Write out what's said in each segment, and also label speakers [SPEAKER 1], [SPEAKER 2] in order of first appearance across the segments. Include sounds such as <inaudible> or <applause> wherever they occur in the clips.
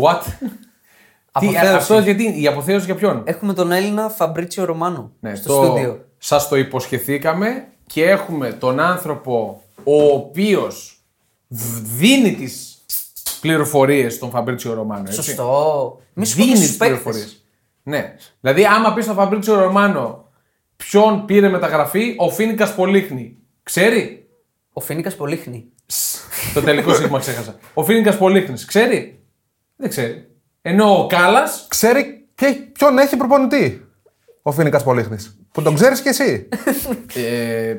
[SPEAKER 1] What? Τι,
[SPEAKER 2] Αποθέωση.
[SPEAKER 1] αυτός γιατί, η αποθέωση για ποιον.
[SPEAKER 2] ε, Έχουμε τον Έλληνα Φαμπρίτσιο Ρωμάνο
[SPEAKER 1] Ναι,
[SPEAKER 2] στο
[SPEAKER 1] το...
[SPEAKER 2] στούντιο.
[SPEAKER 1] Σας το υποσχεθήκαμε και έχουμε τον άνθρωπο ο οποίος β- δίνει τις πληροφορίες στον Φαμπρίτσιο Ρωμάνο. έτσι.
[SPEAKER 2] Σωστό. Μη σου πω
[SPEAKER 1] δίνει
[SPEAKER 2] στους
[SPEAKER 1] τις
[SPEAKER 2] παίκτες.
[SPEAKER 1] πληροφορίες. Ναι. Δηλαδή, άμα πεις στον Φαμπρίτσιο Ρωμάνο ποιον πήρε μεταγραφή, ο Φίνικας Πολύχνη. Ξέρει.
[SPEAKER 2] Ο Φίνικας Πολύχνη. <laughs>
[SPEAKER 1] Το τελικό σύστημα ξέχασα. Ο Φίνικας Πολύχνης. Ξέρει. Δεν ξέρει. Ενώ ο Κάλλας.
[SPEAKER 3] Ξέρει και ποιον έχει προπονητή ο Φίνικας Πολύχνης. Που τον ξέρεις κι
[SPEAKER 1] <laughs>
[SPEAKER 3] εσύ.
[SPEAKER 1] Ε,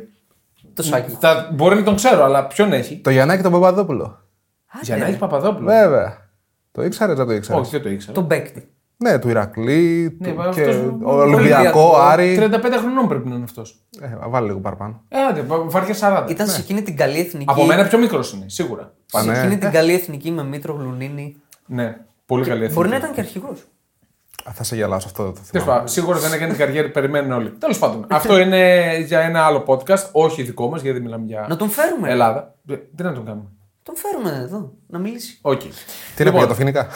[SPEAKER 2] Το Σάκη.
[SPEAKER 1] θα, μπορεί να τον ξέρω, αλλά ποιον έχει.
[SPEAKER 3] το Γιαννάκη τον Παπαδόπουλο.
[SPEAKER 1] Γιαννάκη Παπαδόπουλο.
[SPEAKER 3] Βέβαια. Το ήξερες, δεν το ήξερες.
[SPEAKER 1] Όχι, δεν το ήξερα.
[SPEAKER 2] Τον παίκτη.
[SPEAKER 3] Ναι, του Ηρακλή, του...
[SPEAKER 1] μα
[SPEAKER 3] και
[SPEAKER 1] αυτός-
[SPEAKER 3] Ολυμπιακό,
[SPEAKER 2] Ολυμπιακό,
[SPEAKER 3] Άρη.
[SPEAKER 1] 35 χρονών πρέπει να είναι αυτός.
[SPEAKER 3] Ε, βάλει λίγο παραπάνω.
[SPEAKER 1] Ε, άντε, βα- βαριέ 40.
[SPEAKER 2] Ήταν σε εκείνη την καλή εθνική.
[SPEAKER 1] Από μένα πιο μικρός είναι, σίγουρα.
[SPEAKER 3] Α,
[SPEAKER 2] Σε
[SPEAKER 3] ναι.
[SPEAKER 2] εκείνη την καλή εθνική με Μήτρο Γλουνίνη.
[SPEAKER 1] Ναι, πολύ καλή εθνική.
[SPEAKER 2] Μπορεί να ήταν και αρχηγός.
[SPEAKER 3] Α, Θα σε γελάσω αυτό το
[SPEAKER 1] Τέλος
[SPEAKER 3] θέμα.
[SPEAKER 1] πάντων, σίγουρα δεν έκανε την καριέρα που περιμένουν όλοι. Τέλος πάντων, αυτό είναι για ένα άλλο podcast, όχι δικό μας, γιατί μιλάμε για
[SPEAKER 2] Να τον φέρουμε.
[SPEAKER 1] Ελλάδα. Ε, Τι να τον κάνουμε.
[SPEAKER 2] Τον φέρουμε εδώ να μιλήσει.
[SPEAKER 1] Οκ. Λοιπόν,
[SPEAKER 3] Τι να πω για το
[SPEAKER 1] <laughs>
[SPEAKER 3] Φίνικα.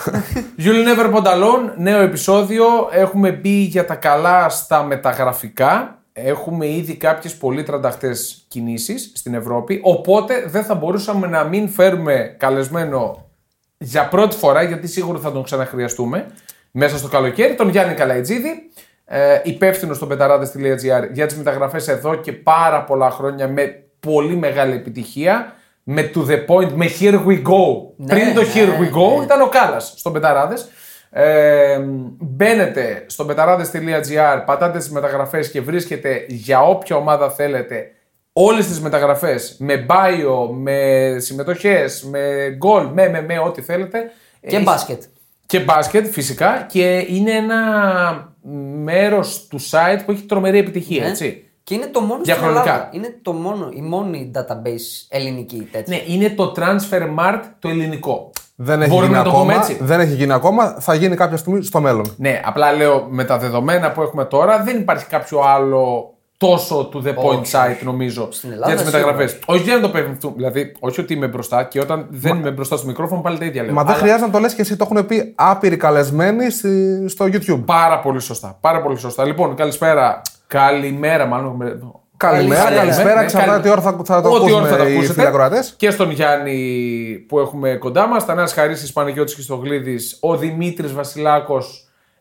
[SPEAKER 1] You'll Never Pond Alone, νέο επεισόδιο. Έχουμε μπει για τα καλά στα μεταγραφικά. Έχουμε ήδη κάποιες πολύ τρανταχτές κινήσεις στην Ευρώπη. Οπότε δεν θα μπορούσαμε να μην φέρουμε καλεσμένο για πρώτη φορά, γιατί σίγουρα θα τον ξαναχρειαστούμε μέσα στο καλοκαίρι, τον Γιάννη Καλαϊτζίδη, ε, υπεύθυνος στο πεταράδε.gr για τις μεταγραφές εδώ και πάρα πολλά χρόνια με πολύ μεγάλη επιτυχία. Με to the point, με here we go.
[SPEAKER 2] Ναι,
[SPEAKER 1] Πριν το
[SPEAKER 2] ναι,
[SPEAKER 1] here we go, ήταν ο Κάλλας στον Πεταράδες. Ε, μπαίνετε στο πεταράδε.gr, πατάτε τις μεταγραφές και βρίσκετε για όποια ομάδα θέλετε όλες τις μεταγραφές με bio, με συμμετοχές, με γκολ, με, με, με, ό,τι θέλετε.
[SPEAKER 2] Και
[SPEAKER 1] Έχει-
[SPEAKER 2] μπάσκετ.
[SPEAKER 1] και μπάσκετ φυσικά και είναι ένα μέρος του site που έχει τρομερή επιτυχία,
[SPEAKER 2] Ε.
[SPEAKER 1] έτσι.
[SPEAKER 2] Και είναι το μόνο στην
[SPEAKER 1] Διαχρονικά.
[SPEAKER 2] Ελλάδα. Είναι το μόνο, η μόνη database ελληνική τέτοια.
[SPEAKER 1] Ναι, είναι το transfer mart το ελληνικό.
[SPEAKER 3] δεν, έχει
[SPEAKER 1] Μπορούμε
[SPEAKER 3] γίνει
[SPEAKER 1] να το πούμε
[SPEAKER 3] ακόμα,
[SPEAKER 1] έτσι.
[SPEAKER 3] δεν έχει γίνει ακόμα. Θα γίνει κάποια στιγμή στο μέλλον.
[SPEAKER 1] Ναι, απλά λέω με τα δεδομένα που έχουμε τώρα δεν υπάρχει κάποιο άλλο τόσο to the point
[SPEAKER 2] Όχι.
[SPEAKER 1] site νομίζω
[SPEAKER 2] Στην Ελλάδα
[SPEAKER 1] για τις μεταγραφές. Όχι για να το παίρνουν. Δηλαδή, όχι ότι είμαι μπροστά και όταν δεν είμαι μπροστά στο μικρόφωνο πάλι τα ίδια λέω.
[SPEAKER 3] Μα δεν
[SPEAKER 1] Αλλά
[SPEAKER 3] χρειάζεται να το λες και εσύ. Το έχουν πει άπειροι καλεσμένοι στη- στο YouTube.
[SPEAKER 1] Πάρα πολύ σωστά. Πάρα πολύ σωστά. Λοιπόν, καλησπέρα. Καλημέρα, μάλλον. με-
[SPEAKER 3] Καλημέρα,
[SPEAKER 2] Καλησπέρα,
[SPEAKER 3] καλησπέρα.
[SPEAKER 1] ναι,
[SPEAKER 3] Εξαρτάται
[SPEAKER 1] καλη-
[SPEAKER 3] τι ώρα θα, θα το
[SPEAKER 1] Ό,τι ώρα θα το
[SPEAKER 3] ακούσουμε οι
[SPEAKER 1] ακούσετε.
[SPEAKER 3] φιλακροατές.
[SPEAKER 1] Και στον Γιάννη που έχουμε κοντά μας, Τανά Χαρίσης Παναγιώτης Χρυστογλίδη, ο Δημήτρης Βασιλάκος,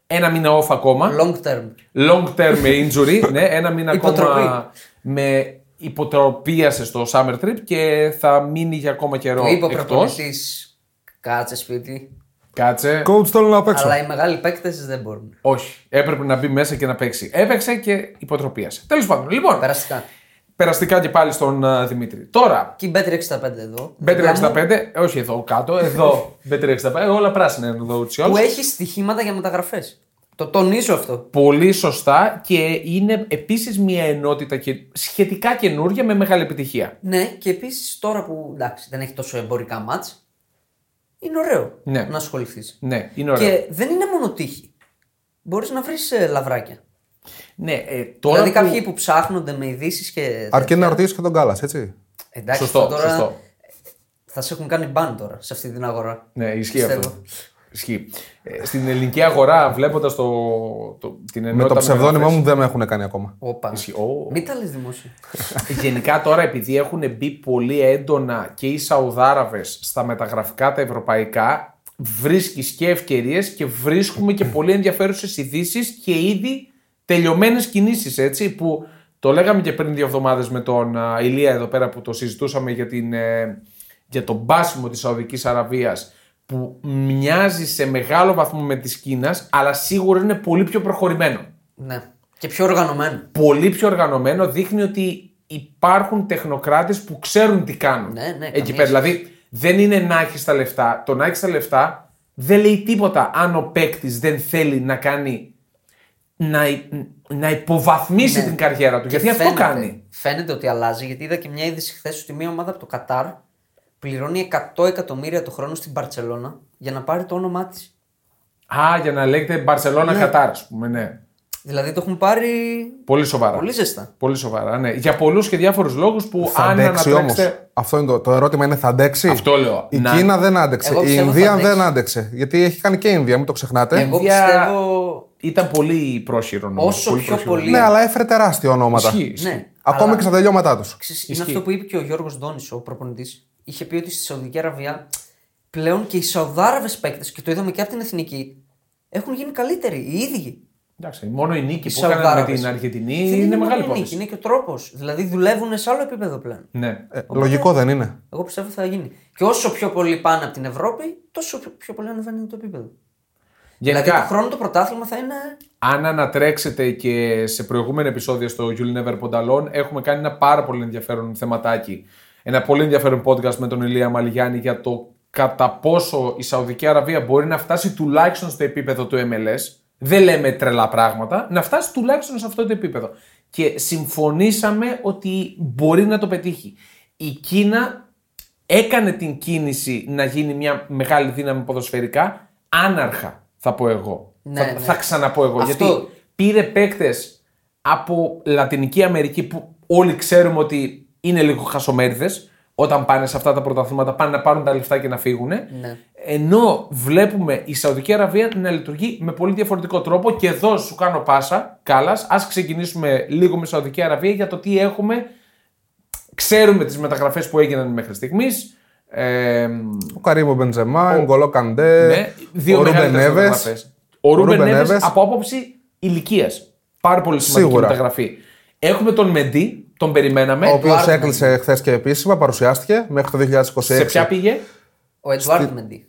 [SPEAKER 1] ένα μήνα off ακόμα.
[SPEAKER 2] Long term.
[SPEAKER 1] Long term injury,
[SPEAKER 2] <laughs>
[SPEAKER 1] ναι, ένα μήνα
[SPEAKER 2] Υποτροπή.
[SPEAKER 1] ακόμα με υποτροπίασε στο summer trip και θα μείνει για ακόμα καιρό
[SPEAKER 2] Το είπε ο
[SPEAKER 1] εκτός.
[SPEAKER 2] προπονητής. Κάτσε σπίτι.
[SPEAKER 1] Κάτσε.
[SPEAKER 3] Coach θέλω να παίξω.
[SPEAKER 2] Αλλά οι μεγάλοι παίκτες δεν μπορούν.
[SPEAKER 1] Όχι, έπρεπε να μπει μέσα και να παίξει. Έπαιξε και υποτροπίασε. Τέλος πάντων, λοιπόν,
[SPEAKER 2] Περαστικά.
[SPEAKER 1] περαστικά και πάλι στον α, Δημήτρη. Τώρα,
[SPEAKER 2] Και η Bet365 εδώ. δίπλα μου,
[SPEAKER 1] Bet365, όχι εδώ κάτω,
[SPEAKER 2] <laughs>
[SPEAKER 1] εδώ Bet365, όλα πράσινα είναι εδώ ούτσι
[SPEAKER 2] Που
[SPEAKER 1] όλους.
[SPEAKER 2] έχει στοιχήματα για μεταγραφές. Το τονίζω αυτό.
[SPEAKER 1] Πολύ σωστά και είναι επίσης μια ενότητα και σχετικά καινούργια με μεγάλη επιτυχία.
[SPEAKER 2] Ναι, και επίσης τώρα που εντάξει, δεν έχει τόσο εμπορικά μάτ, είναι ωραίο
[SPEAKER 1] Ναι.
[SPEAKER 2] να ασχοληθείς.
[SPEAKER 1] Ναι, είναι ωραίο.
[SPEAKER 2] Και δεν είναι μόνο τύχη. Μπορείς να βρεις λαβράκια.
[SPEAKER 1] Ναι, ε, τώρα
[SPEAKER 2] δηλαδή
[SPEAKER 1] που-
[SPEAKER 2] κάποιοι που ψάχνονται με ειδήσεις και.
[SPEAKER 3] Αρκεί να ρωτήσεις και τον Κάλλας, έτσι.
[SPEAKER 2] Εντάξει,
[SPEAKER 1] Σωστό,
[SPEAKER 2] τώρα
[SPEAKER 1] σωστό.
[SPEAKER 2] θα σε έχουν κάνει μπαν τώρα σε αυτή την αγορά.
[SPEAKER 1] Ναι, ισχύει
[SPEAKER 2] Πιστεύω.
[SPEAKER 1] αυτό. Ισχύει. Ε, στην ελληνική αγορά, βλέποντας το, το, την ενότητα.
[SPEAKER 3] Με το ψευδόνυμό
[SPEAKER 1] μεταγραφές-
[SPEAKER 3] μου δεν με έχουν κάνει ακόμα.
[SPEAKER 2] Όπα.
[SPEAKER 1] Ισχύει. Ω.
[SPEAKER 2] Μην τα λες δημόσια.
[SPEAKER 1] Γενικά τώρα επειδή έχουν μπει πολύ έντονα και οι Σαουδάραβες στα μεταγραφικά τα ευρωπαϊκά βρίσκεις και ευκαιρίες και βρίσκουμε και πολύ ενδιαφέρουσες ειδήσεις και ήδη τελειωμένες κινήσεις έτσι που το λέγαμε και πριν δύο εβδομάδες με τον α, Ηλία εδώ πέρα που το συζητούσαμε για, την, ε, για τον μπάσιμο της Σαουδικής Αραβίας που μοιάζει σε μεγάλο βαθμό με της Κίνας αλλά σίγουρα είναι πολύ πιο προχωρημένο
[SPEAKER 2] ναι. Και πιο οργανωμένο.
[SPEAKER 1] πολύ πιο οργανωμένο δείχνει ότι υπάρχουν τεχνοκράτες που ξέρουν τι κάνουν.
[SPEAKER 2] Ναι, ναι,
[SPEAKER 1] εκεί
[SPEAKER 2] καμία
[SPEAKER 1] πέρα.
[SPEAKER 2] σχέση.
[SPEAKER 1] Δηλαδή δεν είναι να έχεις τα λεφτά. Το να έχεις τα λεφτά δεν λέει τίποτα αν ο παίκτης δεν θέλει να κάνει. να, υ- να υποβαθμίσει
[SPEAKER 2] Ναι.
[SPEAKER 1] την καριέρα του.
[SPEAKER 2] Και
[SPEAKER 1] γιατί αυτό
[SPEAKER 2] φαίνεται-
[SPEAKER 1] κάνει.
[SPEAKER 2] Φαίνεται ότι αλλάζει, γιατί είδα και μια είδηση χθες ότι μια ομάδα από το Κατάρ πληρώνει 100 εκατομμύρια το χρόνο στην Παρσελώνα για να πάρει το όνομά της.
[SPEAKER 1] Α, για να λέγεται Μπαρσελόνα Κατάρ, ας πούμε, ναι.
[SPEAKER 2] Δηλαδή το έχουν πάρει
[SPEAKER 1] Πολύ σοβαρά.
[SPEAKER 2] πολύ ζεστά.
[SPEAKER 1] Πολύ σοβαρά, ναι. Για πολλούς και διάφορους λόγους που
[SPEAKER 3] Θα
[SPEAKER 1] αν
[SPEAKER 3] αντέξει όμως.
[SPEAKER 1] ανατρέξετε.
[SPEAKER 3] Αυτό είναι το, το ερώτημα είναι θα αντέξει.
[SPEAKER 1] Αυτό λέω.
[SPEAKER 3] Η
[SPEAKER 1] Να-
[SPEAKER 3] Κίνα δεν άντεξε.
[SPEAKER 2] Εγώ
[SPEAKER 3] Η
[SPEAKER 2] πιστεύω θα
[SPEAKER 3] Ινδία
[SPEAKER 2] αντέξει.
[SPEAKER 3] δεν άντεξε. Γιατί έχει κάνει και η Ινδία, μην το ξεχνάτε.
[SPEAKER 2] Εγώ
[SPEAKER 1] Ινδία-
[SPEAKER 2] πιστεύω.
[SPEAKER 1] Ήταν πολύ πρόχειρο όνομα.
[SPEAKER 2] Όσο πιο
[SPEAKER 1] πρόχειρο.
[SPEAKER 2] πολύ-
[SPEAKER 3] Ναι, αλλά έφερε τεράστια ονόματα.
[SPEAKER 1] Ισχύει, ισχύει.
[SPEAKER 2] Ναι,
[SPEAKER 3] Ακόμα
[SPEAKER 2] αλλά-
[SPEAKER 3] και στα τελειώματά τους.
[SPEAKER 2] Ξέρεις, είναι αυτό που είπε και ο Γιώργος Ντόνης, ο προπονητής. Είχε πει ότι στη Σαουδική Αραβία πλέον και οι Σαουδάραβες παίκτες, και το είδαμε και από την εθνική, έχουν γίνει καλύτεροι οι ίδιοι.
[SPEAKER 1] Εντάξει, μόνο η νίκη
[SPEAKER 2] Οι
[SPEAKER 1] που έκαναν με
[SPEAKER 2] Σαουδάραβες.
[SPEAKER 1] την Αργεντινή
[SPEAKER 2] Δεν
[SPEAKER 1] είναι,
[SPEAKER 2] μόνο
[SPEAKER 1] μεγάλη
[SPEAKER 2] η νίκη,
[SPEAKER 1] υπόθεση.
[SPEAKER 2] Είναι και ο τρόπος. Δηλαδή δουλεύουν σε άλλο επίπεδο πλέον.
[SPEAKER 1] Ναι.
[SPEAKER 2] Ε,
[SPEAKER 3] Λογικό δεν είναι.
[SPEAKER 2] Εγώ πιστεύω θα γίνει. Και όσο πιο πολύ πάνε από την Ευρώπη, τόσο πιο- πιο πολύ ανεβαίνει το επίπεδο.
[SPEAKER 1] Γενικά,
[SPEAKER 2] Δηλαδή το χρόνο το πρωτάθλημα θα είναι.
[SPEAKER 1] αν ανατρέξετε και σε προηγούμενα επεισόδια στο You'll Never Pondalon, έχουμε κάνει ένα πάρα πολύ ενδιαφέρον θεματάκι. Ένα πολύ ενδιαφέρον podcast με τον Ηλία Μαλιγιάννη για το κατά πόσο η Σαουδική Αραβία μπορεί να φτάσει τουλάχιστον στο επίπεδο του MLS. Δεν λέμε τρελά πράγματα, να φτάσει τουλάχιστον σε αυτό το επίπεδο. Και συμφωνήσαμε ότι μπορεί να το πετύχει. Η Κίνα έκανε την κίνηση να γίνει μια μεγάλη δύναμη ποδοσφαιρικά άναρχα, θα πω εγώ.
[SPEAKER 2] Ναι,
[SPEAKER 1] θα,
[SPEAKER 2] ναι.
[SPEAKER 1] θα ξαναπώ εγώ.
[SPEAKER 2] Αυτό.
[SPEAKER 1] Γιατί πήρε παίκτες από Λατινική Αμερική που όλοι ξέρουμε ότι είναι λίγο χασομέριδες. Όταν πάνε σε αυτά τα πρωταθλήματα, πάνε να πάρουν τα λεφτά και να φύγουν.
[SPEAKER 2] Ναι.
[SPEAKER 1] Ενώ βλέπουμε η Σαουδική Αραβία να λειτουργεί με πολύ διαφορετικό τρόπο. Και εδώ σου κάνω πάσα, κάλας. Ας ξεκινήσουμε λίγο με Σαουδική Αραβία για το τι έχουμε. Ξέρουμε τις μεταγραφές που έγιναν μέχρι Ε, στιγμή.
[SPEAKER 3] Ο Καρύμο Μπεντζεμά, ο Γκολό Καντέ,
[SPEAKER 1] Ναι, δύο
[SPEAKER 3] Ε, ο Ρούμπεν
[SPEAKER 1] μεγαλύτερες
[SPEAKER 3] Νέβες.
[SPEAKER 1] μεταγραφές. Ο Ρούμπεν
[SPEAKER 3] Ρούμπεν
[SPEAKER 1] Νέβες
[SPEAKER 3] Νέβες.
[SPEAKER 1] από άποψη ηλικίας. Πάρα πολύ σημαντική
[SPEAKER 3] Σίγουρα.
[SPEAKER 1] μεταγραφή. Έχουμε τον Μεντί, τον περιμέναμε.
[SPEAKER 3] Ο
[SPEAKER 1] Του
[SPEAKER 3] οποίο
[SPEAKER 1] Άρτμαν.
[SPEAKER 3] έκλεισε χθες και επίσημα, παρουσιάστηκε μέχρι το 2026
[SPEAKER 1] Ε, Σε ποια πήγε,
[SPEAKER 2] Ο Εντουάρντ Μεντί.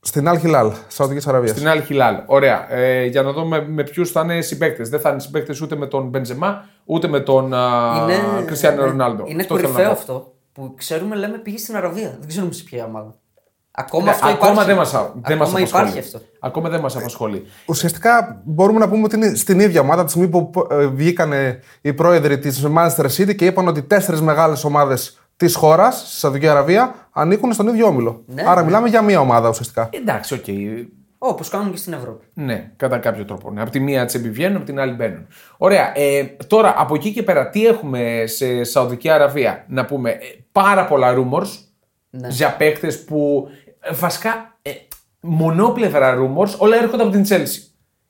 [SPEAKER 3] στην Αλ Χιλάλ, Σαουδικής Αραβίας.
[SPEAKER 1] στην Αλ Χιλάλ. Ωραία. Ε, για να δούμε με ποιους θα είναι συμπαίκτες. Δεν θα είναι συμπαίκτες ούτε με τον Μπεντζεμά, ούτε με τον
[SPEAKER 2] Είναι-
[SPEAKER 1] Κριστιανό
[SPEAKER 2] ναι.
[SPEAKER 1] Ρονάλντο.
[SPEAKER 2] Είναι
[SPEAKER 1] Αυτό θέλω να
[SPEAKER 2] κορυφαίο
[SPEAKER 1] πω.
[SPEAKER 2] αυτό που ξέρουμε, λέμε πήγε στην Αραβία. Δεν ξέρουμε σε ποια ομάδα. Ακόμα
[SPEAKER 1] Ναι,
[SPEAKER 2] αυτό
[SPEAKER 1] ακόμα
[SPEAKER 2] υπάρχει.
[SPEAKER 1] δεν μας, α- δεν μας
[SPEAKER 2] Ακόμα
[SPEAKER 1] απασχολεί.
[SPEAKER 2] υπάρχει αυτό.
[SPEAKER 1] Ακόμα δεν μας απασχολεί.
[SPEAKER 3] Ουσιαστικά μπορούμε να πούμε ότι είναι στην ίδια ομάδα από τη στιγμή που ε, βγήκαν ε, οι πρόεδροι της Manchester City και είπαν ότι τέσσερις μεγάλες ομάδες της χώρας, στη Σαουδική Αραβία, ανήκουν στον ίδιο όμιλο.
[SPEAKER 2] Ναι,
[SPEAKER 3] Άρα
[SPEAKER 2] ναι.
[SPEAKER 3] μιλάμε για μία ομάδα ουσιαστικά.
[SPEAKER 1] Εντάξει, οκ.
[SPEAKER 2] Όπως κάνουν και στην Ευρώπη.
[SPEAKER 1] Ναι, κατά κάποιο τρόπο. Ναι. Από τη μία τσέπη βγαίνουν, από την άλλη μπαίνουν. Ωραία. Ε, τώρα, από εκεί και πέρα, τι έχουμε σε Σαουδική Αραβία. Να πούμε ε, πάρα πολλά rumors
[SPEAKER 2] Ναι.
[SPEAKER 1] για παίκτες που ε, βασικά ε, μονόπλευρα rumors όλα έρχονται από την Chelsea.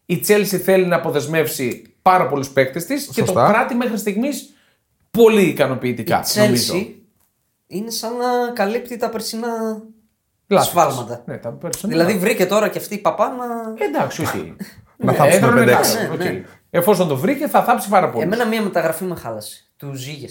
[SPEAKER 1] Η Chelsea θέλει να αποδεσμεύσει πάρα πολλούς παίκτες της και το
[SPEAKER 3] Σωστά.
[SPEAKER 1] πράττει μέχρι στιγμής πολύ ικανοποιητικά. νομίζω.
[SPEAKER 2] Τσέλσι είναι σαν να καλύπτει τα
[SPEAKER 1] Ναι.
[SPEAKER 2] περσινά
[SPEAKER 1] Λάθη της.
[SPEAKER 2] σφάλματα.
[SPEAKER 1] Ναι, τα περισσότερα.
[SPEAKER 2] Δηλαδή βρήκε τώρα και αυτή η παπά να.
[SPEAKER 1] Εντάξει, οκ.
[SPEAKER 3] Να
[SPEAKER 1] Ναι,
[SPEAKER 3] θάψουμε
[SPEAKER 1] έδρανε
[SPEAKER 3] πέντε-έξι.
[SPEAKER 1] κάτι,
[SPEAKER 2] Ναι,
[SPEAKER 1] οκ.
[SPEAKER 2] ναι.
[SPEAKER 1] Εφόσον το βρήκε, θα θάψει πάρα πολύ.
[SPEAKER 2] Εμένα μία μεταγραφή με χάλασε. Του Ζήγες.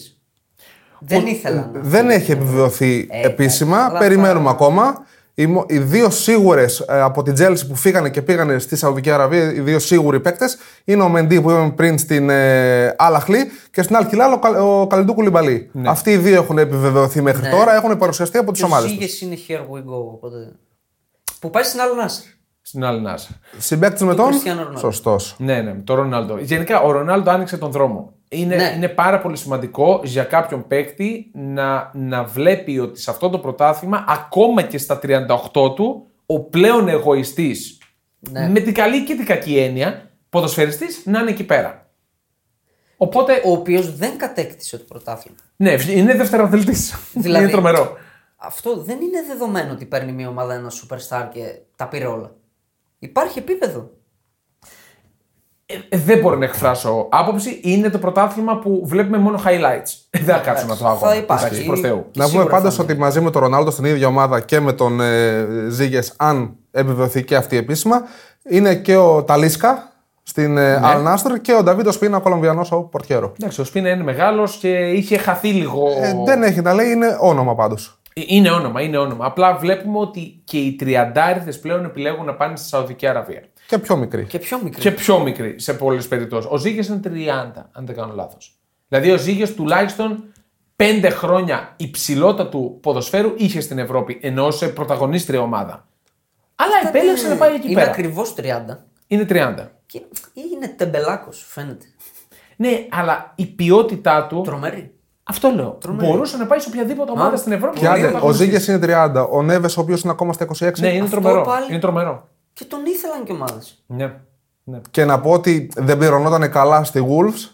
[SPEAKER 2] Δεν ήθελα να.
[SPEAKER 3] Δεν έχει επιβεβαιωθεί
[SPEAKER 2] Ε,
[SPEAKER 3] επίσημα.
[SPEAKER 2] αλλά
[SPEAKER 3] Περιμένουμε ακόμα. Οι, μο- οι δύο σίγουρες από την Τζέλση που φύγανε και πήγανε στη Σαουδική Αραβία, οι δύο σίγουροι παίκτες, είναι ο Μεντί που είπαμε πριν στην ε, Αλαχλή και στην Αλκυλάλ ο, Καλ- ο Καλεντού Κουλιμπαλή. Αυτοί οι δύο έχουν επιβεβαιωθεί μέχρι τώρα, έχουν παρουσιαστεί από τις
[SPEAKER 2] Ναι. Και ο
[SPEAKER 3] ομάδες του.
[SPEAKER 2] Ζήγε είναι here we go. Οπότε... Που πάει στην άλλη Νάσα.
[SPEAKER 1] Στην άλλη Νάσα.
[SPEAKER 3] Συμπέκτη με τον.
[SPEAKER 2] Κριστιανό Ρονάλντο.
[SPEAKER 3] Σωστός.
[SPEAKER 1] Ναι, ναι, το Ρονάλντο. Γενικά, ο Ρονάλντο άνοιξε τον δρόμο. Είναι,
[SPEAKER 2] Ναι.
[SPEAKER 1] είναι πάρα πολύ σημαντικό για κάποιον παίκτη να, να βλέπει ότι σε αυτό το πρωτάθλημα, ακόμα και στα 38 του, ο πλέον εγωιστής,
[SPEAKER 2] Ναι.
[SPEAKER 1] με την καλή και την κακή έννοια, ποδοσφαιριστής, να είναι εκεί πέρα. Οπότε,
[SPEAKER 2] Ο οποίος δεν κατέκτησε το πρωτάθλημα.
[SPEAKER 1] ναι, είναι δευτεραθλητής.
[SPEAKER 2] Δηλαδή-
[SPEAKER 1] είναι τρομερό.
[SPEAKER 2] Αυτό δεν είναι δεδομένο ότι παίρνει μια ομάδα ένα superstar και τα πήρε όλα. Υπάρχει επίπεδο.
[SPEAKER 1] Ε, Δεν μπορώ να εκφράσω άποψη. Είναι το πρωτάθλημα που βλέπουμε μόνο highlights. Δεν θα κάτσουμε να το αγώνα.
[SPEAKER 2] θα υπάρχει.
[SPEAKER 1] Εντάξει, προς Θεού.
[SPEAKER 2] Και
[SPEAKER 3] Να πούμε
[SPEAKER 2] σίγουρα
[SPEAKER 3] πάντως
[SPEAKER 2] θα είναι.
[SPEAKER 3] ότι μαζί με τον Ρονάλντο στην ίδια ομάδα και με τον ε, Ζήγες, αν επιβεβαιωθεί και αυτή επίσημα, είναι και ο Ταλίσκα στην ε,
[SPEAKER 2] Ναι.
[SPEAKER 3] Al Nassr και ο Νταβίτο Σπίνα, ο Κολομβιανός, ο Πορτιέρο.
[SPEAKER 1] Εντάξει, ο Σπίνα είναι μεγάλος και είχε χαθεί λίγο.
[SPEAKER 3] Ε, δεν έχει να λέει, είναι όνομα πάντως.
[SPEAKER 1] Ε, Είναι όνομα, είναι όνομα. Απλά βλέπουμε ότι και οι τριαντάριδες πλέον επιλέγουν να πάνε στη Σαουδική Αραβία.
[SPEAKER 3] Και πιο μικρή.
[SPEAKER 2] Και πιο μικρή.
[SPEAKER 1] Και πιο μικροί σε πολλές περιπτώσεις. Ο Ζήγες είναι 30, αν δεν κάνω λάθος. Δηλαδή, ο Ζήγες τουλάχιστον 5 χρόνια η ψηλότητα του ποδοσφαίρου είχε στην Ευρώπη, ενώ σε πρωταγωνίστρια ομάδα. Αλλά επέλεξε να πάει εκεί
[SPEAKER 2] είναι
[SPEAKER 1] πέρα.
[SPEAKER 2] ακριβώς 30.
[SPEAKER 1] Είναι 30.
[SPEAKER 2] Και είναι τεμπελάκος, φαίνεται.
[SPEAKER 1] Ναι, αλλά η ποιότητά του.
[SPEAKER 2] Τρομερή.
[SPEAKER 1] Αυτό λέω. Μπορούσε να πάει σε οποιαδήποτε ομάδα στην Ευρώπη.
[SPEAKER 3] Και
[SPEAKER 1] να
[SPEAKER 3] άντε,
[SPEAKER 1] είναι
[SPEAKER 3] ο
[SPEAKER 1] πρωταγωνιστής.
[SPEAKER 3] Ζήγες είναι 30, ο Νέβες, ο οποίος είναι ακόμα στα 26.
[SPEAKER 1] Ναι, είναι
[SPEAKER 2] Αυτό
[SPEAKER 1] τρομερό.
[SPEAKER 2] πάλι-
[SPEAKER 1] Είναι τρομερό.
[SPEAKER 2] Και τον ήθελαν και ομάδε.
[SPEAKER 1] Ναι. Ναι.
[SPEAKER 3] Και να πω ότι δεν πληρωνόταν καλά στη Wolves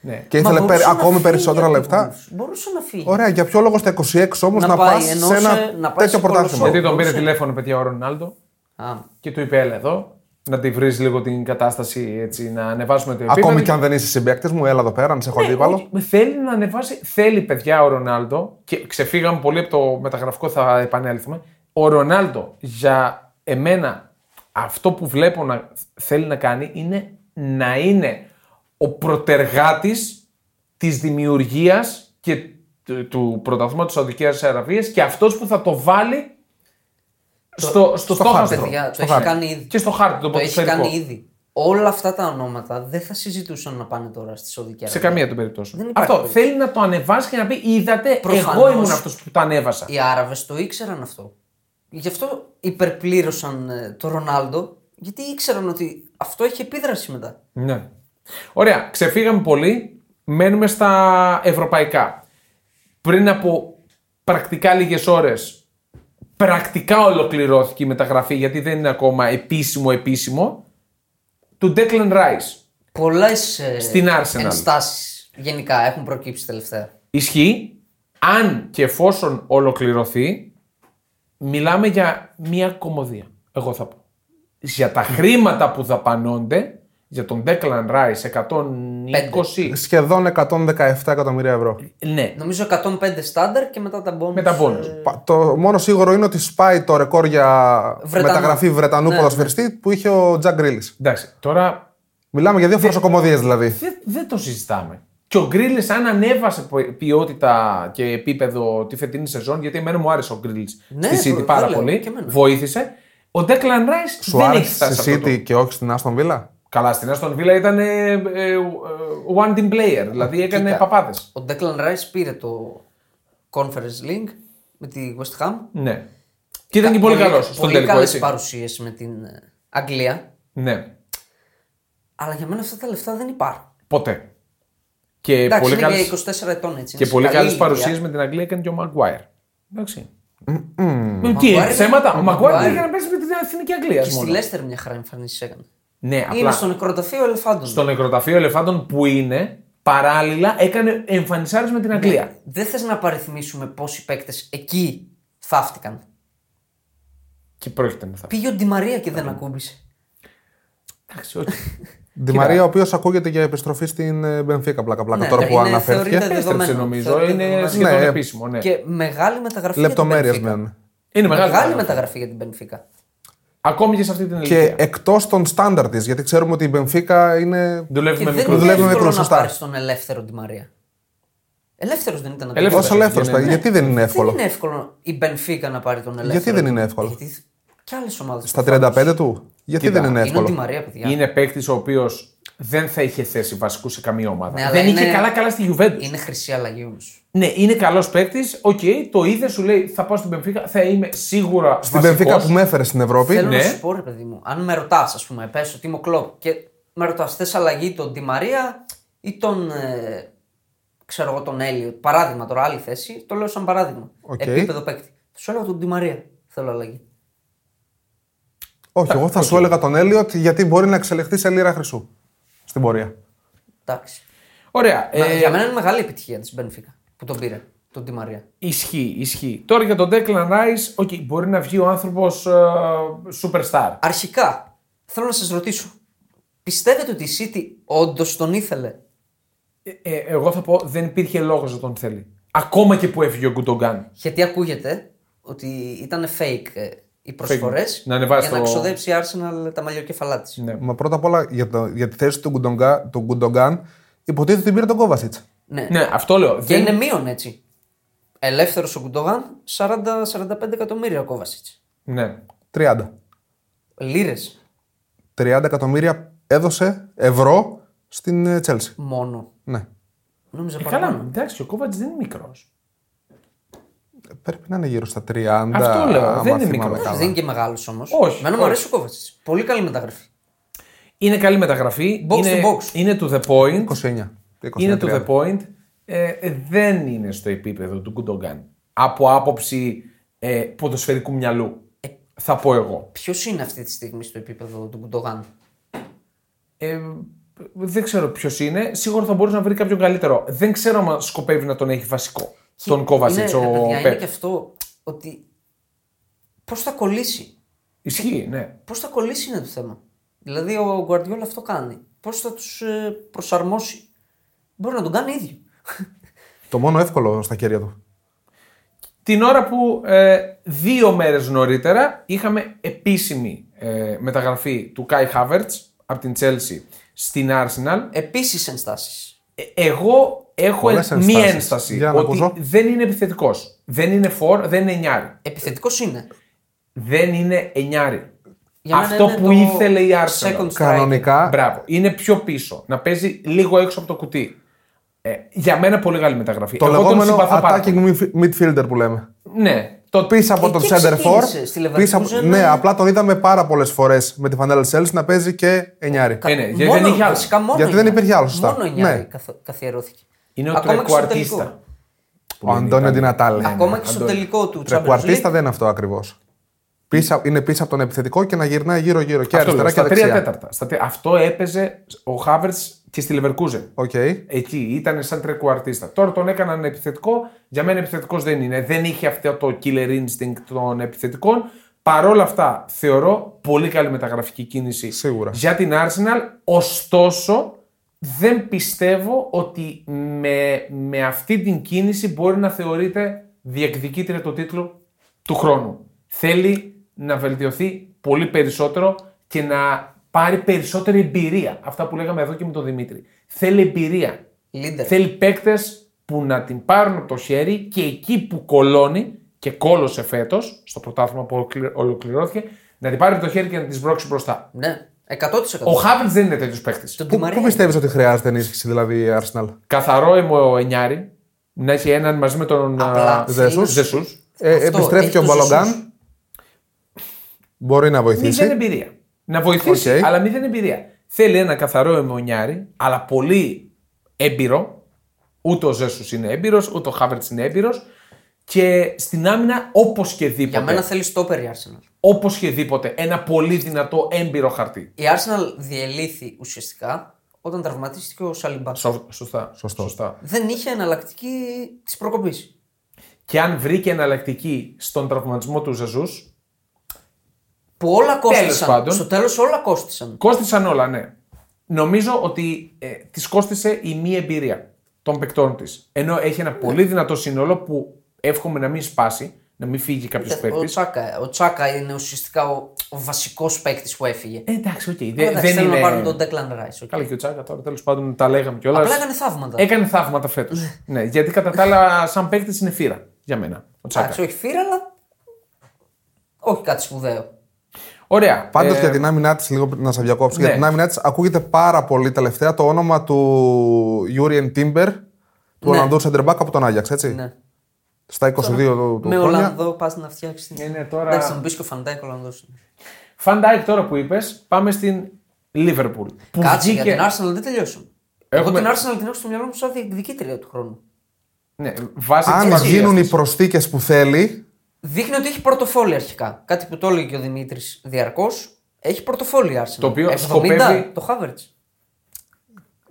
[SPEAKER 1] ναι.
[SPEAKER 3] και ήθελε περι- ακόμη περισσότερα λεφτά.
[SPEAKER 2] Μπορούσε να φύγει.
[SPEAKER 3] Ωραία, για ποιο λόγο στα 26 όμως
[SPEAKER 2] Να
[SPEAKER 3] να,
[SPEAKER 2] πάει,
[SPEAKER 3] πας
[SPEAKER 2] ενώ
[SPEAKER 3] σε ένα
[SPEAKER 2] σε- να πάει σε
[SPEAKER 3] τέτοιο πρωτάθλημα.
[SPEAKER 2] κολοσσό.
[SPEAKER 1] Γιατί τον πήρε
[SPEAKER 2] μπορούσε.
[SPEAKER 1] τηλέφωνο, παιδιά, ο Ρονάλντο
[SPEAKER 2] Α,
[SPEAKER 1] και του είπε: Έλα εδώ, να τη βρεις λίγο την κατάσταση έτσι, να ανεβάσουμε το επίπεδο.
[SPEAKER 3] Ακόμη και αν δεν είσαι συμπέκτη μου, έλα εδώ πέρα, να
[SPEAKER 2] Ε,
[SPEAKER 3] σε έχω αντίπαλο.
[SPEAKER 1] Ε, Όχι, Θέλει να ανεβάσει, θέλει παιδιά ο Ρονάλντο και ξεφύγαμε πολύ από το μεταγραφικό, θα επανέλθουμε. Ο Ρονάλντο για εμένα αυτό που βλέπω να θέλει να κάνει είναι να είναι ο προτεργάτης της δημιουργίας και του- του πρωταθλήματος Σαουδικής Αραβίας και αυτός που θα το βάλει στο, στο, στόχαστρο.
[SPEAKER 2] παιδιά, το
[SPEAKER 3] στο
[SPEAKER 2] έχει
[SPEAKER 3] χάρτη.
[SPEAKER 2] κάνει ήδη.
[SPEAKER 1] Και στο χάρτη, το
[SPEAKER 2] Το έχει
[SPEAKER 1] ποδοσφαιρικό.
[SPEAKER 2] κάνει ήδη. Όλα αυτά τα ονόματα δεν θα συζητούσαν να πάνε τώρα στη Σαουδική
[SPEAKER 1] Σε
[SPEAKER 2] Αραβία.
[SPEAKER 1] καμία των
[SPEAKER 2] Δεν
[SPEAKER 1] περιπτώσεων.
[SPEAKER 2] υπάρχει
[SPEAKER 1] Αυτό
[SPEAKER 2] περίπτωση.
[SPEAKER 1] θέλει να το ανεβάσει και να πει: Είδατε, εγώ
[SPEAKER 2] Προφανώς.
[SPEAKER 1] ήμουν αυτός που το ανέβασα.
[SPEAKER 2] Οι Άραβες το ήξεραν αυτό. Γι' αυτό υπερπλήρωσαν ε, το Ρονάλντο, γιατί ήξεραν ότι αυτό έχει επίδραση μετά.
[SPEAKER 1] Ναι. Ωραία, ξεφύγαμε πολύ. Μένουμε στα ευρωπαϊκά. Πριν από πρακτικά λίγες ώρες, πρακτικά ολοκληρώθηκε η μεταγραφή γιατί δεν είναι ακόμα επίσημο επίσημο του Declan Rice.
[SPEAKER 2] Πολλές
[SPEAKER 1] Στην Arsenal.
[SPEAKER 2] ενστάσεις ε, γενικά έχουν προκύψει τελευταία.
[SPEAKER 1] Ισχύει, αν και εφόσον ολοκληρωθεί, μιλάμε για μία κομμωδία. Εγώ θα πω. Για τα χρήματα που δαπανώνται για τον Declan Rice 120.
[SPEAKER 3] Σχεδόν 117 εκατομμύρια ευρώ.
[SPEAKER 1] Ναι,
[SPEAKER 2] Νομίζω 105 στάνταρ και μετά τα bonus.
[SPEAKER 1] με τα bonus.
[SPEAKER 3] Πα- Το μόνο σίγουρο είναι ότι σπάει το ρεκόρ για
[SPEAKER 2] Βρετανού.
[SPEAKER 3] μεταγραφή Βρετανού
[SPEAKER 2] Ναι,
[SPEAKER 3] ποδοσφαιριστή που είχε ο Τζακ Γκρίλις.
[SPEAKER 1] Εντάξει, τώρα
[SPEAKER 3] Μιλάμε για δύο φροσοκομωδίε δηλαδή.
[SPEAKER 1] δεν δεν το συζητάμε. Και ο Γκρίλης, αν ανέβασε πο- ποιότητα και επίπεδο τη φετινή σεζόν, γιατί εμένα μου άρεσε ο Γκρίλης
[SPEAKER 2] Ναι,
[SPEAKER 1] στη City
[SPEAKER 2] βε-
[SPEAKER 1] πάρα
[SPEAKER 2] βέβαια,
[SPEAKER 1] πολύ,
[SPEAKER 2] και εμένα.
[SPEAKER 1] βοήθησε. Ο Declan Rice
[SPEAKER 3] Σου
[SPEAKER 1] δεν έχει
[SPEAKER 3] άρεσε
[SPEAKER 1] φτάσει σε
[SPEAKER 3] στη
[SPEAKER 1] αυτό το-
[SPEAKER 3] City και όχι στην Άστον Βίλα.
[SPEAKER 1] Καλά, στην Aston Villa ήταν ε, ε, ε, one team player, δηλαδή έκανε
[SPEAKER 2] Κοίτα.
[SPEAKER 1] παπάδες.
[SPEAKER 2] Ο Declan Rice πήρε το Conference League με τη West Ham.
[SPEAKER 1] Ναι. Και ήταν και πολύ καλός στον
[SPEAKER 2] Πολύ
[SPEAKER 1] τελικό.
[SPEAKER 2] καλές
[SPEAKER 1] Έτσι.
[SPEAKER 2] παρουσίες με την ε, Αγγλία.
[SPEAKER 1] Ναι,
[SPEAKER 2] Αλλά για μένα αυτά τα λεφτά δεν υπάρχουν.
[SPEAKER 1] ποτέ. Και
[SPEAKER 2] Εντάξει,
[SPEAKER 1] πολύ
[SPEAKER 2] είναι για
[SPEAKER 1] καλές,
[SPEAKER 2] 24 ετών έτσι.
[SPEAKER 1] και
[SPEAKER 2] είναι
[SPEAKER 1] πολύ
[SPEAKER 2] σε καλή
[SPEAKER 1] καλές
[SPEAKER 2] ηλικία.
[SPEAKER 1] παρουσίες με την Αγγλία έκανε και ο Maguire. Εντάξει. Ε, Τι,
[SPEAKER 2] Maguire-
[SPEAKER 1] ψέματα. Ο Maguire
[SPEAKER 2] Maguire.
[SPEAKER 1] δεν είχε να παίζει με την Εθνική Αγγλία.
[SPEAKER 2] Και στη
[SPEAKER 1] μόνο.
[SPEAKER 2] Λέστερ μια χαρά εμφανίσεις έκανε.
[SPEAKER 1] Ναι,
[SPEAKER 2] Είναι
[SPEAKER 1] απλά
[SPEAKER 2] στο νεκροταφείο ελεφάντων.
[SPEAKER 1] στο νεκροταφείο ελεφάντων που είναι, παράλληλα έκανε εμφανισάρες με την Αγγλία.
[SPEAKER 2] Δεν θες να παριθμίσουμε πόσοι παίκτες εκεί θαύτηκαν.
[SPEAKER 1] Και πρόκειται να θα.
[SPEAKER 2] Πήγε ο Ντιμαρία και
[SPEAKER 1] Ναι.
[SPEAKER 2] δεν ακούμπησε.
[SPEAKER 1] Εντάξει, όχι.
[SPEAKER 3] Τη Μαρία, ο οποίος ακούγεται για επιστροφή στην ε, Μπενφίκα πλάκα-πλάκα
[SPEAKER 2] Ναι,
[SPEAKER 3] τώρα που
[SPEAKER 2] είναι-
[SPEAKER 3] αναφέρθηκε.
[SPEAKER 2] θεωρείται-
[SPEAKER 1] Έστρεψε
[SPEAKER 2] Δεδομένο.
[SPEAKER 1] νομίζω,
[SPEAKER 2] Θεωρείται
[SPEAKER 1] είναι
[SPEAKER 2] δεδομένο.
[SPEAKER 1] σχεδόν
[SPEAKER 3] Ναι.
[SPEAKER 1] επίσημο. Ναι.
[SPEAKER 2] Και μεγάλη μεταγραφή. για την
[SPEAKER 3] Λεπτομέρειες
[SPEAKER 2] Benfica.
[SPEAKER 3] μένουν.
[SPEAKER 1] Είναι μεγάλη,
[SPEAKER 2] Μεγάλη
[SPEAKER 1] μεταγραφή.
[SPEAKER 2] μεταγραφή για την Πενφύκα.
[SPEAKER 1] Ακόμη και σε αυτή την
[SPEAKER 3] Και ε,
[SPEAKER 1] ηλικία.
[SPEAKER 3] εκτός των στάνταρ της, γιατί ξέρουμε ότι η Μπενφίκα είναι.
[SPEAKER 1] Δουλεύει
[SPEAKER 2] Και
[SPEAKER 1] με
[SPEAKER 2] δεν
[SPEAKER 1] μικρούς.
[SPEAKER 2] είναι
[SPEAKER 3] Δουλεύουμε
[SPEAKER 2] εύκολο
[SPEAKER 3] μικρούς,
[SPEAKER 2] να
[SPEAKER 3] σωστά.
[SPEAKER 2] πάρεις τον ελεύθερο Ντιμαρία. Ελεύθερος δεν ήταν.
[SPEAKER 1] Ελεύθερος.
[SPEAKER 3] Όσο ελεύθερο.
[SPEAKER 1] Ναι, ναι, ναι.
[SPEAKER 3] Γιατί δεν είναι
[SPEAKER 2] Δεν
[SPEAKER 3] εύκολο.
[SPEAKER 2] είναι εύκολο η Μπενφίκα να πάρει τον ελεύθερο.
[SPEAKER 3] δεν είναι εύκολο?
[SPEAKER 2] Γιατί και άλλες ομάδες.
[SPEAKER 3] Στα 35 του. Γιατί
[SPEAKER 1] Κοίτα,
[SPEAKER 3] δεν είναι
[SPEAKER 2] Είναι ο
[SPEAKER 3] εύκολο.
[SPEAKER 2] Ντιμαρία, παιδιά.
[SPEAKER 1] Είναι παίκτης ο οποίος δεν θα είχε θέση βασικού σε καμία ομάδα.
[SPEAKER 2] Ναι, αλλά
[SPEAKER 1] δεν είχε
[SPEAKER 2] είναι-
[SPEAKER 1] καλά-καλά στη Juventus.
[SPEAKER 2] Είναι χρυσή αλλαγή όμως.
[SPEAKER 1] Ναι, είναι καλός παίκτης. Οκ, το είδε, σου λέει θα πάω στην Πενφύκα, θα είμαι σίγουρα
[SPEAKER 3] Στην
[SPEAKER 1] βασικός.
[SPEAKER 3] Μπενφίκα που με έφερε στην Ευρώπη.
[SPEAKER 2] Θέλω
[SPEAKER 1] ναι.
[SPEAKER 2] να σου πω, ρε παιδί μου, αν με ρωτάς, ας πούμε, πες ότι είμαι ο κλοπ και με ρωτάς, θες αλλαγή τον Τη Μαρία ή τον. Ε, ξέρω εγώ, τον Έλιο. Παράδειγμα τώρα, άλλη θέση, το λέω σαν παράδειγμα.
[SPEAKER 3] Οκ.
[SPEAKER 2] Επίπεδο παίκτη. Θα σου έλεγα τον Τη Μαρία. Θέλω αλλαγή.
[SPEAKER 3] Όχι, εγώ θα σου έλεγα τον Έλιοτ γιατί μπορεί να εξελιχθεί σε λίρα χρυσού στην πορεία.
[SPEAKER 2] Εντάξει.
[SPEAKER 1] Ωραία.
[SPEAKER 2] Μα-
[SPEAKER 1] ε,
[SPEAKER 2] Για μένα είναι μεγάλη επιτυχία της Μπενφίκα που τον πήρε τον Τη Μαρία.
[SPEAKER 1] Ισχύει, ισχύει. Τώρα για τον Declan Rice, οκ, μπορεί να βγει ο άνθρωπος superstar.
[SPEAKER 2] Αρχικά, θέλω να σας ρωτήσω. Πιστεύετε ότι η City όντως τον ήθελε.
[SPEAKER 1] Ε, ε, εγώ θα πω δεν υπήρχε λόγος να τον θέλει. Ακόμα και που έφυγε ο Γκουντογκάν.
[SPEAKER 2] Γιατί ακούγεται ότι ήταν fake ε, οι προσφορές
[SPEAKER 1] Να ανεβάσει
[SPEAKER 2] για να
[SPEAKER 1] το-
[SPEAKER 2] ξοδέψει η Arsenal τα μαλλιοκεφαλά της.
[SPEAKER 1] Ναι.
[SPEAKER 3] Μα πρώτα απ' όλα για, το, για τη θέση του Γκουντογκά- του Γκουντογκάν υποτίθεται ότι πήρε τον Κόβασιτ.
[SPEAKER 2] Ναι.
[SPEAKER 1] Ναι, αυτό λέω.
[SPEAKER 2] Και είναι μείον έτσι. Ελεύθερος ο Κουντογάν 40-45 εκατομμύρια ο Κόβασιτ.
[SPEAKER 1] Ναι.
[SPEAKER 3] 30.
[SPEAKER 2] Λίρε
[SPEAKER 3] 30 εκατομμύρια έδωσε ευρώ στην Τσέλση.
[SPEAKER 2] μόνο.
[SPEAKER 3] Ναι.
[SPEAKER 2] Νόμιζα
[SPEAKER 1] Ε, καλά,
[SPEAKER 2] παραπάνω.
[SPEAKER 1] εντάξει, ο Κόβατ δεν είναι μικρός.
[SPEAKER 3] Πρέπει να είναι γύρω στα 30.
[SPEAKER 1] Αυτό λέω,
[SPEAKER 3] άμα
[SPEAKER 1] δεν είναι
[SPEAKER 3] θυμάμαι
[SPEAKER 1] μικρό.
[SPEAKER 3] καλά.
[SPEAKER 2] Δεν είναι και μεγάλος όμως.
[SPEAKER 1] ναι. Όχι,
[SPEAKER 2] Μένα
[SPEAKER 1] όχι.
[SPEAKER 2] μου αρέσει ο Κόβασιτ. Πολύ καλή μεταγραφή.
[SPEAKER 1] Είναι καλή μεταγραφή.
[SPEAKER 2] Box
[SPEAKER 1] είναι,
[SPEAKER 2] to box.
[SPEAKER 1] είναι to the point.
[SPEAKER 3] 29. 29,
[SPEAKER 1] Είναι to
[SPEAKER 3] 30.
[SPEAKER 1] the point. Ε, ε, δεν είναι στο επίπεδο του Κουντογκάν. Από άποψη ε, ποδοσφαιρικού μυαλού. Ε, Θα πω εγώ.
[SPEAKER 2] Ποιος είναι αυτή τη στιγμή στο επίπεδο του Κουντογάν.
[SPEAKER 1] Ε, δεν ξέρω ποιος είναι. Σίγουρα θα μπορούσε να βρει κάποιον καλύτερο. Δεν ξέρω αν σκοπεύει να τον έχει βασικό. τον Κόβατσιτ
[SPEAKER 2] Είναι, ρε παιδιά,
[SPEAKER 1] ο
[SPEAKER 2] Είναι
[SPEAKER 1] Πεπ.
[SPEAKER 2] και αυτό ότι. Πώς θα κολλήσει.
[SPEAKER 1] Ισχύει, ναι.
[SPEAKER 2] Πώς θα κολλήσει είναι το θέμα. Δηλαδή ο Γκουαρδιόλα αυτό κάνει. Πώς θα τους προσαρμόσει. Μπορεί να τον κάνει ίδιο.
[SPEAKER 3] Το μόνο εύκολο στα χέρια του.
[SPEAKER 1] Την ώρα που ε, δύο μέρες νωρίτερα είχαμε επίσημη ε, μεταγραφή του Κάι Χάβερτς από την Chelsea στην Arsenal.
[SPEAKER 2] Επίσης ενστάσεις.
[SPEAKER 1] Ε, εγώ έχω
[SPEAKER 3] Πολλές
[SPEAKER 1] εν-
[SPEAKER 3] ενστάσεις.
[SPEAKER 1] μία ένσταση
[SPEAKER 3] Για να
[SPEAKER 1] ότι
[SPEAKER 3] ακούσω.
[SPEAKER 1] δεν είναι επιθετικός. Δεν είναι φορ, δεν είναι εννιάρι.
[SPEAKER 2] Επιθετικός είναι.
[SPEAKER 1] Δεν είναι εννιάρι.
[SPEAKER 2] Για μένα
[SPEAKER 1] Αυτό
[SPEAKER 2] είναι
[SPEAKER 1] που
[SPEAKER 2] το
[SPEAKER 1] ήθελε η Arsenal.
[SPEAKER 2] second striker.
[SPEAKER 3] Κανονικά.
[SPEAKER 1] Μπράβο. Είναι πιο πίσω. Να παίζει λίγο έξω από το κουτί. Ε, για μένα πολύ μεγάλη μεταγραφή.
[SPEAKER 3] Το
[SPEAKER 1] Εγώ τον
[SPEAKER 3] λεγόμενο
[SPEAKER 1] συμπαθώ πάρα πολύ.
[SPEAKER 3] attacking midf- midfielder που λέμε.
[SPEAKER 1] Ναι. Το
[SPEAKER 3] Πίσω από
[SPEAKER 2] Εκεί
[SPEAKER 3] τον center for.
[SPEAKER 2] Ε, ξεκίνησε, στη Leverkusen,
[SPEAKER 3] πίσω από- Ναι,
[SPEAKER 2] ε.
[SPEAKER 3] απλά τον είδαμε πάρα πολλές φορές με τη φανέλα τη Chelsea να παίζει και εννιάρη.
[SPEAKER 1] Ε, ναι, γιατί
[SPEAKER 2] Μόνο-
[SPEAKER 1] δεν είχε άλλο.
[SPEAKER 2] Βασικά μόνο
[SPEAKER 3] Γιατί
[SPEAKER 2] η
[SPEAKER 3] δεν
[SPEAKER 2] Νιάρη.
[SPEAKER 3] υπήρχε άλλος, σωστά.
[SPEAKER 2] Μόνο η Νιάρη
[SPEAKER 3] Ναι.
[SPEAKER 2] καθο- καθιερώθηκε.
[SPEAKER 1] Είναι ο
[SPEAKER 2] Ακόμα και στο
[SPEAKER 1] τρεκουαρτίστα.
[SPEAKER 2] τελικό.
[SPEAKER 3] Ο Αντώνιο Ντινατάλε.
[SPEAKER 2] Ακόμα και στο
[SPEAKER 1] Αντώνη.
[SPEAKER 2] τελικό του Champions
[SPEAKER 3] Ε, ναι, Τρεκουαρτίστα
[SPEAKER 2] League.
[SPEAKER 3] δεν είναι αυτό ακριβώς. Είναι πίσω από τον επιθετικό και να γυρνάει γύρω-γύρω και
[SPEAKER 1] Αυτός λέω,
[SPEAKER 3] αριστερά και
[SPEAKER 1] στα τρία
[SPEAKER 3] δεξιά.
[SPEAKER 1] τέταρτα. Στα τρία- Αυτό έπαιζε ο Χάβερτ και στη Λεβερκούζεν.
[SPEAKER 3] Οκ.
[SPEAKER 2] Ε,
[SPEAKER 1] Εκεί ήταν σαν τρεκουαρτίστα. Τώρα τον έκαναν επιθετικό. Για μένα επιθετικός δεν είναι. Δεν είχε αυτό το killer instinct των επιθετικών. Παρ' όλα αυτά, θεωρώ πολύ καλή μεταγραφική κίνηση
[SPEAKER 3] Σίγουρα.
[SPEAKER 1] για την Arsenal. Ωστόσο, δεν πιστεύω ότι με, με αυτή την κίνηση μπορεί να θεωρείται διεκδικήτρια το τίτλο του χρόνου. Θέλει να βελτιωθεί πολύ περισσότερο και να πάρει περισσότερη εμπειρία. Αυτά που λέγαμε εδώ και με τον Δημήτρη. Θέλει εμπειρία.
[SPEAKER 2] Leader.
[SPEAKER 1] Θέλει παίκτες που να την πάρουν από το χέρι και εκεί που κολώνει και κόλωσε φέτος, στο πρωτάθλημα που ολοκλη- ολοκληρώθηκε, να την πάρει από το χέρι και να της σπρώξει μπροστά.
[SPEAKER 2] Ναι,
[SPEAKER 1] Ο
[SPEAKER 2] 100%.
[SPEAKER 1] Χάβερτ δεν είναι τέτοιος παίκτης.
[SPEAKER 2] Τον Di
[SPEAKER 3] Πού,
[SPEAKER 2] Maria.
[SPEAKER 3] πού πιστεύεις ότι χρειάζεται ενίσχυση δηλαδή η Arsenal.
[SPEAKER 1] Καθαρό είμαι ο Ενιάρη να έχει έναν μαζί με τον
[SPEAKER 2] Απλά
[SPEAKER 1] α,
[SPEAKER 2] θέλει-
[SPEAKER 1] Ζεσούς.
[SPEAKER 3] Ε,
[SPEAKER 2] Αυτό,
[SPEAKER 3] επιστρέφει
[SPEAKER 2] έχει
[SPEAKER 3] και ο
[SPEAKER 2] το Ζεσούς.
[SPEAKER 3] Μπαλογκάν. Μπορεί να βοηθήσει.
[SPEAKER 1] Μηδέν εμπειρία. Να βοηθήσει,
[SPEAKER 3] Οκ.
[SPEAKER 1] αλλά μηδέν εμπειρία. Θέλει ένα καθαρό αιμονιάρι, αλλά πολύ έμπειρο. Ούτε ο Ζέσου είναι έμπειρος, ούτε ο Χάβερτ είναι έμπειρος. Και στην άμυνα, όπως και
[SPEAKER 2] Για
[SPEAKER 1] δίποτε,
[SPEAKER 2] μένα θέλει στόπερ η Arsenal.
[SPEAKER 1] όπως και δίποτε, ένα πολύ δυνατό έμπειρο χαρτί.
[SPEAKER 2] Η Arsenal διελήθη ουσιαστικά όταν τραυματίστηκε ο Σαλιμπά.
[SPEAKER 1] Σω- Σωστά. Σωστά.
[SPEAKER 2] Δεν είχε εναλλακτική της προκοπής.
[SPEAKER 1] Και αν βρήκε εναλλακτική στον τραυματισμό του Ζεσού,
[SPEAKER 2] Που όλα κόστησαν.
[SPEAKER 1] πάντων.
[SPEAKER 2] Στο τέλος όλα κόστησαν.
[SPEAKER 1] κόστησαν όλα, ναι. Νομίζω ότι ε, της κόστησε η μη εμπειρία των παικτών της. Ενώ έχει
[SPEAKER 2] Ναι.
[SPEAKER 1] ένα πολύ δυνατό σύνολο που εύχομαι να μην σπάσει, να μην φύγει κάποιος
[SPEAKER 2] Ο
[SPEAKER 1] παίκτη.
[SPEAKER 2] Τσάκα, ο Τσάκα είναι ουσιαστικά ο, ο βασικός παίκτης που έφυγε.
[SPEAKER 1] Ε, εντάξει, οκ. δεν-
[SPEAKER 2] Εντάξει,
[SPEAKER 1] δεν
[SPEAKER 2] θέλουν
[SPEAKER 1] είναι.
[SPEAKER 2] να πάρουν τον Declan Rice. οκ.
[SPEAKER 1] Καλά και ο Τσάκα τώρα, τέλος πάντων τα λέγαμε κιόλας.
[SPEAKER 2] Απλά έκανε θαύματα.
[SPEAKER 1] Έκανε θαύματα φέτος. ναι, γιατί κατά τα άλλα, σαν παίκτης είναι φύρα για μένα. Ο Τσάκα.
[SPEAKER 2] Εντάξει, όχι φύρα, αλλά όχι κάτι σπουδαίο.
[SPEAKER 1] Ωραία.
[SPEAKER 3] Πάντως
[SPEAKER 1] Ε,
[SPEAKER 3] για την άμυνά της, λίγο να σε διακόψω.
[SPEAKER 1] ναι.
[SPEAKER 3] Για την άμυνά της, ακούγεται πάρα πολύ τελευταία το όνομα του Γιούριεν Τίμπερ, του Ολλανδού Σεντερμπάκ από τον Άγιαξ, έτσι.
[SPEAKER 2] Ναι.
[SPEAKER 3] Στα 22 του, του
[SPEAKER 2] Με
[SPEAKER 3] χρόνια.
[SPEAKER 2] Ολλανδό πας να φτιάξεις.
[SPEAKER 1] Ναι, ναι, τώρα-
[SPEAKER 2] Εντάξει, θα μου πεις και ο Φαντάικ Ολλανδό.
[SPEAKER 1] Φαν Ντάικ τώρα που είπες, πάμε στην Λίβερπουλ. Που
[SPEAKER 2] Κάτσε για
[SPEAKER 1] βγήκε-
[SPEAKER 2] την Arsenal δεν τελειώσουμε.
[SPEAKER 1] Έχουμε-
[SPEAKER 2] Εγώ την Arsenal την έχω στο μυαλό μου σαν διεκδικήτρια του χρόνου.
[SPEAKER 1] Ναι, βάσει της
[SPEAKER 3] Αν
[SPEAKER 1] παρουσίας
[SPEAKER 3] γίνουν οι
[SPEAKER 1] της.
[SPEAKER 3] προστίκε που θέλει,
[SPEAKER 2] Δείχνει ότι έχει πορτοφόλι αρχικά. Κάτι που το έλεγε και ο Δημήτρης διαρκώς. Έχει πορτοφόλι η Arsenal.
[SPEAKER 1] Το οποίο
[SPEAKER 2] 70,
[SPEAKER 1] σκοπεύει-
[SPEAKER 2] Το Havertz.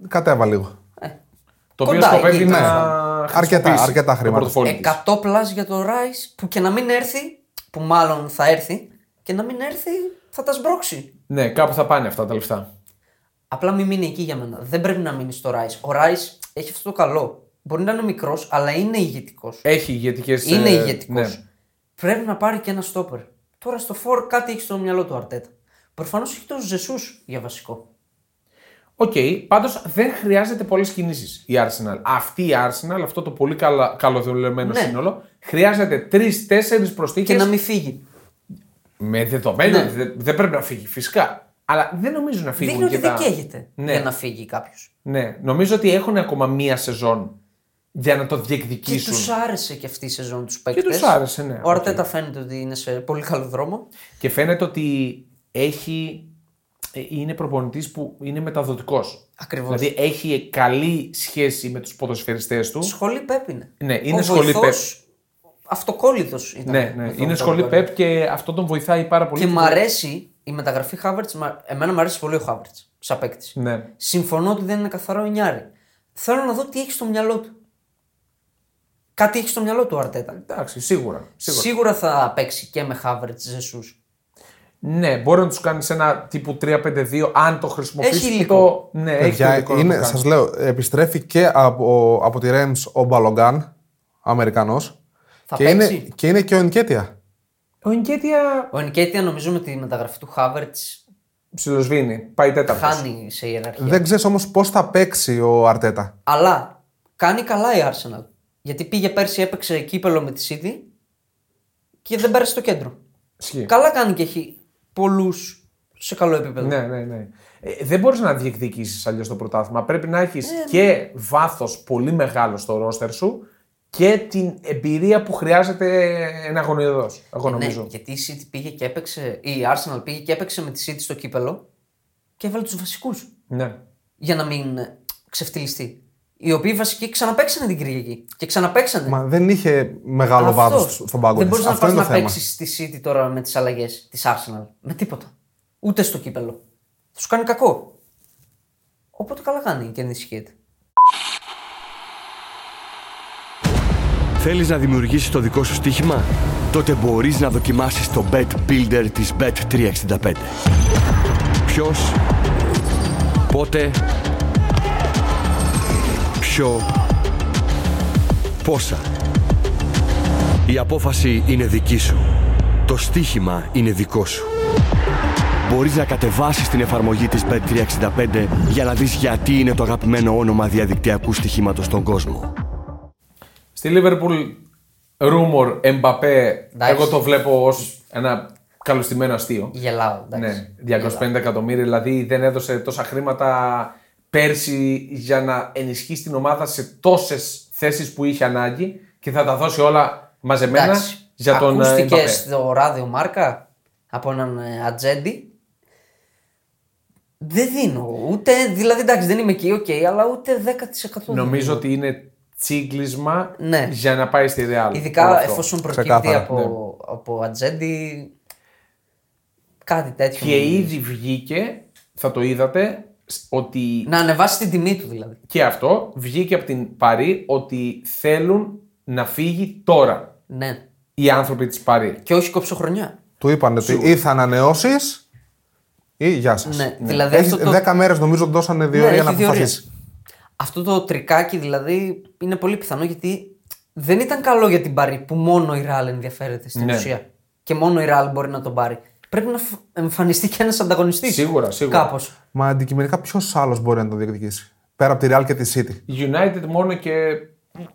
[SPEAKER 3] κατέβα λίγο.
[SPEAKER 1] Το οποίο
[SPEAKER 2] Κοντά
[SPEAKER 1] σκοπεύει
[SPEAKER 2] εκεί,
[SPEAKER 1] να.
[SPEAKER 2] τέλος
[SPEAKER 3] Αρκετά-
[SPEAKER 1] χρησιμοποιήσει
[SPEAKER 3] αρκετά
[SPEAKER 1] το
[SPEAKER 3] χρήματα.
[SPEAKER 1] πορτοφόλι της.
[SPEAKER 2] 100 πλάς για το Rice που και να μην έρθει, που μάλλον θα έρθει, και να μην έρθει θα τα σμπρώξει.
[SPEAKER 1] Ναι, κάπου θα πάνε αυτά τα λεφτά.
[SPEAKER 2] Απλά μην μείνει εκεί για μένα. Δεν πρέπει να μείνει στο Rice. Ο Rice έχει αυτό το καλό. Μπορεί να είναι μικρός, αλλά είναι ηγετικός.
[SPEAKER 1] Έχει ηγετικές.
[SPEAKER 2] είναι ηγετικός.
[SPEAKER 1] Ναι.
[SPEAKER 2] Πρέπει να πάρει και ένα στόπερ. Τώρα στο Φορ κάτι έχει στο μυαλό του Αρτέτα. Προφανώς έχει τον Ζεσού για βασικό.
[SPEAKER 1] Οκ, πάντως δεν χρειάζεται πολλές κινήσεις η Arsenal. Αυτή η Arsenal, αυτό το πολύ καλα, καλοδουλεμένο
[SPEAKER 2] Ναι.
[SPEAKER 1] σύνολο, χρειάζεται τρει-τέσσερι
[SPEAKER 2] Και
[SPEAKER 1] προστίκε.
[SPEAKER 2] να μην φύγει.
[SPEAKER 1] Με δεδομένο
[SPEAKER 2] Ναι.
[SPEAKER 1] ότι δεν δεν πρέπει να φύγει, φυσικά. Αλλά δεν νομίζω να φύγουν
[SPEAKER 2] Δείχνει ότι
[SPEAKER 1] και τα...
[SPEAKER 2] δεν καίγεται
[SPEAKER 1] Ναι.
[SPEAKER 2] για να φύγει κάποιος.
[SPEAKER 1] Ναι, νομίζω ότι έχουν ακόμα μία σεζόν για να το
[SPEAKER 2] Και
[SPEAKER 1] διεκδικήσουν.
[SPEAKER 2] τους άρεσε και αυτή η σεζόν τους παίκτε.
[SPEAKER 1] τους άρεσε, ναι,
[SPEAKER 2] Ο
[SPEAKER 1] οκ.
[SPEAKER 2] Αρτέτα φαίνεται ότι είναι σε πολύ καλό δρόμο.
[SPEAKER 1] Και φαίνεται ότι έχει, ε, είναι προπονητής που είναι μεταδοτικός.
[SPEAKER 2] Ακριβώς.
[SPEAKER 1] Δηλαδή έχει καλή σχέση με τους ποδοσφαιριστές του.
[SPEAKER 2] Σχολή Πεπ είναι.
[SPEAKER 1] Ναι, είναι
[SPEAKER 2] Ο
[SPEAKER 1] σχολή
[SPEAKER 2] βοηθός αυτοκόλλητος ήταν.
[SPEAKER 1] Ναι, ναι.
[SPEAKER 2] με τον
[SPEAKER 1] Είναι σχολή
[SPEAKER 2] Γκουαρδιόλα.
[SPEAKER 1] Pep και αυτό τον βοηθάει πάρα πολύ.
[SPEAKER 2] Και μ' αρέσει η μεταγραφή Χάβερτ. Εμένα μ' αρέσει πολύ ο Χάβερτ. σαν παίκτης.
[SPEAKER 1] Ναι.
[SPEAKER 2] Συμφωνώ ότι δεν είναι καθαρό εννιάρι. Θέλω να δω τι έχει στο μυαλό του. Κάτι έχει στο μυαλό του ο Αρτέτα.
[SPEAKER 1] Εντάξει, σίγουρα. σίγουρα.
[SPEAKER 2] Σίγουρα θα παίξει και με Χάβερτ Ζεσούς.
[SPEAKER 1] Ναι, μπορεί να τους κάνεις ένα τύπου 3-5-2 αν το χρησιμοποιήσεις.
[SPEAKER 2] Έχει
[SPEAKER 1] το... Ναι, έχει το
[SPEAKER 3] Παιδιά,
[SPEAKER 1] υλικό να το
[SPEAKER 3] είναι,
[SPEAKER 1] κάνεις.
[SPEAKER 3] σας λέω, επιστρέφει και από, από τη Rams ο Μπαλογκάν, Αμερικανός.
[SPEAKER 2] Θα
[SPEAKER 3] και, είναι,
[SPEAKER 2] παίξει.
[SPEAKER 3] και είναι και ο Ενκέτια.
[SPEAKER 1] Ο Εγκέτια
[SPEAKER 2] Ο Ενκέτια νομίζω με τη μεταγραφή του Χάβερτ
[SPEAKER 1] ψιλοσβήνει. Πάει τέταρτος.
[SPEAKER 2] χάνει σε ιεραρχία.
[SPEAKER 3] Δεν ξέρεις όμως πώς θα παίξει ο Αρτέτα.
[SPEAKER 2] Αλλά κάνει καλά η Arsenal. Γιατί πήγε πέρσι, έπαιξε κύπελο με τη City και δεν πέρασε το κέντρο.
[SPEAKER 1] Ισχύει.
[SPEAKER 2] Καλά κάνει και έχει πολλούς σε καλό επίπεδο.
[SPEAKER 1] Ναι, ναι, ναι. Ε, δεν μπορείς να διεκδικήσεις αλλιώς το πρωτάθλημα. Πρέπει να έχεις και βάθος πολύ μεγάλο στο ρόστερ σου και την εμπειρία που χρειάζεται ένα αγωνιωδό. Εγώ νομίζω.
[SPEAKER 2] Ναι, γιατί η City πήγε και έπαιξε, η Arsenal πήγε και έπαιξε με τη City στο κύπελο και έβαλε τους βασικούς
[SPEAKER 1] Ναι.
[SPEAKER 2] για να μην ε, ξεφτυλιστεί. Οι οποίοι βασικοί ξαναπέξανε την Κυριακή και ξαναπέξανε.
[SPEAKER 3] Μα δεν είχε μεγάλο
[SPEAKER 2] Αυτός.
[SPEAKER 3] βάθος στον πάγκο
[SPEAKER 2] Δεν
[SPEAKER 3] της.
[SPEAKER 2] μπορεί να
[SPEAKER 3] Αυτό
[SPEAKER 2] πα
[SPEAKER 3] είναι το
[SPEAKER 2] να
[SPEAKER 3] θέμα.
[SPEAKER 2] παίξει στη City τώρα με τις αλλαγές της Arsenal. Με τίποτα. Ούτε στο κύπελο. Θα σου κάνει κακό. Οπότε καλά κάνει και ενισχύεται.
[SPEAKER 4] Θέλεις να δημιουργήσεις το δικό σου στοίχημα? Τότε μπορείς να δοκιμάσεις το Bet Builder της Bet365. Ποιος, πότε, ποιο, πόσα. Η απόφαση είναι δική σου. Το στοίχημα είναι δικό σου. Μπορείς να κατεβάσεις την εφαρμογή της Bet365 για να δεις γιατί είναι το αγαπημένο όνομα διαδικτυακού στοιχήματος στον κόσμο.
[SPEAKER 1] Στη Λίβερπουλ, ρούμορ, Εμπαπέ,
[SPEAKER 2] Εντάξει.
[SPEAKER 1] εγώ το βλέπω ως ένα καλωστημένο αστείο.
[SPEAKER 2] Γελάω, εντάξει.
[SPEAKER 1] Ναι, 250 εκατομμύρια, δηλαδή δεν έδωσε τόσα χρήματα πέρσι για να ενισχύσει την ομάδα σε τόσες θέσεις που είχε ανάγκη και θα τα δώσει όλα μαζεμένα
[SPEAKER 2] Εντάξει.
[SPEAKER 1] για τον ε,
[SPEAKER 2] Ακούστηκες
[SPEAKER 1] Mbappé.
[SPEAKER 2] στο ράδιο Μάρκα από έναν ε, ατζέντη. Δεν δίνω. Ούτε, δηλαδή εντάξει δεν είμαι εκεί, οκ, αλλά ούτε 10% δεν
[SPEAKER 1] Νομίζω
[SPEAKER 2] δίνω.
[SPEAKER 1] ότι είναι τσίγκλισμα
[SPEAKER 2] Ναι.
[SPEAKER 1] για να πάει στη Real. όλο
[SPEAKER 2] Ειδικά
[SPEAKER 1] αυτό. ναι.
[SPEAKER 2] εφόσον προκύπτει
[SPEAKER 3] Ξεκάθαρα,
[SPEAKER 2] από, από ατζέντη. Κάτι τέτοιο.
[SPEAKER 1] Και ήδη βγήκε, θα το είδατε, σ- ότι
[SPEAKER 2] Να ανεβάσει την τιμή του δηλαδή.
[SPEAKER 1] και αυτό βγήκε από την Παρή ότι θέλουν να φύγει τώρα
[SPEAKER 2] Ναι.
[SPEAKER 1] οι άνθρωποι της Παρή.
[SPEAKER 2] Και όχι κοψοχρονιά.
[SPEAKER 3] Του είπαν ότι ή θα ανανεώσεις ή γεια σας.
[SPEAKER 2] Ναι, δηλαδή
[SPEAKER 3] Έχεις
[SPEAKER 2] αυτό το-
[SPEAKER 3] 10 μέρες νομίζω ότι δώσανε δύο
[SPEAKER 2] Ναι,
[SPEAKER 3] ώρε για
[SPEAKER 2] έχει
[SPEAKER 3] να
[SPEAKER 2] δύο ώρες.
[SPEAKER 3] αποφασίσει.
[SPEAKER 2] Αυτό το τρικάκι δηλαδή είναι πολύ πιθανό γιατί δεν ήταν καλό για την Παρή που μόνο η Ραλ ενδιαφέρεται στην
[SPEAKER 1] Ναι.
[SPEAKER 2] ουσία. Και μόνο η Ραλ μπορεί να τον πάρει. Πρέπει να φ- εμφανιστεί και ένας ανταγωνιστής.
[SPEAKER 1] Σίγουρα, σίγουρα.
[SPEAKER 2] Κάπως.
[SPEAKER 3] Μα αντικειμενικά ποιος άλλος μπορεί να το διεκδικήσει. Πέρα από τη Real και τη City.
[SPEAKER 1] United μόνο και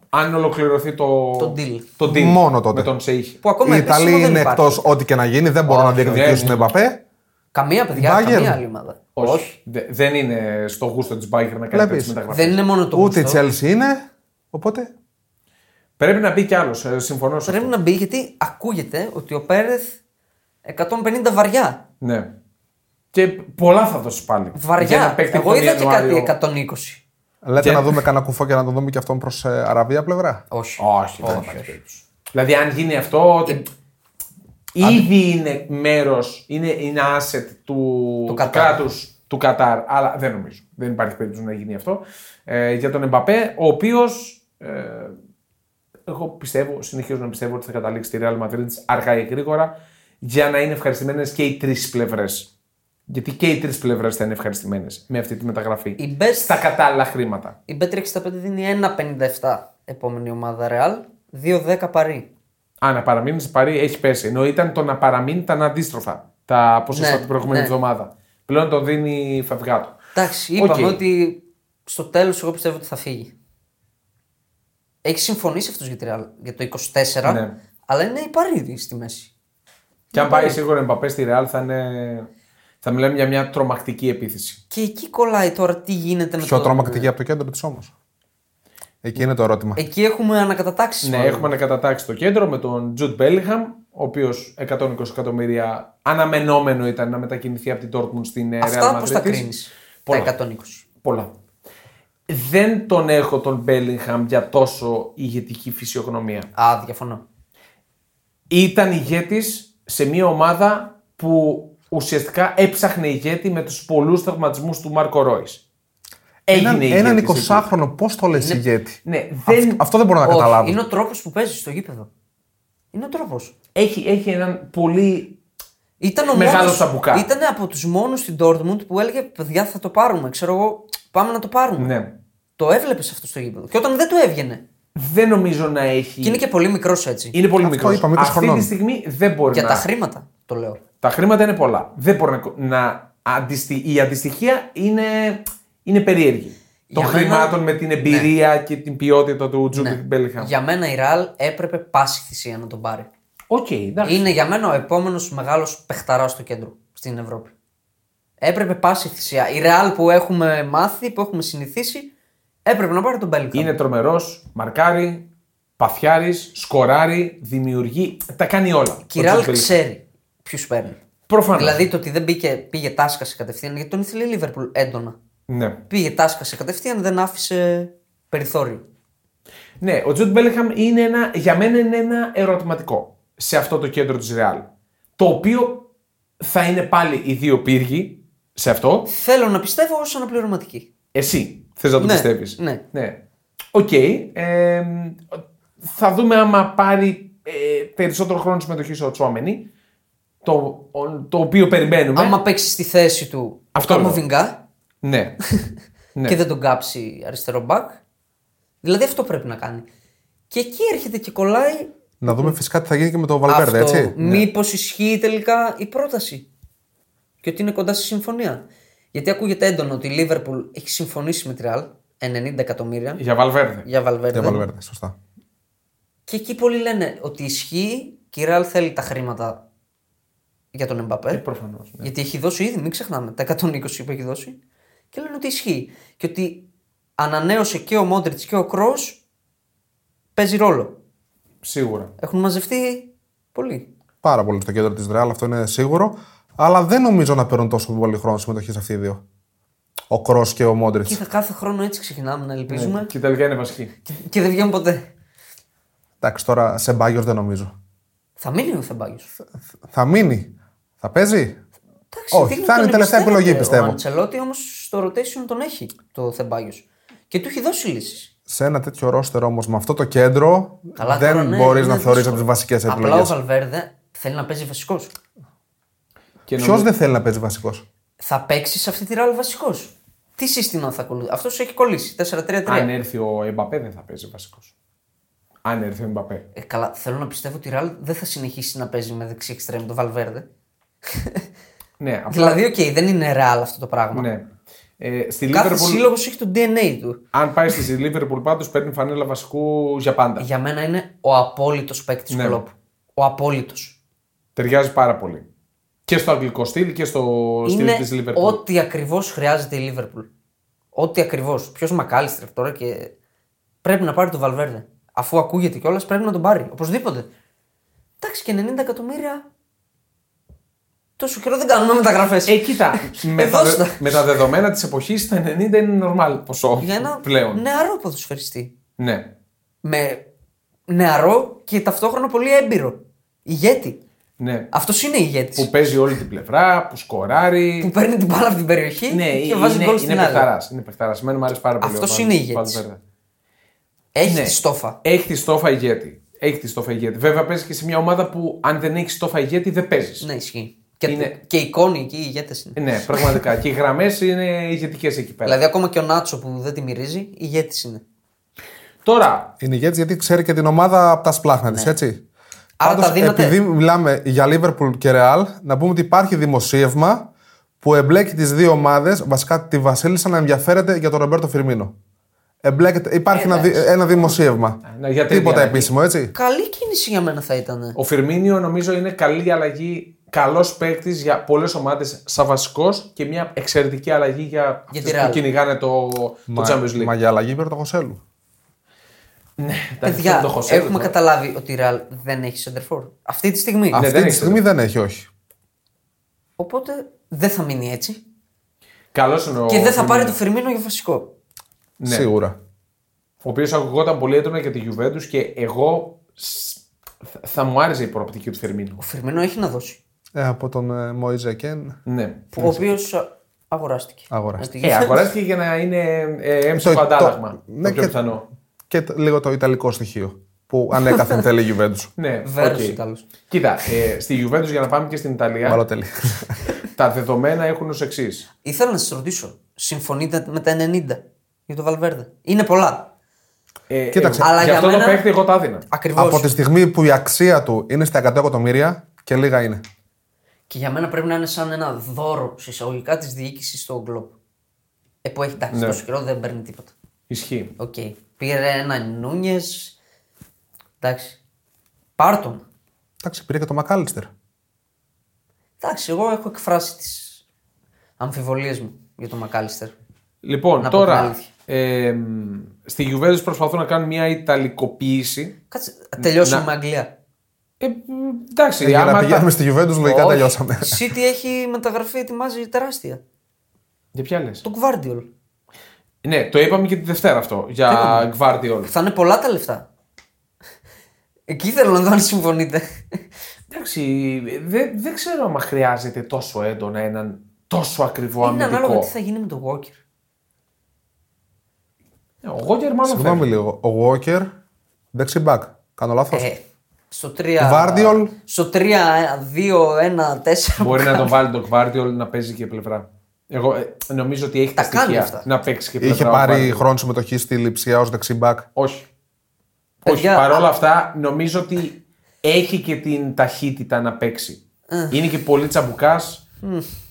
[SPEAKER 1] αν ολοκληρωθεί το,
[SPEAKER 2] Το deal.
[SPEAKER 1] το deal
[SPEAKER 3] Μόνο τότε.
[SPEAKER 1] με τον Σέιχ.
[SPEAKER 2] Που ακόμα
[SPEAKER 3] Οι
[SPEAKER 2] επίσημα
[SPEAKER 3] Ιταλοί
[SPEAKER 2] δεν
[SPEAKER 3] είναι
[SPEAKER 2] υπάρχει.
[SPEAKER 3] εκτός ό,τι και να γίνει, δεν μπορούν να διεκδικήσουν
[SPEAKER 1] δεν.
[SPEAKER 3] Εμπαπέ.
[SPEAKER 2] Καμία παιδιά,
[SPEAKER 3] Bayern.
[SPEAKER 2] καμία άλλη ομάδα.
[SPEAKER 1] Όχι. Δε- δεν είναι στο γούστο της Bayern να κάνει
[SPEAKER 3] Βλέπεις.
[SPEAKER 1] τέτοιε μεταγραφές.
[SPEAKER 2] Δεν είναι μόνο το
[SPEAKER 3] Ούτε η
[SPEAKER 2] γούστο.
[SPEAKER 3] Chelsea είναι. Οπότε.
[SPEAKER 1] Πρέπει να μπει κι άλλος. Συμφωνώ σε
[SPEAKER 2] Πρέπει
[SPEAKER 1] αυτό.
[SPEAKER 2] να μπει γιατί ακούγεται ότι ο Πέρεθ 150 βαριά.
[SPEAKER 1] Ναι. Και πολλά θα δώσεις πάλι. Για
[SPEAKER 2] Βαριά.
[SPEAKER 1] ένα παίκτη
[SPEAKER 2] Εγώ
[SPEAKER 1] τον
[SPEAKER 2] είδα και
[SPEAKER 1] Ιανουάριο.
[SPEAKER 2] κάτι 120.
[SPEAKER 3] Λέτε
[SPEAKER 1] Και-
[SPEAKER 3] να δούμε κανένα κουφό και να τον δούμε και αυτόν προς Αραβία πλευρά.
[SPEAKER 2] Όχι.
[SPEAKER 1] Όχι, δεν υπάρχει περίπτωση. Δηλαδή, αν γίνει αυτό. ότι
[SPEAKER 2] Ε,
[SPEAKER 1] Ήδη είναι μέρος, είναι, είναι asset του,
[SPEAKER 2] Του
[SPEAKER 1] του
[SPEAKER 2] Κατάρ.
[SPEAKER 1] κράτους του Κατάρ. Αλλά δεν νομίζω. Δεν υπάρχει περίπτωση να γίνει αυτό. Ε, για τον Εμπαπέ, ο οποίος. Ε, εγώ πιστεύω, συνεχίζω να πιστεύω ότι θα καταλήξει τη Real Madrid αργά ή γρήγορα για να είναι ευχαριστημένες και οι τρεις πλευρές. Γιατί και οι τρεις πλευρές θα είναι ευχαριστημένες με αυτή τη μεταγραφή.
[SPEAKER 2] Η best-
[SPEAKER 1] Στα κατάλληλα χρήματα.
[SPEAKER 2] Η Bet365 δίνει 1,57 επόμενη ομάδα Real, 2,10 παρή.
[SPEAKER 1] Α, να παραμείνει σε παρή έχει πέσει. Ενώ ήταν το να παραμείνει ήταν αντίστροφα τα ποσοστά
[SPEAKER 2] Ναι,
[SPEAKER 1] την προηγούμενη
[SPEAKER 2] ναι.
[SPEAKER 1] εβδομάδα. Πλέον τον δίνει φευγάτο.
[SPEAKER 2] Εντάξει, είπαμε
[SPEAKER 1] Οκ.
[SPEAKER 2] ότι στο τέλος εγώ πιστεύω ότι θα φύγει. Έχει συμφωνήσει αυτός για, τη Real, για το 24,
[SPEAKER 1] Ναι.
[SPEAKER 2] αλλά είναι η παρή στη μέση.
[SPEAKER 1] Και
[SPEAKER 2] Λοιπόν.
[SPEAKER 1] αν πάει σίγουρα Εμπαπέ στη Ρεάλ θα, είναι... θα μιλάμε για μια τρομακτική επίθεση.
[SPEAKER 2] Και εκεί κολλάει τώρα τι γίνεται με
[SPEAKER 3] Πιο
[SPEAKER 2] το.
[SPEAKER 3] τρομακτική από το κέντρο της όμως. Εκεί είναι το ερώτημα.
[SPEAKER 2] Εκεί έχουμε ανακατατάξει.
[SPEAKER 1] Ναι, έχουμε ανακατατάξει το κέντρο με τον Τζουτ Μπέλιχαμ, ο οποίος 120 εκατομμύρια αναμενόμενο ήταν να μετακινηθεί από την Dortmund στην ε, Real Madrid.
[SPEAKER 2] Αυτά πώς τα
[SPEAKER 1] της.
[SPEAKER 2] κρίνει.
[SPEAKER 1] Πολλά.
[SPEAKER 2] Τα 120.
[SPEAKER 1] Πολλά. Δεν τον έχω τον Μπέλιγχαμ για τόσο ηγετική φυσιογνωμία.
[SPEAKER 2] Α, διαφωνώ.
[SPEAKER 1] ήταν ηγέτης σε μια ομάδα που
[SPEAKER 3] Έναν,
[SPEAKER 1] ηγέτης
[SPEAKER 3] έναν
[SPEAKER 1] εκεί.
[SPEAKER 3] 20χρονο, πώς το λες ηγέτη.
[SPEAKER 1] Ναι, δεν...
[SPEAKER 3] Αυτ- αυτό δεν μπορώ να
[SPEAKER 2] Όχι,
[SPEAKER 3] καταλάβω.
[SPEAKER 2] Είναι ο τρόπος που παίζεις στο γήπεδο. Είναι ο τρόπος.
[SPEAKER 1] Έχει, έχει έναν πολύ...
[SPEAKER 2] Ήταν ο
[SPEAKER 1] Μεγάλο
[SPEAKER 2] μόνος-
[SPEAKER 1] σαμπουκά.
[SPEAKER 2] Ήταν από τους μόνους στην Dortmund που έλεγε παιδιά θα το πάρουμε. Ξέρω εγώ, πάμε να το πάρουμε.
[SPEAKER 1] Ναι.
[SPEAKER 2] Το έβλεπες αυτό στο γήπεδο. Και όταν δεν του έβγαινε.
[SPEAKER 1] Δεν νομίζω να έχει...
[SPEAKER 2] Και είναι και πολύ μικρός έτσι.
[SPEAKER 1] Είναι πολύ
[SPEAKER 3] Αυτό
[SPEAKER 1] μικρός.
[SPEAKER 3] είπαμε, 20
[SPEAKER 1] Αυτή τη
[SPEAKER 3] χρονών.
[SPEAKER 1] στιγμή δεν μπορεί
[SPEAKER 2] Για
[SPEAKER 1] να.
[SPEAKER 2] τα χρήματα το λέω.
[SPEAKER 1] Τα χρήματα είναι πολλά. Δεν μπορεί να. να αντιστη... Η αντιστοιχεία είναι, είναι περίεργη. Των
[SPEAKER 2] μένα-
[SPEAKER 1] χρημάτων με την εμπειρία και την ποιότητα του Τζούμπι
[SPEAKER 2] Ναι.
[SPEAKER 1] Μπέλιχαμ.
[SPEAKER 2] Για μένα η Ραλ έπρεπε πάση θυσία να τον πάρει.
[SPEAKER 1] Οκ, εντάξει.
[SPEAKER 2] Είναι για μένα ο επόμενος μεγάλος παιχταράς του κέντρου στην Ευρώπη. Έπρεπε πάση θυσία. Η Ρεάλ που έχουμε μάθει, που έχουμε συνηθίσει, έπρεπε να πάρει τον Μπέλικα.
[SPEAKER 1] Είναι τρομερός, μαρκάρει, παθιάρει, σκοράρει, δημιουργεί. Τα κάνει όλα.
[SPEAKER 2] Και η Ρεάλ
[SPEAKER 1] Bellingham.
[SPEAKER 2] ξέρει ποιους παίρνει.
[SPEAKER 1] Προφανώς.
[SPEAKER 2] Δηλαδή το ότι δεν πήγε, πήγε τάσκασε κατευθείαν, γιατί τον ήθελε η Λίβερπουλ έντονα.
[SPEAKER 1] Ναι.
[SPEAKER 2] Πήγε τάσκασε κατευθείαν, δεν άφησε περιθώριο.
[SPEAKER 1] Ναι, ο Τζούτ Μπέλεχαμ είναι ένα, για μένα είναι ένα ερωτηματικό σε αυτό το κέντρο της Ρεάλ. Το οποίο θα είναι πάλι οι δύο πύργοι σε αυτό.
[SPEAKER 2] Θέλω να πιστεύω ως αναπληρωματική.
[SPEAKER 1] Εσύ θες να το
[SPEAKER 2] Ναι,
[SPEAKER 1] πιστεύεις.
[SPEAKER 2] ναι.
[SPEAKER 1] ναι. Οκ. ε, θα δούμε άμα πάρει ε, περισσότερο χρόνο συμμετοχή ο Τσουαμενή. Το, ο- το οποίο περιμένουμε.
[SPEAKER 2] Άμα παίξει στη θέση του
[SPEAKER 1] Ναι. Αυτό
[SPEAKER 2] άμα
[SPEAKER 1] λέω.
[SPEAKER 2] Βιγγά
[SPEAKER 1] Ναι.
[SPEAKER 2] <laughs>
[SPEAKER 1] ναι.
[SPEAKER 2] και δεν τον κάψει αριστερό μπακ. Δηλαδή αυτό πρέπει να κάνει. Και εκεί έρχεται και κολλάει
[SPEAKER 3] Να δούμε φυσικά τι θα γίνει και με τον Βαλβέρντε,
[SPEAKER 2] αυτό. Ναι.
[SPEAKER 3] έτσι.
[SPEAKER 1] Ναι.
[SPEAKER 2] Μήπως ισχύει τελικά η πρόταση. Και ότι είναι κοντά στη συμφωνία. Γιατί ακούγεται έντονο ότι η Λίβερπουλ έχει συμφωνήσει με τη Ρεάλ 90 εκατομμύρια
[SPEAKER 1] Για Βαλβέρδε.
[SPEAKER 2] για Βαλβέρντε.
[SPEAKER 3] Για Βαλβέρντε, σωστά.
[SPEAKER 2] Και εκεί πολλοί λένε ότι ισχύει και η Ρεάλ θέλει τα χρήματα για τον
[SPEAKER 3] Ε,
[SPEAKER 2] Εμπαπέ.
[SPEAKER 1] Προφανώς. ναι.
[SPEAKER 2] Γιατί έχει δώσει ήδη, μην ξεχνάμε, τα 120 που έχει δώσει. Και λένε ότι ισχύει. Και ότι ανανέωσε και ο Μόντριτ και ο Κρό παίζει ρόλο.
[SPEAKER 1] Σίγουρα.
[SPEAKER 2] Έχουν μαζευτεί πολύ.
[SPEAKER 3] Πάρα πολύ στο κέντρο της Ρεάλ, αυτό είναι σίγουρο. Αλλά δεν νομίζω να παίρνουν τόσο πολύ χρόνο συμμετοχή αυτοί οι δύο. Ο Κρός και ο Μόντριτ.
[SPEAKER 2] Και θα κάθε χρόνο έτσι ξεκινάμε να ελπίζουμε
[SPEAKER 1] Ε,
[SPEAKER 3] Ναι.
[SPEAKER 1] Και τελικά είναι βασική.
[SPEAKER 2] και, και δεν βγαίνουν ποτέ.
[SPEAKER 3] Εντάξει, τώρα σε μπάγιος δεν νομίζω.
[SPEAKER 2] Θα μείνει ο Θεμπάγιος.
[SPEAKER 3] Θα μείνει. Θα παίζει. Όχι, θα είναι η τελευταία επιλογή, πιστεύω.
[SPEAKER 2] Ο Αντσελότη όμως στο rotation τον έχει το Θεμπάγιος. Και του έχει δώσει λύσεις.
[SPEAKER 3] Σε ένα τέτοιο ρόστερ όμως, με αυτό το κέντρο,
[SPEAKER 2] Καλά,
[SPEAKER 3] δεν
[SPEAKER 2] τώρα, ναι,
[SPEAKER 3] μπορείς
[SPEAKER 2] είναι
[SPEAKER 3] να θεωρείς
[SPEAKER 2] δύσκολο.
[SPEAKER 3] από τις βασικές
[SPEAKER 2] Απλά ο
[SPEAKER 3] επιλογές.
[SPEAKER 2] Βαλβέρδε θέλει να παίζει βασικός.
[SPEAKER 1] Και
[SPEAKER 3] Ποιος
[SPEAKER 1] νομίζω-
[SPEAKER 3] δεν θέλει να παίζει βασικός.
[SPEAKER 2] Θα παίξει σε αυτή τη ράλ βασικός. Τι σύστημα θα ακολουθήσει. Αυτός έχει κολλήσει. 4-3-3.
[SPEAKER 1] Αν έρθει ο Εμπαπέ δεν θα παίζει βασικός. Αν έρθει ο Εμπαπέ.
[SPEAKER 2] Ε, καλά, θέλω να πιστεύω ότι η ράλ δεν θα συνεχίσει να παίζει με δεξί εξτρέμ το Βαλβέρδε.
[SPEAKER 1] Ναι, απλά.
[SPEAKER 2] δηλαδή, οκ, δεν είναι ράλ αυτό το πράγμα.
[SPEAKER 1] Ναι. Ε, στη
[SPEAKER 2] Κάθε
[SPEAKER 1] Liverpool-
[SPEAKER 2] σύλλογος έχει το DNA του.
[SPEAKER 1] αν πάει στη Λίβερπουλ πάντως παίρνει φανέλα βασικού για πάντα.
[SPEAKER 2] Για μένα είναι ο απόλυτος παίκτης
[SPEAKER 1] Ναι.
[SPEAKER 2] ναι. κλοπ. Ο απόλυτος.
[SPEAKER 1] Ταιριάζει πάρα πολύ. Και στο αγγλικό στυλ και στο στυλ
[SPEAKER 2] Είναι
[SPEAKER 1] της Λίβερπουλ.
[SPEAKER 2] ό,τι ακριβώς χρειάζεται η Λίβερπουλ. Ό,τι ακριβώς. Ποιος Μακάλιστρεφ τώρα και. Πρέπει να πάρει το Βαλβέρδε. Αφού ακούγεται κιόλας, πρέπει να τον πάρει. Οπωσδήποτε. Εντάξει και 90 εκατομμύρια. Τόσο καιρό δεν κάνουμε μεταγραφές.
[SPEAKER 1] Ε, κοίτα, <laughs> με, τα,
[SPEAKER 2] Δώσ' τα.
[SPEAKER 1] με τα δεδομένα της εποχής, τα 90 είναι normal ποσό
[SPEAKER 2] Για ένα Ναι.
[SPEAKER 1] πλέον.
[SPEAKER 2] νεαρό ποδοσφαιριστή.
[SPEAKER 1] Ναι.
[SPEAKER 2] Με νεαρό και ταυτόχρονα πολύ έμπειρο. Ηγέτη.
[SPEAKER 1] ναι.
[SPEAKER 2] Αυτός είναι ηγέτης.
[SPEAKER 1] Που
[SPEAKER 2] Που...
[SPEAKER 1] παίζει όλη την πλευρά, που σκοράρει.
[SPEAKER 2] παίρνει την μπάλα από την περιοχή
[SPEAKER 1] ναι,
[SPEAKER 2] Ε, και
[SPEAKER 1] είναι,
[SPEAKER 2] βάζει γκολ
[SPEAKER 1] είναι
[SPEAKER 2] στην άλλη.
[SPEAKER 1] παιχταράς, Είναι παιχταράς. Εμένα μου αρέσει πάρα πολύ.
[SPEAKER 2] Αυτός
[SPEAKER 1] ο
[SPEAKER 2] είναι
[SPEAKER 1] Βαλ-
[SPEAKER 2] ηγέτης.
[SPEAKER 1] Βαλβέρντε.
[SPEAKER 2] Έχει
[SPEAKER 1] Ναι.
[SPEAKER 2] τη στόφα.
[SPEAKER 1] Έχει τη στόφα ηγέτη. Έχει τη στόφα ηγέτη. Βέβαια, παίζει και σε μια ομάδα που αν δεν έχεις στόφα ηγέτη, δεν παίζεις.
[SPEAKER 2] Ναι, ισχύει. Και,
[SPEAKER 1] Είναι-
[SPEAKER 2] και οι εικόνοι εκεί, οι ηγέτες είναι.
[SPEAKER 1] Ναι, πραγματικά. και οι γραμμές είναι ηγετικές εκεί πέρα.
[SPEAKER 2] Δηλαδή, ακόμα και ο Νάτσο που δεν τη μυρίζει, ηγέτης είναι.
[SPEAKER 1] Τώρα,
[SPEAKER 3] Είναι ηγέτης γιατί ξέρει και την ομάδα από τα σπλάχνα της, έτσι.
[SPEAKER 2] Ναι. Άρα
[SPEAKER 3] Πάντως,
[SPEAKER 2] τα δύναται.
[SPEAKER 3] επειδή μιλάμε για Λίβερπουλ και Ρεάλ, να πούμε ότι υπάρχει δημοσίευμα που εμπλέκει τις δύο ομάδες, βασικά τη Βασίλισσα να ενδιαφέρεται για τον Ρομπέρτο Φιρμίνο. Εμπλέκεται, υπάρχει ένα, δι- ένα δημοσίευμα.
[SPEAKER 1] Ναι, για τέτοια
[SPEAKER 3] Τίποτα
[SPEAKER 1] αλλαγή.
[SPEAKER 3] επίσημο, έτσι.
[SPEAKER 2] Καλή κίνηση για μένα θα ήταν.
[SPEAKER 1] Ο Φιρμίνιο νομίζω είναι καλή αλλαγή, καλός παίκτης για πολλές ομάδες σαν βασικό και μια εξαιρετική αλλαγή για
[SPEAKER 2] Για
[SPEAKER 1] αυτούς
[SPEAKER 2] τη Real.
[SPEAKER 1] που κυνηγάνε το, το Champions League.
[SPEAKER 3] μα για αλλαγή πήρε το Χωσέλου.
[SPEAKER 1] Τα
[SPEAKER 2] Παιδιά,
[SPEAKER 1] το Χωσέ,
[SPEAKER 2] έχουμε
[SPEAKER 1] το-
[SPEAKER 2] καταλάβει ότι η Ραλ δεν έχει σεντερφόρ. Αυτή τη στιγμή.
[SPEAKER 1] Ναι,
[SPEAKER 3] Αυτή
[SPEAKER 1] δεν
[SPEAKER 3] τη
[SPEAKER 1] έχει
[SPEAKER 3] στιγμή δεν έχει, όχι.
[SPEAKER 2] Οπότε δεν θα μείνει έτσι.
[SPEAKER 1] Καλός είναι ο
[SPEAKER 2] και δεν θα πάρει το
[SPEAKER 1] Φιρμίνιο,
[SPEAKER 2] Φερμίνο για βασικό.
[SPEAKER 1] Ναι.
[SPEAKER 3] Σίγουρα.
[SPEAKER 1] Ο οποίος ακουγόταν πολύ έντονα για τη Juventus και εγώ σ- θα- θα μου άρεσε η προοπτική του Φιρμίνου.
[SPEAKER 2] Ο Φερμίνο έχει να δώσει.
[SPEAKER 3] Ε, από τον Μόιζε Κεν.
[SPEAKER 1] Ναι.
[SPEAKER 2] Ο οποίος αγοράστηκε.
[SPEAKER 3] Αγοράστηκε.
[SPEAKER 1] Ε, αγοράστηκε για να είναι ε, έμψυχο
[SPEAKER 3] Το- το-
[SPEAKER 1] αντάλλαγμα. Το,
[SPEAKER 3] ναι,
[SPEAKER 1] πιο
[SPEAKER 3] και-
[SPEAKER 1] πιθανό.
[SPEAKER 3] Και το- λίγο το ιταλικό στοιχείο που ανέκαθεν θέλει η Γιουβέντου.
[SPEAKER 1] Ναι,
[SPEAKER 2] Βέρος
[SPEAKER 1] οκ.
[SPEAKER 2] Ιταλός.
[SPEAKER 1] Κοίτα, ε, στη Juventus για να πάμε και στην Ιταλία,
[SPEAKER 3] Μπαλοτέλη.
[SPEAKER 1] τα δεδομένα έχουν ως εξής.
[SPEAKER 2] <laughs> Ήθελα να σας ρωτήσω, συμφωνείτε με τα 90 για το Βαλβέρδε. Είναι πολλά.
[SPEAKER 1] Ε,
[SPEAKER 3] Κοίταξε,
[SPEAKER 1] ε,
[SPEAKER 2] Αλλά
[SPEAKER 1] για
[SPEAKER 2] για
[SPEAKER 1] αυτό το
[SPEAKER 2] μένα-
[SPEAKER 1] παίχτη εγώ τα έδινα.
[SPEAKER 2] Ακριβώς.
[SPEAKER 3] από τη στιγμή που η αξία του είναι στα 100 εκατομμύρια και λίγα είναι.
[SPEAKER 2] Και για μένα πρέπει να είναι σαν ένα δώρο σε εισαγωγικά της διοίκησης στο Γκλοπ. Ε, που έχει εντάξει,
[SPEAKER 1] Ναι.
[SPEAKER 2] τόσο καιρό δεν παίρνει τίποτα.
[SPEAKER 1] Ισχύει.
[SPEAKER 2] Οκ. Πήρε ένα Νούνιες. Εντάξει. Πάρτον.
[SPEAKER 3] Εντάξει, πήρε και το Μακάλιστερ.
[SPEAKER 2] Εντάξει, εγώ έχω εκφράσει τις αμφιβολίες μου για τον Μακάλιστερ.
[SPEAKER 1] Λοιπόν,
[SPEAKER 2] Να πω την
[SPEAKER 1] τώρα
[SPEAKER 2] αλήθεια.
[SPEAKER 1] ε, μ, στη Juventus προσπαθούν να κάνουν μια ιταλικοποίηση.
[SPEAKER 2] Κάτσε, τελειώσαμε
[SPEAKER 1] να-
[SPEAKER 2] με Αγγλία.
[SPEAKER 1] Ε, εντάξει,
[SPEAKER 3] Για να
[SPEAKER 1] άμα τα...
[SPEAKER 3] πηγαίνουμε στη Γιουβέντους, λογικά
[SPEAKER 2] Όχι.
[SPEAKER 3] τελειώσαμε.
[SPEAKER 2] Η City έχει μεταγραφή, ετοιμάζει τεράστια.
[SPEAKER 1] Για ποια λες?
[SPEAKER 2] Το Guardiol.
[SPEAKER 1] Ναι, το είπαμε και τη Δευτέρα αυτό, για Guardiol.
[SPEAKER 2] Θα είναι πολλά τα λεφτά. Εκεί θέλω να δω αν συμφωνείτε.
[SPEAKER 1] Εντάξει, δεν δεν ξέρω αν χρειάζεται τόσο έντονα έναν τόσο ακριβό
[SPEAKER 2] Είναι ανάλογα
[SPEAKER 1] αμυντικό.
[SPEAKER 2] τι θα γίνει με τον Walker.
[SPEAKER 1] Ε, Ο Γόγκερ μάλλον
[SPEAKER 3] Συγγνώμη
[SPEAKER 1] φεύγει.
[SPEAKER 3] λίγο. Ο Walker, δεξιμπακ. Κάνω λάθος.
[SPEAKER 2] Ε, στο 3.
[SPEAKER 3] Guardiol.
[SPEAKER 2] Στο 3, 2, 1, 4. <laughs>
[SPEAKER 1] Μπορεί να τον βάλει τον Guardiol να παίζει και πλευρά. Εγώ ε, νομίζω ότι έχει τα
[SPEAKER 2] Τα κάνει
[SPEAKER 1] στοιχεία
[SPEAKER 2] αυτά.
[SPEAKER 1] να παίξει και πλευρά.
[SPEAKER 3] Είχε
[SPEAKER 1] ο
[SPEAKER 3] πάρει
[SPEAKER 1] Guardiol.
[SPEAKER 3] χρόνο συμμετοχή στη Λιψιά ω δεξιμπακ.
[SPEAKER 1] Όχι.
[SPEAKER 2] Παιδιά,
[SPEAKER 1] Όχι, παρόλα
[SPEAKER 2] α-
[SPEAKER 1] αυτά νομίζω ότι έχει και την ταχύτητα να παίξει. Είναι και πολύ τσαμπουκάς.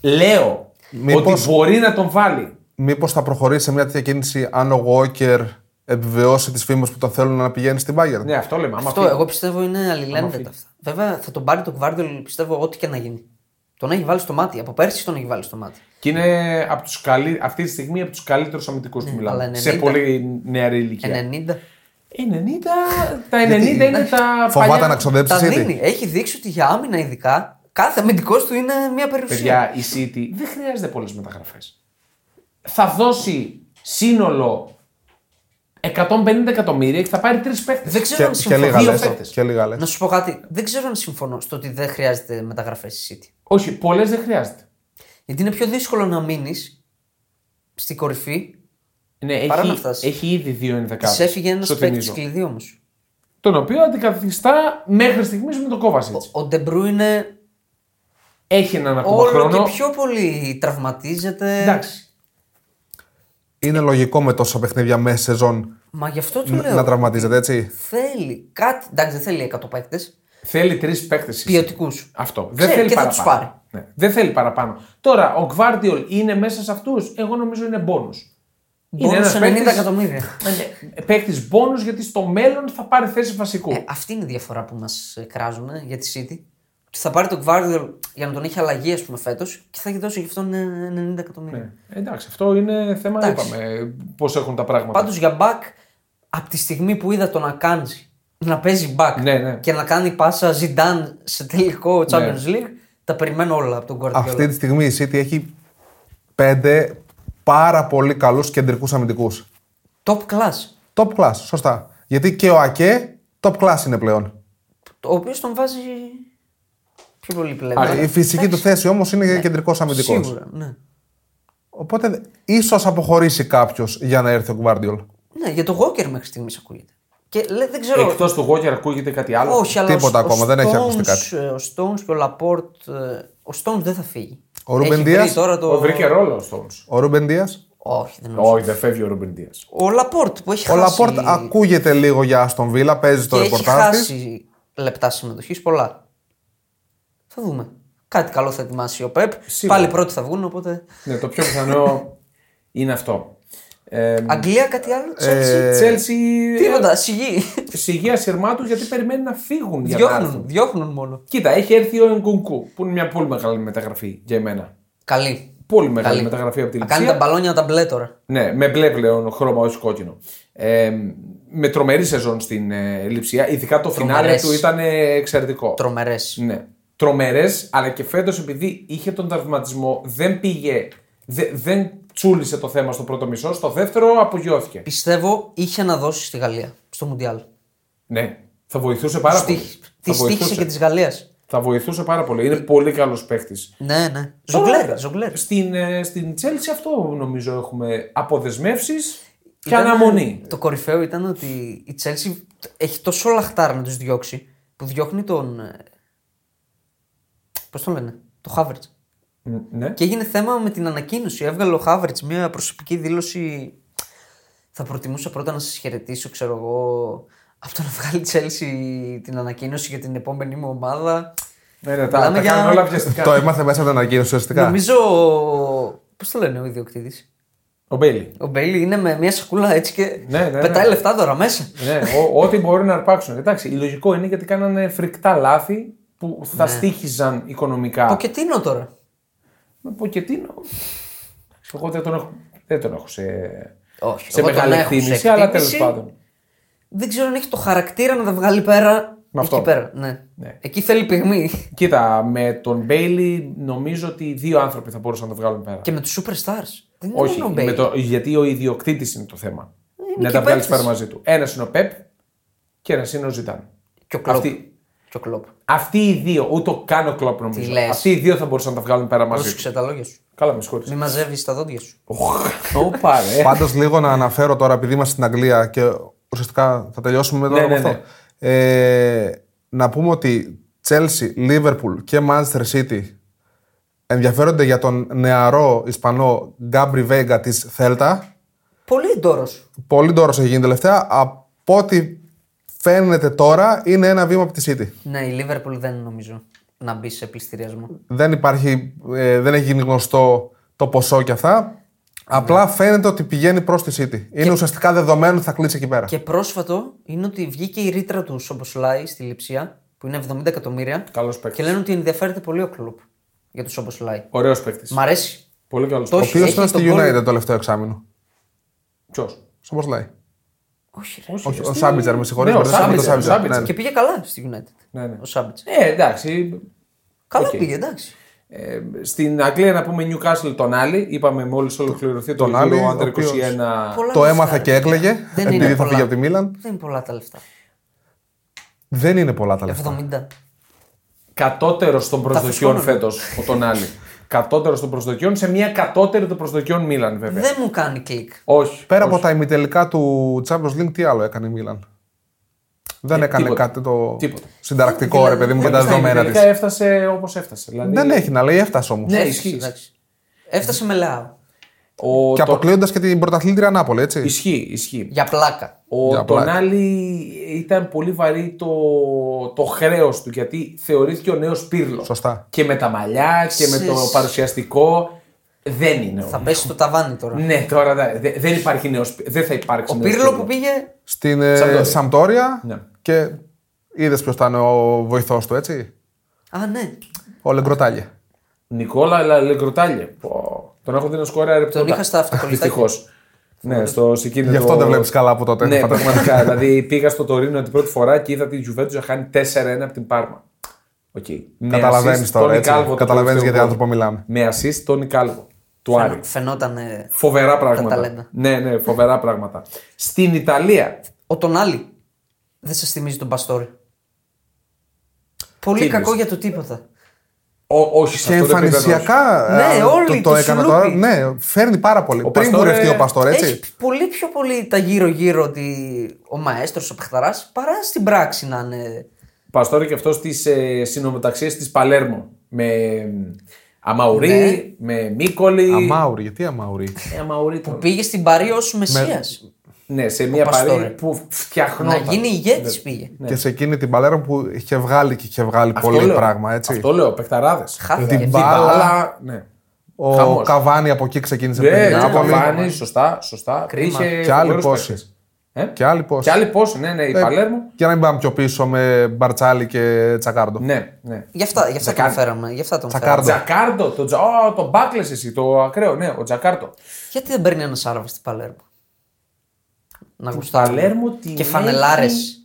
[SPEAKER 1] Λέω
[SPEAKER 3] Μήπως-
[SPEAKER 1] ότι μπορεί να τον βάλει.
[SPEAKER 3] Μήπως θα προχωρήσει σε μια τέτοια κίνηση αν ο Walker επιβεβαιώσει τις φήμες που τον θέλουν να πηγαίνει στην Bayern.
[SPEAKER 1] Ναι, αυτό λέμε. Άμα
[SPEAKER 2] Αυτό
[SPEAKER 1] φύγει.
[SPEAKER 2] εγώ πιστεύω είναι αλληλένδετα
[SPEAKER 1] φύγει.
[SPEAKER 2] αυτά. Βέβαια θα τον πάρει το Guardiol πιστεύω ό,τι και να γίνει. Τον έχει βάλει στο μάτι. Από πέρσι τον έχει βάλει στο μάτι.
[SPEAKER 1] Και είναι από τους καλύ... αυτή τη στιγμή από τους καλύτερους αμυντικούς που μιλάμε.
[SPEAKER 2] Ναι, αλλά 90.
[SPEAKER 1] Σε πολύ νεαρή ηλικία.
[SPEAKER 2] 90.
[SPEAKER 1] 90, τα 90 είναι τα.
[SPEAKER 3] Φοβάται
[SPEAKER 1] παλιά-
[SPEAKER 3] να ξοδέψει
[SPEAKER 2] Τα δίνει.
[SPEAKER 3] ήδη.
[SPEAKER 2] Έχει δείξει ότι για άμυνα ειδικά κάθε αμυντικός του είναι μια περιουσία.
[SPEAKER 1] Παιδιά, η City δεν χρειάζεται πολλές μεταγραφές. Θα δώσει σύνολο 150 εκατομμύρια και θα πάρει τρεις παίχτε.
[SPEAKER 2] Δεν ξέρω
[SPEAKER 3] Και,
[SPEAKER 2] αν
[SPEAKER 3] και
[SPEAKER 2] συμφωνώ.
[SPEAKER 3] λίγα
[SPEAKER 1] Δύο
[SPEAKER 3] λες,
[SPEAKER 1] παίκτες.
[SPEAKER 3] Και λίγα λες.
[SPEAKER 2] Να σου πω κάτι. Δεν ξέρω αν συμφωνώ στο ότι δεν χρειάζεται μεταγραφές στη City.
[SPEAKER 1] Όχι, πολλές δεν χρειάζεται.
[SPEAKER 2] Γιατί είναι πιο δύσκολο να μείνεις στην κορυφή.
[SPEAKER 1] Ναι,
[SPEAKER 2] Παρά
[SPEAKER 1] έχει,
[SPEAKER 2] να φτάσεις.
[SPEAKER 1] έχει ήδη δύο ενδεκάδες.
[SPEAKER 2] Της έφυγε ένας παίκτη κλειδί όμως.
[SPEAKER 1] Τον οποίο αντικαθιστά μέχρι στιγμής με τον Κόβασιτ.
[SPEAKER 2] Ο Ντεμπρού είναι
[SPEAKER 1] Έχει έναν ακόμα
[SPEAKER 2] όλο
[SPEAKER 1] χρόνο.
[SPEAKER 2] και πιο πολύ τραυματίζεται.
[SPEAKER 1] Εντάξει.
[SPEAKER 3] Είναι λογικό με τόσα παιχνίδια μέσα σεζόν
[SPEAKER 2] Μα γι' αυτό του
[SPEAKER 3] ν-
[SPEAKER 2] λέω.
[SPEAKER 3] να τραυματίζεται, έτσι.
[SPEAKER 2] Θέλει κάτι. Εντάξει, δεν θέλει 100 παίκτες.
[SPEAKER 1] Θέλει τρεις παίχτε.
[SPEAKER 2] Ποιοτικούς.
[SPEAKER 1] Αυτό. Δεν
[SPEAKER 2] Ξέρει
[SPEAKER 1] θέλει
[SPEAKER 2] και θα τους
[SPEAKER 1] παραπάνω.
[SPEAKER 2] πάρει.
[SPEAKER 1] Ναι. Δεν θέλει παραπάνω. Τώρα, ο Γκβάρντιολ είναι μέσα σε αυτούς. Εγώ νομίζω είναι μπόνους.
[SPEAKER 2] Είναι Ε, 90 εκατομμύρια.
[SPEAKER 1] Παίχτη μπόνους γιατί στο μέλλον θα πάρει θέση βασικού.
[SPEAKER 2] ναι. Ε, αυτή είναι η διαφορά που μας κράζουν για τη City. Ότι θα πάρει τον Guardiol για να τον έχει αλλαγή, ας πούμε, φέτος και θα έχει δώσει γι' αυτόν ε, 90 εκατομμύρια.
[SPEAKER 1] Ναι. Εντάξει, αυτό είναι θέμα.
[SPEAKER 2] Εντάξει.
[SPEAKER 1] Είπαμε πώς έχουν τα πράγματα.
[SPEAKER 2] Πάντως για μπακ, από τη στιγμή που είδα τον Ακάντζη να παίζει μπακ
[SPEAKER 1] Ναι, ναι.
[SPEAKER 2] και να κάνει πάσα Ζιντάν σε τελικό Champions League, τα περιμένω όλα από τον Guardiola.
[SPEAKER 3] Αυτή τη στιγμή η City έχει πέντε πάρα πολύ καλούς κεντρικούς αμυντικούς.
[SPEAKER 2] Top class.
[SPEAKER 3] Top class, σωστά. Γιατί και ο Ακέ top class είναι πλέον.
[SPEAKER 2] Το οποίος τον βάζει πιο πολύ πλέον.
[SPEAKER 1] Α,
[SPEAKER 3] Η φυσική του θέση όμως είναι κεντρικός αμυντικός.
[SPEAKER 2] Ναι, Σίγουρα, ναι.
[SPEAKER 3] Οπότε ίσως αποχωρήσει κάποιος για να έρθει ο Γκβάρντιολ.
[SPEAKER 2] Ναι, για τον Walker μέχρι στιγμής ακούγεται. Και λέ, δεν ξέρω.
[SPEAKER 1] Εκτός του Γόγκερ ακούγεται κάτι άλλο.
[SPEAKER 2] Όχι, αλλά
[SPEAKER 3] Τίποτα
[SPEAKER 2] ο,
[SPEAKER 3] ακόμα,
[SPEAKER 2] ο
[SPEAKER 3] δεν έχει
[SPEAKER 2] Stones,
[SPEAKER 3] ακουστεί κάτι.
[SPEAKER 2] ε, Ο Stones και ο Λαπόρτ. ε, Ο Stones δεν θα φύγει.
[SPEAKER 3] Ο Ruben
[SPEAKER 2] Έχει βρει
[SPEAKER 3] Diaz.
[SPEAKER 2] τώρα το-
[SPEAKER 1] Ο Βρήκε ρόλο ο Στόουν.
[SPEAKER 3] Ο Ρούμπεν Δίας.
[SPEAKER 2] Όχι, δεν νομίζω.
[SPEAKER 1] Όχι, δεν φεύγει ο Ρούμπεν Ντία.
[SPEAKER 2] Ο Λαπόρτ που έχει
[SPEAKER 3] Ο
[SPEAKER 2] χάσει.
[SPEAKER 3] Λαπόρτ ακούγεται λίγο για Αστον Βίλα, παίζει το
[SPEAKER 2] και έχει
[SPEAKER 3] ρεπορτάζ της.
[SPEAKER 2] χάσει λεπτά συμμετοχής πολλά. Θα δούμε. Κάτι καλό θα ετοιμάσει ο Πεπ.
[SPEAKER 1] Σίγουρα.
[SPEAKER 2] Πάλι πρώτοι θα βγουν, οπότε.
[SPEAKER 1] Ναι, το πιο πιθανό είναι αυτό. Ε,
[SPEAKER 2] Αγγλία κάτι άλλο.
[SPEAKER 3] ε,
[SPEAKER 2] Chelsea.
[SPEAKER 1] Τσέλσι.
[SPEAKER 2] Τίποτα, σιγή.
[SPEAKER 1] Σιγεία σειρμά του γιατί περιμένει να φύγουν για να έρθουν.
[SPEAKER 2] διώχνουν, διώχνουν μόνο.
[SPEAKER 1] Κοίτα, έχει έρθει ο Εγκουνκού που είναι μια πολύ μεγάλη μεταγραφή για εμένα.
[SPEAKER 2] Καλή.
[SPEAKER 1] Πολύ μεγάλη
[SPEAKER 2] Καλή.
[SPEAKER 1] μεταγραφή από τη
[SPEAKER 2] Θα κάνει τα
[SPEAKER 1] Λιψία.
[SPEAKER 2] μπαλόνια τα μπλε τώρα.
[SPEAKER 1] Ναι, με μπλε πλέον χρώμα, όχι κόκκινο. Ε, με τρομερή σεζόν στην ε, Λιψία. Ειδικά το φινάλε
[SPEAKER 2] Τρομερές.
[SPEAKER 1] του ήταν ε, εξαιρετικό.
[SPEAKER 2] Τρομερές.
[SPEAKER 1] Ναι. Τρομερές, αλλά και φέτος επειδή είχε τον τραυματισμό, δεν πήγε. δε- δεν τσούλησε το θέμα στο πρώτο μισό. Στο δεύτερο απογειώθηκε.
[SPEAKER 2] Πιστεύω είχε να δώσει στη Γαλλία στο Μουντιάλ.
[SPEAKER 1] Ναι. Θα βοηθούσε πάρα πολύ.
[SPEAKER 2] Τη
[SPEAKER 1] Θα βοηθούσε.
[SPEAKER 2] τύχησε και της Γαλλίας.
[SPEAKER 1] Θα Θα βοηθούσε πάρα πολύ. Είναι πολύ καλός παίκτης.
[SPEAKER 2] Ναι, ναι. Ζογκλέρ. ζογκλέρ.
[SPEAKER 1] Στην, ε, στην Chelsea αυτό νομίζω έχουμε αποδεσμεύσεις και αναμονή.
[SPEAKER 2] Το κορυφαίο ήταν ότι η Chelsea έχει τόσο λαχτάρα να τους διώξει που διώχνει τον. Πώ το λένε, το Χάβερτ.
[SPEAKER 1] Μ, Ναι.
[SPEAKER 2] Και έγινε θέμα με την ανακοίνωση. Έβγαλε ο Χάβερτ μια προσωπική δήλωση. Θα προτιμούσα πρώτα να σας χαιρετήσω, ξέρω εγώ, από το να βγάλει η Chelsea την ανακοίνωση για την επόμενη μου ομάδα.
[SPEAKER 1] Ναι, ναι, τα,
[SPEAKER 2] Μιλάμε
[SPEAKER 1] τα
[SPEAKER 2] για-
[SPEAKER 1] κάνουν όλα βιαστικά.
[SPEAKER 3] Το ε- έμαθε μέσα από την ανακοίνωση ουσιαστικά.
[SPEAKER 2] Νομίζω. Πώς το λένε ο ιδιοκτήτης.
[SPEAKER 1] Ο Μπέιλι.
[SPEAKER 2] Ο Μπέιλι είναι με μια σακούλα έτσι και
[SPEAKER 1] Ναι, ναι, ναι.
[SPEAKER 2] πετάει λεφτά τώρα μέσα.
[SPEAKER 1] ναι, ο- ό,τι μπορεί να αρπάξουν. Εντάξει, η λογικό είναι γιατί κάνανε φρικτά λάθη που θα
[SPEAKER 2] Ναι.
[SPEAKER 1] στήχιζαν οικονομικά.
[SPEAKER 2] Ποκετίνο τώρα.
[SPEAKER 1] Με Ποκετίνο. Εγώ δεν τον έχω, δεν τον έχω σε,
[SPEAKER 2] Όχι,
[SPEAKER 1] σε
[SPEAKER 2] εγώ τον
[SPEAKER 1] μεγάλη
[SPEAKER 2] έχω σε
[SPEAKER 1] εκτίμηση, αλλά τέλος
[SPEAKER 2] εκτίμηση.
[SPEAKER 1] πάντων.
[SPEAKER 2] Δεν ξέρω αν έχει το χαρακτήρα να τα βγάλει πέρα.
[SPEAKER 1] Με αυτό.
[SPEAKER 2] Εκεί πέρα. Ναι.
[SPEAKER 1] Ναι.
[SPEAKER 2] Εκεί θέλει πυγμή.
[SPEAKER 1] Κοίτα, με τον Μπέιλι νομίζω ότι δύο άνθρωποι θα μπορούσαν να το βγάλουν πέρα.
[SPEAKER 2] και με τους superstars. Δεν είναι
[SPEAKER 1] Όχι,
[SPEAKER 2] μόνο ο
[SPEAKER 1] με
[SPEAKER 2] Μπέιλι.
[SPEAKER 1] το, γιατί ο ιδιοκτήτης είναι το θέμα. να
[SPEAKER 2] και
[SPEAKER 1] τα
[SPEAKER 2] ο
[SPEAKER 1] βγάλεις
[SPEAKER 2] παίκτης.
[SPEAKER 1] πέρα μαζί του. Ένας είναι ο Πεπ και ένας είναι ο Ζητάν.
[SPEAKER 2] Και ο Κλοπ.
[SPEAKER 1] Αυτή-
[SPEAKER 2] Και ο Κλοπ.
[SPEAKER 1] Αυτοί οι δύο, ούτε ο καν ο Κλόπ νομίζω.
[SPEAKER 2] λες.
[SPEAKER 1] Αυτοί οι δύο θα μπορούσαν να τα βγάλουν πέρα μαζί του.
[SPEAKER 2] Πρόσεξε τα λόγια σου.
[SPEAKER 1] Καλά, με συγχωρείτε.
[SPEAKER 2] Μην μαζεύεις τα δόντια σου.
[SPEAKER 1] Όπα, ρε.
[SPEAKER 3] Πάντως, λίγο να αναφέρω τώρα, επειδή είμαστε στην Αγγλία και ουσιαστικά θα τελειώσουμε τώρα
[SPEAKER 1] Ναι,
[SPEAKER 3] με
[SPEAKER 1] ναι,
[SPEAKER 3] αυτό. Ε, να πούμε ότι Chelsea, Liverpool και Manchester City ενδιαφέρονται για τον νεαρό Ισπανό Γκάμπρι Βέγκα της Θέλτα.
[SPEAKER 2] Πολύ ντόρος.
[SPEAKER 3] Πολύ τόρο έχει γίνει τελευταία. Από ό,τι φαίνεται τώρα, είναι ένα βήμα από τη City.
[SPEAKER 2] Ναι, η Liverpool δεν νομίζω να μπει σε πληστηριασμό.
[SPEAKER 3] δεν υπάρχει, ε, δεν έχει γίνει γνωστό το ποσό και αυτά. Απλά φαίνεται ότι πηγαίνει προς τη City. Είναι ουσιαστικά δεδομένο ότι θα κλείσει εκεί πέρα.
[SPEAKER 2] Και πρόσφατο είναι ότι βγήκε η ρήτρα του Σομποσλάι στη Λιψία που είναι 70 εκατομμύρια.
[SPEAKER 1] Καλός παίκτης.
[SPEAKER 2] Και λένε ότι ενδιαφέρεται πολύ ο κλοπ για του Σομποσλάι.
[SPEAKER 1] Ωραίος παίκτης.
[SPEAKER 2] Μ' αρέσει.
[SPEAKER 1] Πολύ καλός
[SPEAKER 2] Το
[SPEAKER 3] Ο
[SPEAKER 1] παίκτη.
[SPEAKER 2] έχει-
[SPEAKER 3] οποίος
[SPEAKER 2] έχει
[SPEAKER 3] ήταν στη
[SPEAKER 2] τον
[SPEAKER 3] United
[SPEAKER 2] κόλλο.
[SPEAKER 3] το τελευταίο εξάμεινο.
[SPEAKER 1] Ποιος.
[SPEAKER 3] Στο πώ λέει.
[SPEAKER 2] Όχι, ρε.
[SPEAKER 3] Όχι, ο Σάμπιτζερ, με συγχωρείτε.
[SPEAKER 1] Ναι, ο
[SPEAKER 3] μπερδέψαμε τον
[SPEAKER 1] Σάμπιτζερ, ο
[SPEAKER 3] Σάμπιτζερ.
[SPEAKER 1] Σάμπιτζερ.
[SPEAKER 3] Ναι,
[SPEAKER 2] Και πήγε καλά στη United.
[SPEAKER 1] Ναι, ναι.
[SPEAKER 2] Ο Σάμπιτ.
[SPEAKER 1] Ε, εντάξει.
[SPEAKER 2] Καλά
[SPEAKER 1] Οκ.
[SPEAKER 2] πήγε, εντάξει.
[SPEAKER 1] Ε, στην Αγγλία να πούμε Newcastle τον Άλλη. Είπαμε μόλις ολοκληρωθεί τον,
[SPEAKER 3] τον Άλλη,
[SPEAKER 1] Άλλη. Ο
[SPEAKER 3] ο
[SPEAKER 1] Άντερ 21.
[SPEAKER 3] οποίος-
[SPEAKER 2] Πολλά
[SPEAKER 3] Το
[SPEAKER 2] λεφτά,
[SPEAKER 3] έμαθα
[SPEAKER 2] ρε.
[SPEAKER 3] και έκλαιγε.
[SPEAKER 2] Δεν
[SPEAKER 3] επειδή
[SPEAKER 2] είναι
[SPEAKER 3] θα
[SPEAKER 2] πολλά.
[SPEAKER 3] φύγει από τη Μίλαν.
[SPEAKER 2] Δεν είναι πολλά τα λεφτά.
[SPEAKER 3] Δεν είναι πολλά τα λεφτά.
[SPEAKER 2] 70.
[SPEAKER 1] Κατώτερο των προσδοκιών
[SPEAKER 2] φουσκώνω.
[SPEAKER 1] φέτο ο τον Άλλη. Κατώτερος των προσδοκιών σε μια κατώτερη των προσδοκιών Μίλαν βέβαια.
[SPEAKER 2] Δεν μου κάνει κλικ.
[SPEAKER 1] Όχι.
[SPEAKER 3] Πέρα από τα ημιτελικά του Champions League, τι άλλο έκανε η Μίλαν. Δεν έκανε
[SPEAKER 1] Ε, τίποτα.
[SPEAKER 3] κάτι το
[SPEAKER 1] Τίποτα. Ε,
[SPEAKER 3] συνταρακτικό, ρε παιδί μου, για τα
[SPEAKER 1] Στα
[SPEAKER 3] δεδομένα τη.
[SPEAKER 1] ημιτελικά έφτασε όπως έφτασε. Δηλαδή,
[SPEAKER 3] Δεν έχει να λέει, έφτασε όμως.
[SPEAKER 1] Ναι,
[SPEAKER 2] Έφτασε,
[SPEAKER 1] ισχύει.
[SPEAKER 2] εντάξει. Έφτασε με λαό.
[SPEAKER 1] Ο,
[SPEAKER 3] Και
[SPEAKER 1] το-
[SPEAKER 3] αποκλείοντας και την πρωταθλήτρια Νάπολη, έτσι.
[SPEAKER 1] Ισχύει, ισχύει.
[SPEAKER 2] Για πλάκα.
[SPEAKER 1] Ο
[SPEAKER 3] Για πλάκα.
[SPEAKER 1] Ντονάλι ήταν πολύ βαρύ το, το χρέος του γιατί θεωρήθηκε ο νέος Πύρλο.
[SPEAKER 3] Σωστά.
[SPEAKER 1] Και με τα μαλλιά και με το
[SPEAKER 2] Ξες.
[SPEAKER 1] παρουσιαστικό. Δεν είναι ο.
[SPEAKER 2] Θα πέσει στο ταβάνι τώρα.
[SPEAKER 1] Ναι, τώρα δε- δε- δεν υπάρχει νέος. Δεν θα υπάρξει
[SPEAKER 2] Ο
[SPEAKER 1] νέος
[SPEAKER 2] Πύρλο που πήγε.
[SPEAKER 3] στην ε,
[SPEAKER 1] Σαμπτόρια.
[SPEAKER 3] Σαμπτόρια
[SPEAKER 1] Ναι.
[SPEAKER 3] και είδες ποιος ήταν ο βοηθός του, έτσι.
[SPEAKER 2] Α, ναι.
[SPEAKER 3] Ο Λεγκροτάλια.
[SPEAKER 1] Νικόλα Λα- Λεγκροτάλιε. Πω, Τον έχω δει να σκοράρει από
[SPEAKER 2] είχα στα αυτοκολλητάκια.
[SPEAKER 1] Δυστυχώς. Ναι, στο συγκίνητο.
[SPEAKER 3] Γι' αυτό δεν βλέπεις καλά από τότε,
[SPEAKER 1] Ναι,
[SPEAKER 3] φαντάζομαι.
[SPEAKER 1] πραγματικά. δηλαδή πήγα στο Τωρίνο την πρώτη φορά και είδα τη Juventus να χάνει 4-1 από την Πάρμα. Okay.
[SPEAKER 3] Καταλαβαίνεις τώρα, έτσι. Καταλαβαίνεις για τι άνθρωπο μιλάμε.
[SPEAKER 1] Με assist τον Κάλβο. Του Άρη.
[SPEAKER 2] Φαινόταν. ε,
[SPEAKER 1] Φοβερά πράγματα.
[SPEAKER 2] ταλέντα.
[SPEAKER 1] Ναι, ναι, φοβερά πράγματα. Στην Ιταλία.
[SPEAKER 2] Ο τον άλλη. Δεν σας θυμίζει τον Παστόρη. Πολύ
[SPEAKER 1] Τι
[SPEAKER 2] κακό
[SPEAKER 1] λες.
[SPEAKER 2] για το τίποτα.
[SPEAKER 1] Ο, όχι, σε
[SPEAKER 3] Και
[SPEAKER 1] αυτό το επίπεδο.
[SPEAKER 3] εμφανισιακά
[SPEAKER 2] Ναι,
[SPEAKER 3] ε,
[SPEAKER 2] όλοι,
[SPEAKER 3] το,
[SPEAKER 2] το
[SPEAKER 3] έκανα
[SPEAKER 2] σουλούπι.
[SPEAKER 3] τώρα. Ναι, φέρνει πάρα πολύ. Πριν
[SPEAKER 1] Παστόρε-
[SPEAKER 3] κουρευτεί ο Παστόρ, έτσι.
[SPEAKER 2] Έχει πολύ πιο πολύ τα γύρω-γύρω ότι ο μαέστρος, ο παιχταρά, παρά στην πράξη να είναι.
[SPEAKER 1] Παστόρη και αυτός στις ε, συνομοταξίες της Παλέρμο. Με ε, Αμαουρί,
[SPEAKER 2] Ναι.
[SPEAKER 1] με Μίκολη.
[SPEAKER 3] Αμάουρη, γιατί αμάουρη.
[SPEAKER 1] Ε, Αμαουρί
[SPEAKER 2] που
[SPEAKER 1] τον-
[SPEAKER 2] πήγε στην Παρή ως μεσία.
[SPEAKER 1] Ναι, σε μια
[SPEAKER 2] Παστόρε.
[SPEAKER 1] παρή που
[SPEAKER 2] Να
[SPEAKER 1] φτιαχνόταν.
[SPEAKER 2] γίνει ηγέτης πήγε.
[SPEAKER 3] Και σε εκείνη την παλέρα που είχε βγάλει και είχε βγάλει πολύ
[SPEAKER 1] λέω.
[SPEAKER 3] πράγμα, έτσι.
[SPEAKER 1] Αυτό λέω, παιχταράδες.
[SPEAKER 2] Χάθηκα.
[SPEAKER 3] Την
[SPEAKER 2] Ε,
[SPEAKER 3] μπάλα.
[SPEAKER 1] Αλλά, ναι.
[SPEAKER 3] Ο
[SPEAKER 1] Χαμός.
[SPEAKER 3] Καβάνη από εκεί ξεκίνησε
[SPEAKER 1] Ναι,
[SPEAKER 3] πριν
[SPEAKER 1] ναι,
[SPEAKER 3] την Νάπολη.
[SPEAKER 1] Καβάνη, σωστά, σωστά.
[SPEAKER 2] Κρίμα.
[SPEAKER 1] Είχε
[SPEAKER 3] Και άλλοι
[SPEAKER 1] φοβερούς
[SPEAKER 3] πόσοι.
[SPEAKER 1] παίκτες. Ε?
[SPEAKER 3] Και άλλοι πόσοι.
[SPEAKER 1] Και άλλοι πόσοι, ναι, ναι, η
[SPEAKER 3] Ε,
[SPEAKER 1] Παλέρμο.
[SPEAKER 3] Για να μην πάμε πιο πίσω με Μπαρτσάλι και Τσακάρντο.
[SPEAKER 1] Ναι, ναι.
[SPEAKER 2] Γι' αυτά, γι αυτά τον
[SPEAKER 1] Τζακάρι.
[SPEAKER 2] φέραμε. Γι' αυτά τον
[SPEAKER 3] Τζακάρι.
[SPEAKER 2] φέραμε.
[SPEAKER 1] Τζακάρτο, το, τζα... Ω, το μπάκλες εσύ, το ακραίο, ναι, ο Τζακάρτο.
[SPEAKER 2] Γιατί δεν παίρνει ένας Άραβας στην Παλέρμο. Να γουστάρει.
[SPEAKER 1] Παλέρμο την
[SPEAKER 2] Και φανελάρες.
[SPEAKER 1] έχει-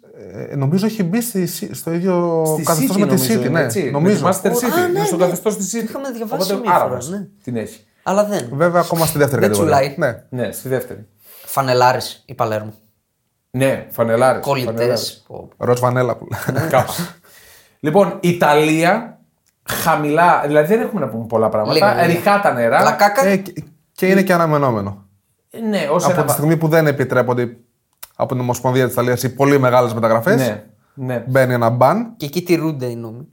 [SPEAKER 3] Ε, νομίζω έχει μπει στη, Σι- στο ίδιο
[SPEAKER 1] Στη
[SPEAKER 3] καθεστώς
[SPEAKER 1] City,
[SPEAKER 3] με τη
[SPEAKER 1] νομίζω,
[SPEAKER 3] City. Ναι,
[SPEAKER 1] έτσι,
[SPEAKER 3] νομίζω.
[SPEAKER 1] Με τη Master
[SPEAKER 2] Ο-
[SPEAKER 1] City.
[SPEAKER 2] Α,
[SPEAKER 1] είναι
[SPEAKER 2] ναι,
[SPEAKER 1] στο
[SPEAKER 2] ναι.
[SPEAKER 1] καθεστώς της City.
[SPEAKER 2] Είχαμε διαβάσει
[SPEAKER 1] Οπότε,
[SPEAKER 2] μία φορά,
[SPEAKER 1] Άραβας
[SPEAKER 2] ναι.
[SPEAKER 1] Την έχει.
[SPEAKER 2] Αλλά δεν.
[SPEAKER 3] Βέβαια, ακόμα στη δεύτερη
[SPEAKER 2] Δεν
[SPEAKER 3] κατηγορία.
[SPEAKER 2] τσουλάει.
[SPEAKER 3] Ναι.
[SPEAKER 1] Ναι, στη δεύτερη.
[SPEAKER 2] Φανελάρες η Παλέρμο.
[SPEAKER 1] Ναι, φανελάρες.
[SPEAKER 2] Κολλητές.
[SPEAKER 1] φανελάρες.
[SPEAKER 3] Ροζ Βανέλα που
[SPEAKER 1] Κάπως. Λοιπόν, Ιταλία, χαμηλά, δηλαδή δεν έχουμε να πούμε πολλά πράγματα.
[SPEAKER 2] Λίγα, λίγα.
[SPEAKER 1] Ριχά τα νερά.
[SPEAKER 2] Αλλά κάκα.
[SPEAKER 3] Ε, και- και είναι και αναμενόμενο.
[SPEAKER 1] Ναι, ως
[SPEAKER 3] από
[SPEAKER 1] ένα
[SPEAKER 3] τη στιγμή που δεν επιτρέπονται από την Ομοσπονδία της Ιταλίας οι πολύ μεγάλες μεταγραφές,
[SPEAKER 1] βα- Ναι, ναι.
[SPEAKER 3] μπαίνει ένα μπαν.
[SPEAKER 2] Και εκεί τηρούνται οι νόμοι.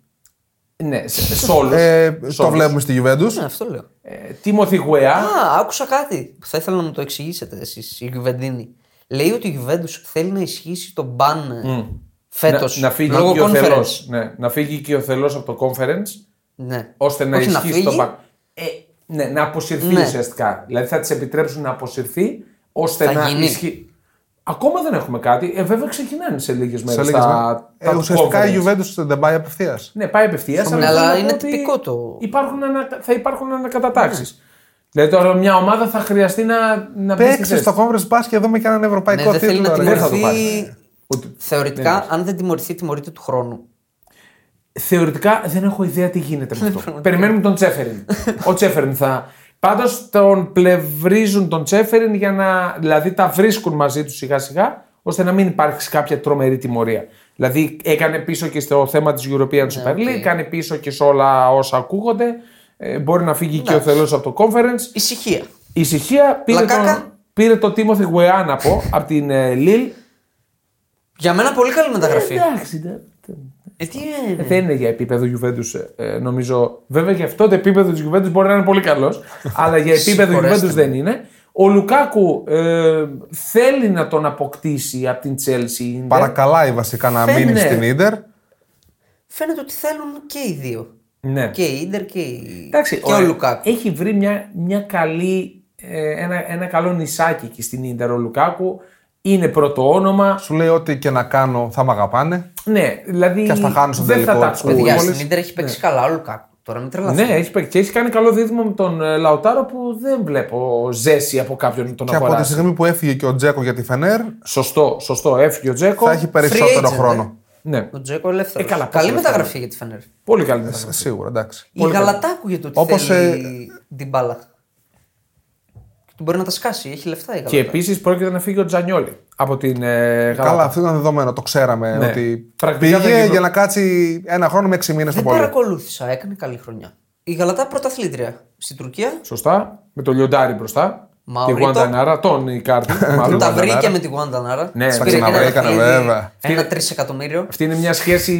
[SPEAKER 1] ναι σε, σε όλους.
[SPEAKER 3] Ε,
[SPEAKER 1] Σε
[SPEAKER 3] το
[SPEAKER 1] όλους.
[SPEAKER 3] βλέπουμε στη Juventus.
[SPEAKER 2] Ναι, αυτό λέω.
[SPEAKER 1] Ε, Τίμωθη Γουεά.
[SPEAKER 2] Α, άκουσα κάτι που θα ήθελα να μου το εξηγήσετε εσείς, η Γιουβεντίνη. Λέει ότι η Γιουβέντους θέλει να ισχύσει τον μπαν φέτος.
[SPEAKER 1] Να, να φύγει
[SPEAKER 2] λόγω
[SPEAKER 1] και ο
[SPEAKER 2] conference.
[SPEAKER 1] θελός. Ναι, να φύγει και ο θελός από το conference,
[SPEAKER 2] Ναι.
[SPEAKER 1] ώστε να
[SPEAKER 2] Όχι
[SPEAKER 1] ισχύσει
[SPEAKER 2] φύγει,
[SPEAKER 1] το πακ. Ε, ναι, να αποσυρθεί
[SPEAKER 2] Ναι.
[SPEAKER 1] ουσιαστικά. Δηλαδή θα τη επιτρέψουν να αποσυρθεί, ώστε
[SPEAKER 2] Θα
[SPEAKER 1] να
[SPEAKER 2] γίνει.
[SPEAKER 1] ισχύει. Ακόμα δεν έχουμε κάτι. Ε, βέβαια ξεκινάνε σε λίγες μέρες.
[SPEAKER 3] Σε λίγες μέρες.
[SPEAKER 1] τα,
[SPEAKER 3] Ε,
[SPEAKER 1] του
[SPEAKER 3] ουσιαστικά η
[SPEAKER 1] conference.
[SPEAKER 3] Juventus δεν πάει απευθείας.
[SPEAKER 1] Ναι, πάει απευθείας.
[SPEAKER 2] Ναι, αλλά είναι τυπικό το- Ναι.
[SPEAKER 1] Υπάρχουν ανα- θα υπάρχουν ανακατατάξεις. Δηλαδή τώρα μια ομάδα θα χρειαστεί να, να μπει στη
[SPEAKER 3] Παίξει
[SPEAKER 1] θέση.
[SPEAKER 3] στο Conference Pass και δούμε και έναν
[SPEAKER 2] Ναι,
[SPEAKER 3] ευρωπαϊκό
[SPEAKER 2] δεν θέλει
[SPEAKER 3] τίτλο.
[SPEAKER 2] να
[SPEAKER 3] ρε.
[SPEAKER 1] Ε, Δεν θα το
[SPEAKER 2] τιμωρηθεί.
[SPEAKER 1] πάρει. Ούτε-
[SPEAKER 2] Θεωρητικά,
[SPEAKER 1] Ναι.
[SPEAKER 2] αν δεν τιμωρηθεί, τιμωρείται του χρόνου.
[SPEAKER 1] Θεωρητικά δεν έχω ιδέα τι γίνεται με αυτό. <laughs> Περιμένουμε τον Τσέφεριν. Ο Τσέφεριν θα. Πάντως τον πλευρίζουν τον Τσέφεριν για να. δηλαδή τα βρίσκουν μαζί τους σιγά σιγά ώστε να μην υπάρξει κάποια τρομερή τιμωρία. Δηλαδή έκανε πίσω και στο θέμα της European Super League,
[SPEAKER 2] Ναι, οκ.
[SPEAKER 1] έκανε πίσω και σε όλα όσα ακούγονται. Ε, μπορεί να φύγει και ο
[SPEAKER 2] Εντάξει.
[SPEAKER 1] Θελό από το conference.
[SPEAKER 2] Ησυχία.
[SPEAKER 1] Η ησυχία πήρε
[SPEAKER 2] Λακάκα.
[SPEAKER 1] τον, πήρε τον Τίμωθη Γουεά να πω από την ε, Λίλ.
[SPEAKER 2] Για μένα πολύ καλή μεταγραφή.
[SPEAKER 1] Εντάξει, ναι.
[SPEAKER 2] Ε, τι είναι.
[SPEAKER 1] Ε, Δεν είναι για επίπεδο Γιουβέντους, νομίζω. Βέβαια, για αυτό το επίπεδο της Γιουβέντους μπορεί να είναι πολύ καλός,
[SPEAKER 3] <laughs>
[SPEAKER 1] αλλά για επίπεδο
[SPEAKER 2] Συγχωρέστε
[SPEAKER 1] Γιουβέντους
[SPEAKER 2] με.
[SPEAKER 1] δεν είναι. Ο Λουκάκου ε, θέλει να τον αποκτήσει από την Τσέλσι.
[SPEAKER 3] Παρακαλάει βασικά να
[SPEAKER 1] Φαίνεται.
[SPEAKER 3] μείνει στην ντερ.
[SPEAKER 2] Φαίνεται ότι θέλουν και οι δύο.
[SPEAKER 1] Ναι.
[SPEAKER 2] Και η Ιντερ και, η...
[SPEAKER 1] Εντάξει,
[SPEAKER 2] και ο, Λουκάκου.
[SPEAKER 1] Έχει βρει μια, μια καλή, ε, ένα, ένα καλό νησάκι εκεί στην ντερ ο Λουκάκου. Είναι πρώτο όνομα.
[SPEAKER 3] Σου λέει ό,τι και να κάνω θα μ' αγαπάνε.
[SPEAKER 1] Ναι, δηλαδή.
[SPEAKER 3] Και ας τα χάνουν στο
[SPEAKER 1] δεν θα
[SPEAKER 3] τελικό
[SPEAKER 1] τα
[SPEAKER 3] της
[SPEAKER 1] ακούει.
[SPEAKER 2] Παιδιά,
[SPEAKER 3] μόλις-
[SPEAKER 2] στην Ιντερ έχει παίξει καλά ο Λουκάκου. Τώρα μην τρελαθώ.
[SPEAKER 1] Ε, Ναι, έχει, παίξει και έχει κάνει καλό δίδυμο με τον ε, Λαουτάρο που δεν βλέπω ζέση από κάποιον να τον
[SPEAKER 3] Και από τη
[SPEAKER 1] αγοράσει.
[SPEAKER 3] στιγμή που έφυγε και ο Τζέκο για τη Φενέρ,
[SPEAKER 1] Σωστό, σωστό. Έφυγε ο Τζέκο.
[SPEAKER 3] θα έχει περισσότερο
[SPEAKER 2] agent, ε.
[SPEAKER 3] χρόνο.
[SPEAKER 1] Ναι,
[SPEAKER 2] Ο Τζέκο ελεύθερος.
[SPEAKER 1] Ε, καλά, πώς
[SPEAKER 2] καλή
[SPEAKER 1] ελεύθερος.
[SPEAKER 2] μεταγραφή για τη Φενέρ.
[SPEAKER 1] πολύ καλή μεταγραφή.
[SPEAKER 3] Ε, Σίγουρα, εντάξει.
[SPEAKER 2] Η Γαλατά ακούγεται ότι
[SPEAKER 3] Όπως,
[SPEAKER 2] θέλει την μπάλα. Και του μπορεί να τα σκάσει, έχει λεφτά η Γαλατά.
[SPEAKER 1] Και επίσης πρόκειται να φύγει ο Τζανιόλη από την ε, Γαλάτα.
[SPEAKER 3] Καλά, αυτό ήταν δεδομένο, το ξέραμε.
[SPEAKER 1] Ναι.
[SPEAKER 3] Ότι
[SPEAKER 1] Πρακτικά δεν Ε,
[SPEAKER 3] πήγε
[SPEAKER 1] γινόταν.
[SPEAKER 3] για να κάτσει ένα χρόνο με έξι μήνες το
[SPEAKER 2] Δεν
[SPEAKER 3] πολύ.
[SPEAKER 2] παρακολούθησα, έκανε καλή χρονιά. Η Γαλατά πρωταθλήτρια στην Τουρκία.
[SPEAKER 1] Σωστά. Με το λιοντάρι μπροστά.
[SPEAKER 2] Μαουρίτο.
[SPEAKER 1] Τη Γουαντανάρα, τον
[SPEAKER 3] <laughs>
[SPEAKER 1] Ικάρτη. μάλλον.
[SPEAKER 2] Τα
[SPEAKER 3] Γουαντανάρα.
[SPEAKER 2] βρήκε με τη Γουαντανάρα.
[SPEAKER 1] Ναι,
[SPEAKER 2] Της
[SPEAKER 1] τα
[SPEAKER 2] πήρε και ένα
[SPEAKER 3] ξαναβρήκανε,
[SPEAKER 2] παιχνίδι,
[SPEAKER 3] βέβαια.
[SPEAKER 2] Ένα τρισεκατομμύριο.
[SPEAKER 1] Αυτή είναι μια σχέση.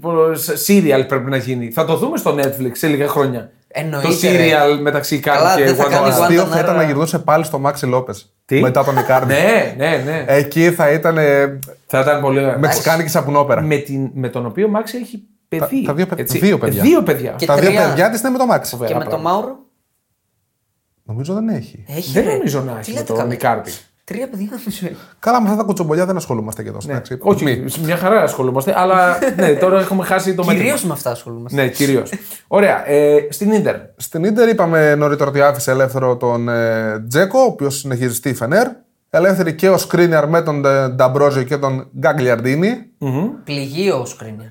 [SPEAKER 1] πώς, Serial πρέπει να γίνει. Θα το δούμε στο Netflix σε λίγα χρόνια.
[SPEAKER 2] Εννοείται,
[SPEAKER 1] Το serial μεταξύ
[SPEAKER 2] Καλά,
[SPEAKER 1] Ικάρτη και
[SPEAKER 2] δεν θα κάνει
[SPEAKER 1] Γουαντανάρα.
[SPEAKER 2] Γουαντανάρα.
[SPEAKER 3] Αστείο θα ήταν να γυρνούσε πάλι στο Μάξι Λόπε.
[SPEAKER 1] Τι?
[SPEAKER 3] Μετά τον Ε, Ικάρντι.
[SPEAKER 1] Ναι, ναι, ναι.
[SPEAKER 3] Εκεί θα ήταν ε,
[SPEAKER 1] Θα ήταν πολύ ωραία.
[SPEAKER 3] μεξικάνικη σαπουνόπερα.
[SPEAKER 1] Με, την, με τον οποίο ο Μάξι έχει παιδί.
[SPEAKER 3] τα δύο παι-
[SPEAKER 1] έτσι.
[SPEAKER 3] δύο παιδιά.
[SPEAKER 1] Δύο παιδιά.
[SPEAKER 2] Και
[SPEAKER 3] Τα δύο
[SPEAKER 2] τρία.
[SPEAKER 3] παιδιά της είναι με το Μάξι.
[SPEAKER 2] Και με Ε-
[SPEAKER 1] πράγματα.
[SPEAKER 2] τον Μάουρο.
[SPEAKER 3] Νομίζω δεν έχει.
[SPEAKER 2] Έχει,
[SPEAKER 1] Δεν
[SPEAKER 2] ρε.
[SPEAKER 1] νομίζω να
[SPEAKER 2] Τι
[SPEAKER 1] έχει με
[SPEAKER 2] λέτε
[SPEAKER 1] τον
[SPEAKER 2] καλά.
[SPEAKER 1] Ικάρτη.
[SPEAKER 2] Τρία παιδιά νομίζω έχει.
[SPEAKER 3] Καλά, με αυτά τα κουτσομπολιά δεν ασχολούμαστε και τόσο. εντάξει.
[SPEAKER 1] Ναι. Όχι,
[SPEAKER 3] Μη.
[SPEAKER 1] μια χαρά ασχολούμαστε, αλλά ναι, τώρα έχουμε χάσει το μέτρημα.
[SPEAKER 2] Κυρίως με αυτά ασχολούμαστε.
[SPEAKER 1] Ναι, κυρίως. Ωραία. Ε, στην ντερ.
[SPEAKER 3] Στην ντερ είπαμε νωρίτερα ότι άφησε ελεύθερο τον ε, Τζέκο, ο οποίος συνεχίζει η Φενέρ. Ελεύθερη και ο Σκρίνιαρ με τον ε, Νταμπρόζιο και τον Γκάγκλιαρντίνη.
[SPEAKER 2] Πληγεί ο Σκρίνιερ.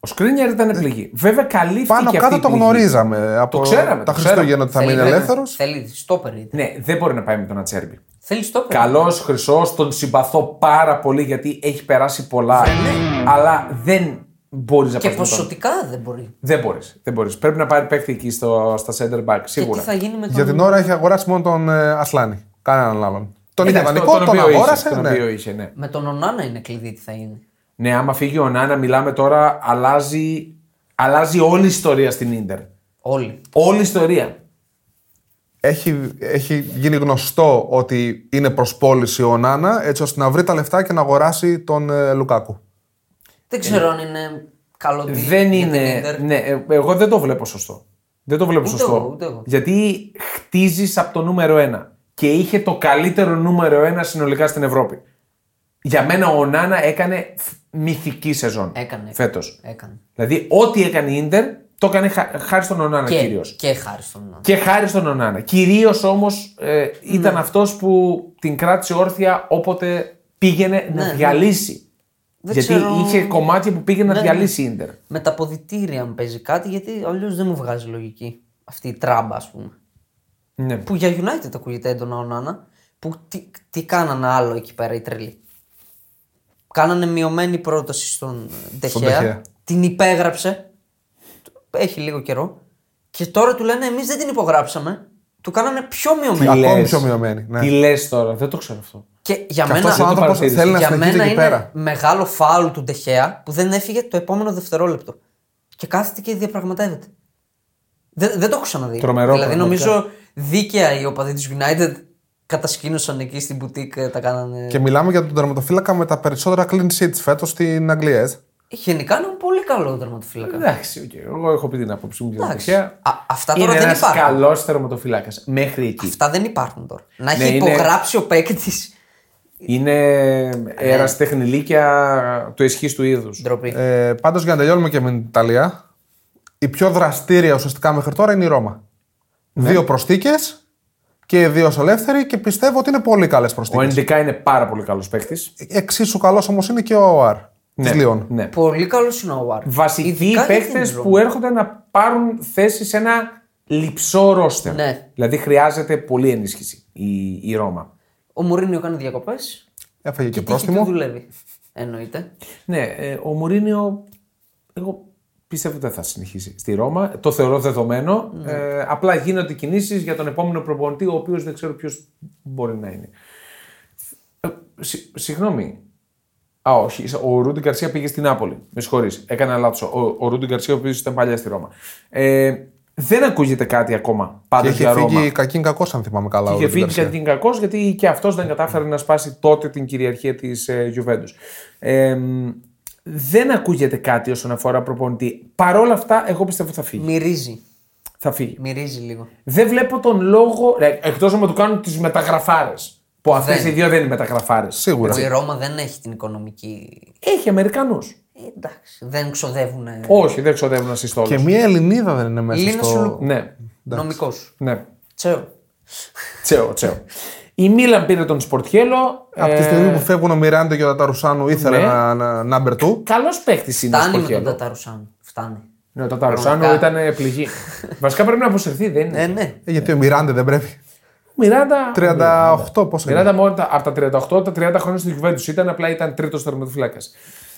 [SPEAKER 1] Ο Σκρίνιαρ ήταν πληγή. Βέβαια, καλύφθηκε.
[SPEAKER 3] Πάνω
[SPEAKER 1] αυτή
[SPEAKER 3] κάτω
[SPEAKER 1] η
[SPEAKER 3] το
[SPEAKER 1] πληγή.
[SPEAKER 3] γνωρίζαμε. Από
[SPEAKER 1] ξέραμε, το
[SPEAKER 3] τα
[SPEAKER 1] ξέραμε.
[SPEAKER 3] Χριστούγεννα ότι θα μείνει
[SPEAKER 2] Θέλει-
[SPEAKER 3] ελεύθερος.
[SPEAKER 2] Θέλει στόπερ. ήταν.
[SPEAKER 1] Ναι, δεν μπορεί να πάει με τον Ατσέρμπι.
[SPEAKER 2] Θέλεις στόπερ.
[SPEAKER 1] Καλός, χρυσός, τον συμπαθώ πάρα πολύ γιατί έχει περάσει πολλά.
[SPEAKER 2] Ναι.
[SPEAKER 1] Αλλά δεν μπορείς
[SPEAKER 2] Και
[SPEAKER 1] να πάει με τον.
[SPEAKER 2] ποσοτικά δεν μπορεί.
[SPEAKER 1] Δεν μπορείς. Δεν μπορείς. Πρέπει να πάρει παίκτη εκεί στο, στα center back,
[SPEAKER 2] Και
[SPEAKER 1] σίγουρα.
[SPEAKER 2] τι θα γίνει με τον.
[SPEAKER 3] Για την ώρα έχει αγοράσει μόνο τον ε, Ασλάνη. Κανέναν άλλον. Τον
[SPEAKER 1] Εντάξει,
[SPEAKER 3] Ιδανικό τον,
[SPEAKER 1] οποίο είχε,
[SPEAKER 3] αγόρασε.
[SPEAKER 1] τον
[SPEAKER 3] ναι.
[SPEAKER 1] οποίο είχε, ναι.
[SPEAKER 2] Με τον Ονάνα είναι κλειδί τι θα γίνει.
[SPEAKER 1] Ναι, άμα φύγει ο Νάνα, μιλάμε τώρα, αλλάζει, αλλάζει όλη η ιστορία στην ντερ.
[SPEAKER 2] Όλοι.
[SPEAKER 1] Όλη η ιστορία.
[SPEAKER 3] Έχει, έχει γίνει γνωστό ότι είναι προς πώληση ο Νάνα έτσι ώστε να βρει τα λεφτά και να αγοράσει τον ε, Λουκάκου.
[SPEAKER 2] Δεν ξέρω αν είναι καλό deal
[SPEAKER 1] Δεν
[SPEAKER 2] για την
[SPEAKER 1] είναι.
[SPEAKER 2] Ίντερ.
[SPEAKER 1] Ναι, ε, εγώ δεν το βλέπω σωστό. Δεν το βλέπω
[SPEAKER 2] Ούτε
[SPEAKER 1] σωστό.
[SPEAKER 2] εγώ, ούτε εγώ.
[SPEAKER 1] Γιατί χτίζεις από το νούμερο 1 και είχε το καλύτερο νούμερο 1 συνολικά στην Ευρώπη. Για μένα ο Νάνα έκανε φ- μυθική σεζόν
[SPEAKER 2] Έκανε.
[SPEAKER 1] φέτος.
[SPEAKER 2] Έκανε.
[SPEAKER 1] Δηλαδή, ό,τι έκανε η ντερ το έκανε χα- χάρη στον Ονάνα
[SPEAKER 2] Και,
[SPEAKER 1] κυρίως.
[SPEAKER 2] και ναι. χάρη στον Ονάνα.
[SPEAKER 1] Και χάρη στον Ονάνα. Κυρίως όμως ε,
[SPEAKER 2] Ναι.
[SPEAKER 1] ήταν αυτός αυτός που την κράτησε όρθια όποτε πήγαινε να
[SPEAKER 2] Ναι, ναι.
[SPEAKER 1] διαλύσει.
[SPEAKER 2] Δεν
[SPEAKER 1] Γιατί
[SPEAKER 2] ξέρω-
[SPEAKER 1] είχε κομμάτια που πήγαινε να
[SPEAKER 2] Ναι, ναι.
[SPEAKER 1] διαλύσει η ντερ.
[SPEAKER 2] Με τα ποδητήρια αν παίζει κάτι, γιατί αλλιώς δεν μου βγάζει λογική αυτή η τράμπα, ας πούμε.
[SPEAKER 1] Ναι.
[SPEAKER 2] Που για United ακούγεται έντονα ο Νάνα, που τι, τι κάνανε άλλο εκεί πέρα οι τρελοί. Κάνανε μειωμένη πρόταση στον
[SPEAKER 3] Στον Τεχέα.
[SPEAKER 2] Ντεχέα την υπέγραψε. Έχει λίγο καιρό. Και τώρα του λένε εμείς δεν την υπογράψαμε. Του κάνανε πιο μειωμένη.
[SPEAKER 3] Ακόμη
[SPEAKER 1] λες.
[SPEAKER 3] πιο μειωμένη, ναι.
[SPEAKER 1] Τι λες τώρα, δεν το ξέρω αυτό.
[SPEAKER 2] Και για
[SPEAKER 3] Και
[SPEAKER 2] μένα,
[SPEAKER 3] αυτός ο άνθρωπος
[SPEAKER 1] παρατήρησα.
[SPEAKER 3] θέλει να
[SPEAKER 2] για
[SPEAKER 3] συνεχίζει
[SPEAKER 2] μένα
[SPEAKER 3] εκεί
[SPEAKER 2] είναι
[SPEAKER 3] πέρα.
[SPEAKER 2] μεγάλο φάουλ του Ντεχέα που δεν έφυγε το επόμενο δευτερόλεπτο. Και κάθεται και διαπραγματεύεται. Δεν, δεν το έχω ξαναδεί.
[SPEAKER 1] Τρομερό
[SPEAKER 2] δηλαδή,
[SPEAKER 1] πραγματικά.
[SPEAKER 2] νομίζω δίκαια οι οπαδοί της United κατασκήνωσαν εκεί στην μπουτίκ, ε, τα κάνανε.
[SPEAKER 3] Και μιλάμε για τον τερματοφύλακα με τα περισσότερα clean sheets φέτος στην Αγγλία. έτσι.
[SPEAKER 2] Γενικά είναι πολύ καλό τερματοφύλακα.
[SPEAKER 1] Εντάξει, οκ, εγώ έχω πει την άποψή μου για την
[SPEAKER 2] Εντάξει.
[SPEAKER 1] Τουρκία.
[SPEAKER 2] Α, αυτά τώρα
[SPEAKER 1] είναι
[SPEAKER 2] δεν
[SPEAKER 1] ένας
[SPEAKER 2] υπάρχουν.
[SPEAKER 1] καλός θερματοφυλάκας. Μέχρι εκεί.
[SPEAKER 2] Αυτά δεν υπάρχουν τώρα. Να έχει
[SPEAKER 1] Ναι, είναι-
[SPEAKER 2] υπογράψει ο παίκτης.
[SPEAKER 1] Είναι
[SPEAKER 2] Ε.
[SPEAKER 1] αεραστεχνηλίκια του ισχύ του είδους.
[SPEAKER 2] Ντροπή.
[SPEAKER 3] Ε, Πάντως για να τελειώνουμε και με την Ιταλία, η πιο δραστήρια ουσιαστικά μέχρι τώρα είναι η Ρώμα.
[SPEAKER 2] Ναι.
[SPEAKER 3] Δύο προστίκε και δύο ελεύθεροι και πιστεύω ότι είναι πολύ καλές
[SPEAKER 1] Ο
[SPEAKER 3] προστίκε.
[SPEAKER 1] Ενδικά είναι πάρα πολύ καλός παίκτης.
[SPEAKER 3] Εξίσου καλός όμως είναι και ο ΟΑΡ της Λιόν.
[SPEAKER 1] Ναι.
[SPEAKER 2] Πολύ καλός είναι ο Ουάρ.
[SPEAKER 1] Βασικοί
[SPEAKER 2] Ειδικά για την
[SPEAKER 1] παίκτε
[SPEAKER 2] Ρώμη.
[SPEAKER 1] που έρχονται να πάρουν θέση σε ένα λυψό ρόστερ.
[SPEAKER 2] Ναι.
[SPEAKER 1] Δηλαδή χρειάζεται πολύ ενίσχυση η, η Ρώμα.
[SPEAKER 2] Ο Μουρίνιο κάνει διακοπές.
[SPEAKER 3] Έφαγε και
[SPEAKER 2] Και τύχη του
[SPEAKER 3] πρόστιμο.
[SPEAKER 2] δουλεύει. Εννοείται.
[SPEAKER 1] Ναι, ε, ο Μουρίνιο, εγώ πιστεύω δεν θα συνεχίσει στη Ρώμα. Το θεωρώ δεδομένο. Ε, απλά γίνονται κινήσεις για τον επόμενο προπονητή, ο οποίος δεν ξέρω ποιος μπορεί να είναι. Ε, συ- συγγνώμη. Α, όχι. Ο Ρούντι Γκαρσία πήγε στην Νάπολη. Με συγχωρείς. Έκανα λάθος. Ο, ο Ρούντι Γκαρσία, ο οποίος ήταν παλιά στη Ρώμα. Ε, δεν ακούγεται κάτι ακόμα
[SPEAKER 3] Και
[SPEAKER 1] πάντω
[SPEAKER 3] είχε
[SPEAKER 1] για Ρώμα.
[SPEAKER 3] φύγει κακήν κακός, αν θυμάμαι καλά. ο
[SPEAKER 1] Είχε φύγει
[SPEAKER 3] Γκαρσία.
[SPEAKER 1] και την κακός γιατί και αυτός δεν κατάφερε να σπάσει τότε την κυριαρχία της Juventus. Ε, μ, δεν ακούγεται κάτι όσον αφορά προπονητή. Παρ' όλα αυτά, εγώ πιστεύω θα φύγει.
[SPEAKER 2] Μυρίζει.
[SPEAKER 1] Θα φύγει.
[SPEAKER 2] Μυρίζει λίγο.
[SPEAKER 1] Δεν βλέπω τον λόγο. Εκτό άμα του κάνουν τις μεταγραφάρες. Που αυτές
[SPEAKER 2] Δεν.
[SPEAKER 1] οι δύο δεν είναι μεταγραφάρες.
[SPEAKER 3] Σίγουρα.
[SPEAKER 2] Η Ρώμα δεν έχει την οικονομική.
[SPEAKER 1] Έχει Αμερικανούς.
[SPEAKER 2] Ε, εντάξει. Δεν ξοδεύουν. ε,
[SPEAKER 1] Όχι, δεν ξοδεύουν να συστόλου.
[SPEAKER 3] Και μία Ελληνίδα δεν είναι μέσα
[SPEAKER 2] Λίνα
[SPEAKER 3] στο.
[SPEAKER 2] Σουλούκου.
[SPEAKER 1] Ναι,
[SPEAKER 2] Νομικός.
[SPEAKER 1] ναι.
[SPEAKER 2] Τσέο.
[SPEAKER 1] Τσέο, τσέο. Η Μίλαν πήρε τον Σπορτιέλο. ε,
[SPEAKER 3] Από τη στιγμή που φεύγουν ο Μιράντε και ο Ταταρουσάνου ήθελε
[SPEAKER 1] Ναι.
[SPEAKER 3] να, να, να μπερτού.
[SPEAKER 1] Καλό παίχτη είναι ο
[SPEAKER 2] Φτάνει με τον
[SPEAKER 1] Σπορτιέλο.
[SPEAKER 2] Ταταρουσάν. Φτάνει.
[SPEAKER 1] Ναι, ο Ταταρουσάνο
[SPEAKER 2] Πραγματικά.
[SPEAKER 1] ήταν
[SPEAKER 2] <laughs>
[SPEAKER 1] πληγή. Βασικά πρέπει να αποσυρθεί, δεν είναι.
[SPEAKER 2] Ε, ναι.
[SPEAKER 3] Ε, Γιατί ο Μιράντε δεν πρέπει.
[SPEAKER 1] Μιράντα.
[SPEAKER 3] 38 πόσο είναι.
[SPEAKER 1] Μιράντα μόνο τα- από τα 38, τα 30 χρόνια στη Γιουβέντους ήταν, απλά ήταν τρίτος θερμοφυλάκας.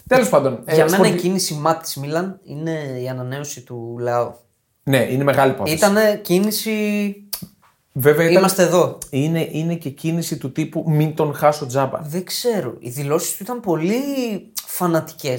[SPEAKER 1] Τέλος πάντων. ε,
[SPEAKER 2] Για μένα
[SPEAKER 1] Σπορτι-
[SPEAKER 2] η κίνηση ΜΑΤ τη Μίλαν είναι η ανανέωση του Λαού.
[SPEAKER 1] Ναι, είναι μεγάλη υπόθεση.
[SPEAKER 2] Ήταν κίνηση.
[SPEAKER 1] Βέβαια, ήταν...
[SPEAKER 2] Είμαστε εδώ.
[SPEAKER 1] είναι, είναι και κίνηση του τύπου μην τον χάσω τζάμπα.
[SPEAKER 2] Δεν ξέρω. Οι δηλώσεις του ήταν πολύ φανατικές.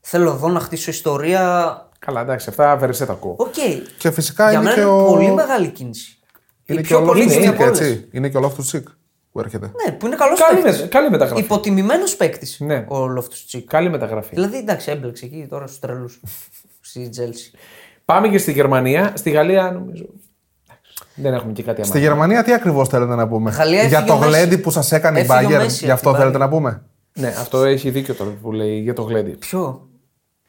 [SPEAKER 2] Θέλω εδώ να χτίσω ιστορία.
[SPEAKER 1] Καλά, εντάξει, αυτά βερεσέ τα ακούω.
[SPEAKER 2] Οκ.
[SPEAKER 3] Και φυσικά
[SPEAKER 2] Για
[SPEAKER 3] είναι
[SPEAKER 2] μένα
[SPEAKER 3] και
[SPEAKER 2] είναι
[SPEAKER 3] ο.
[SPEAKER 2] πολύ μεγάλη κίνηση.
[SPEAKER 3] Είναι
[SPEAKER 2] η
[SPEAKER 3] και ο
[SPEAKER 2] πιο
[SPEAKER 3] Λόφτου
[SPEAKER 2] πολύ κίνηση
[SPEAKER 3] Τσίκ,
[SPEAKER 2] από όλες.
[SPEAKER 3] έτσι. Είναι και ο Λόφτου Τσίκ που έρχεται.
[SPEAKER 2] Ναι, που είναι καλός
[SPEAKER 1] Καλή,
[SPEAKER 2] παίκτης.
[SPEAKER 1] με- καλή μεταγραφή.
[SPEAKER 2] Υποτιμημένος παίκτης
[SPEAKER 1] Ναι.
[SPEAKER 2] ο Λόφτου Τσίκ.
[SPEAKER 1] Καλή μεταγραφή.
[SPEAKER 2] Δηλαδή εντάξει, έμπλεξε εκεί τώρα στους τρελούς. <laughs> στη Τζέλση.
[SPEAKER 1] Πάμε και στη Γερμανία. Στη Γαλλία, νομίζω. εντάξει, Δεν έχουμε και κάτι
[SPEAKER 3] Στη
[SPEAKER 1] αμάχη.
[SPEAKER 3] Γερμανία τι ακριβώς θέλετε να πούμε.
[SPEAKER 2] Γαλλία
[SPEAKER 3] Για
[SPEAKER 2] έφυγε
[SPEAKER 3] το
[SPEAKER 2] ο Μέση.
[SPEAKER 3] γλέντι που σας έκανε η
[SPEAKER 2] Έφυγε ο
[SPEAKER 3] Μπάγκερ,
[SPEAKER 2] Μέση
[SPEAKER 3] γι' αυτό
[SPEAKER 2] από την
[SPEAKER 3] θέλετε να πούμε.
[SPEAKER 1] Ναι, αυτό έχει δίκιο τώρα που λέει για το γλέντι.
[SPEAKER 2] Ποιο.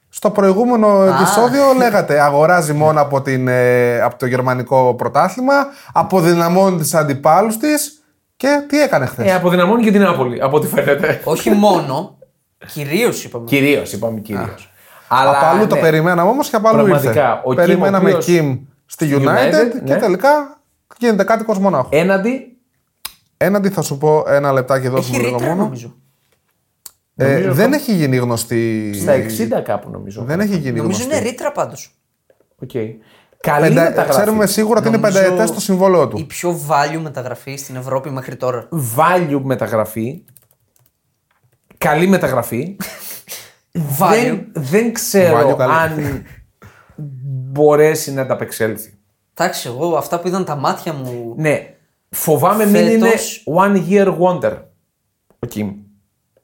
[SPEAKER 3] Στο προηγούμενο επεισόδιο λέγατε αγοράζει μόνο από, την, ε, από το γερμανικό πρωτάθλημα, αποδυναμώνει τις αντιπάλους της και τι έκανε χθες.
[SPEAKER 1] Ε, αποδυναμώνει και την Άπολη, από ό,τι φαίνεται.
[SPEAKER 2] Όχι μόνο. Κυρίως είπαμε. ναι.
[SPEAKER 1] Κυρίω, Ναι. είπαμε κυρίως.
[SPEAKER 3] από αλλού το περιμέναμε όμως και από αλλού ήρθε.
[SPEAKER 1] Πραγματικά, ο Κιμ ο
[SPEAKER 3] περιμέναμε
[SPEAKER 1] οποίος-
[SPEAKER 3] Κιμ στη United,
[SPEAKER 1] United,
[SPEAKER 3] και
[SPEAKER 1] ναι.
[SPEAKER 3] τελικά γίνεται κάτι κοσμονάχο.
[SPEAKER 2] Ε,
[SPEAKER 1] Έναντι.
[SPEAKER 3] Έναντι θα σου πω ένα λεπτάκι εδώ
[SPEAKER 2] Έχει
[SPEAKER 3] σου λίγο
[SPEAKER 2] ρήτρα
[SPEAKER 3] μόνο.
[SPEAKER 2] νομίζω.
[SPEAKER 3] Ε,
[SPEAKER 1] Νομίζω
[SPEAKER 3] δεν έχει γίνει γνωστή.
[SPEAKER 1] Στα 60 κάπου νομίζω.
[SPEAKER 3] Ε, Δεν έχει γίνει
[SPEAKER 2] Νομίζω
[SPEAKER 3] γνωστή.
[SPEAKER 2] είναι ρήτρα πάντως.
[SPEAKER 1] Οκ. Καλή
[SPEAKER 3] Πεντα-
[SPEAKER 1] μεταγραφή.
[SPEAKER 3] Ξέρουμε σίγουρα ότι είναι
[SPEAKER 2] Νομίζω-
[SPEAKER 3] πενταετέ το συμβόλαιο
[SPEAKER 2] Η
[SPEAKER 3] του.
[SPEAKER 2] πιο value μεταγραφή στην Ευρώπη μέχρι τώρα.
[SPEAKER 1] Value μεταγραφή. Καλή μεταγραφή.
[SPEAKER 2] Value.
[SPEAKER 1] δεν, δεν ξέρω
[SPEAKER 3] Value καλή.
[SPEAKER 1] αν μπορέσει να ανταπεξέλθει.
[SPEAKER 2] Εντάξει, εγώ αυτά που είδαν τα μάτια μου.
[SPEAKER 1] Ναι. Φοβάμαι μην είναι
[SPEAKER 2] Φέτος-
[SPEAKER 1] one year wonder. Ο Κιμ.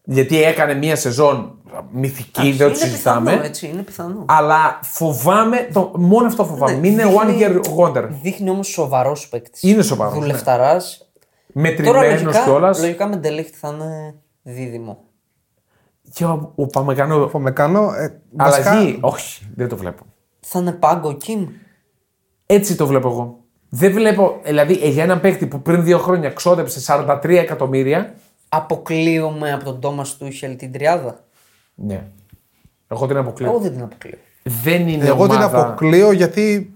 [SPEAKER 1] Γιατί έκανε μία σεζόν μυθική, δεν το
[SPEAKER 2] είναι
[SPEAKER 1] συζητάμε.
[SPEAKER 2] Πιθανό, έτσι, είναι πιθανό.
[SPEAKER 1] Αλλά φοβάμαι. Το, μόνο αυτό
[SPEAKER 2] Ναι,
[SPEAKER 1] φοβάμαι. Μην είναι one year wonder.
[SPEAKER 2] Δείχνει όμως σοβαρός παίκτης.
[SPEAKER 1] Είναι σοβαρός, ναι.
[SPEAKER 2] Δουλευταράς. Τώρα
[SPEAKER 1] Μετρημένο
[SPEAKER 2] λογικά,
[SPEAKER 1] κιόλας.
[SPEAKER 2] λογικά με τελέχτη θα είναι δίδυμο.
[SPEAKER 1] Και ο, ο Παμεκανό.
[SPEAKER 3] Με κάνω. Ε, βασικά,
[SPEAKER 1] Αλλαγή. Όχι, δεν το βλέπω.
[SPEAKER 2] Θα είναι πάγκο Κιμ.
[SPEAKER 1] Έτσι το βλέπω εγώ. Δεν βλέπω, δηλαδή ε, για έναν παίκτη που πριν δύο χρόνια ξόδεψε 43 εκατομμύρια.
[SPEAKER 2] Αποκλείομαι από τον Τόμας Τούχελ την τριάδα.
[SPEAKER 1] Ναι. Εγώ την αποκλείω.
[SPEAKER 2] Εγώ δεν την αποκλείω.
[SPEAKER 1] Δεν είναι
[SPEAKER 3] Ε, Εγώ την
[SPEAKER 1] ομάδα.
[SPEAKER 3] αποκλείω γιατί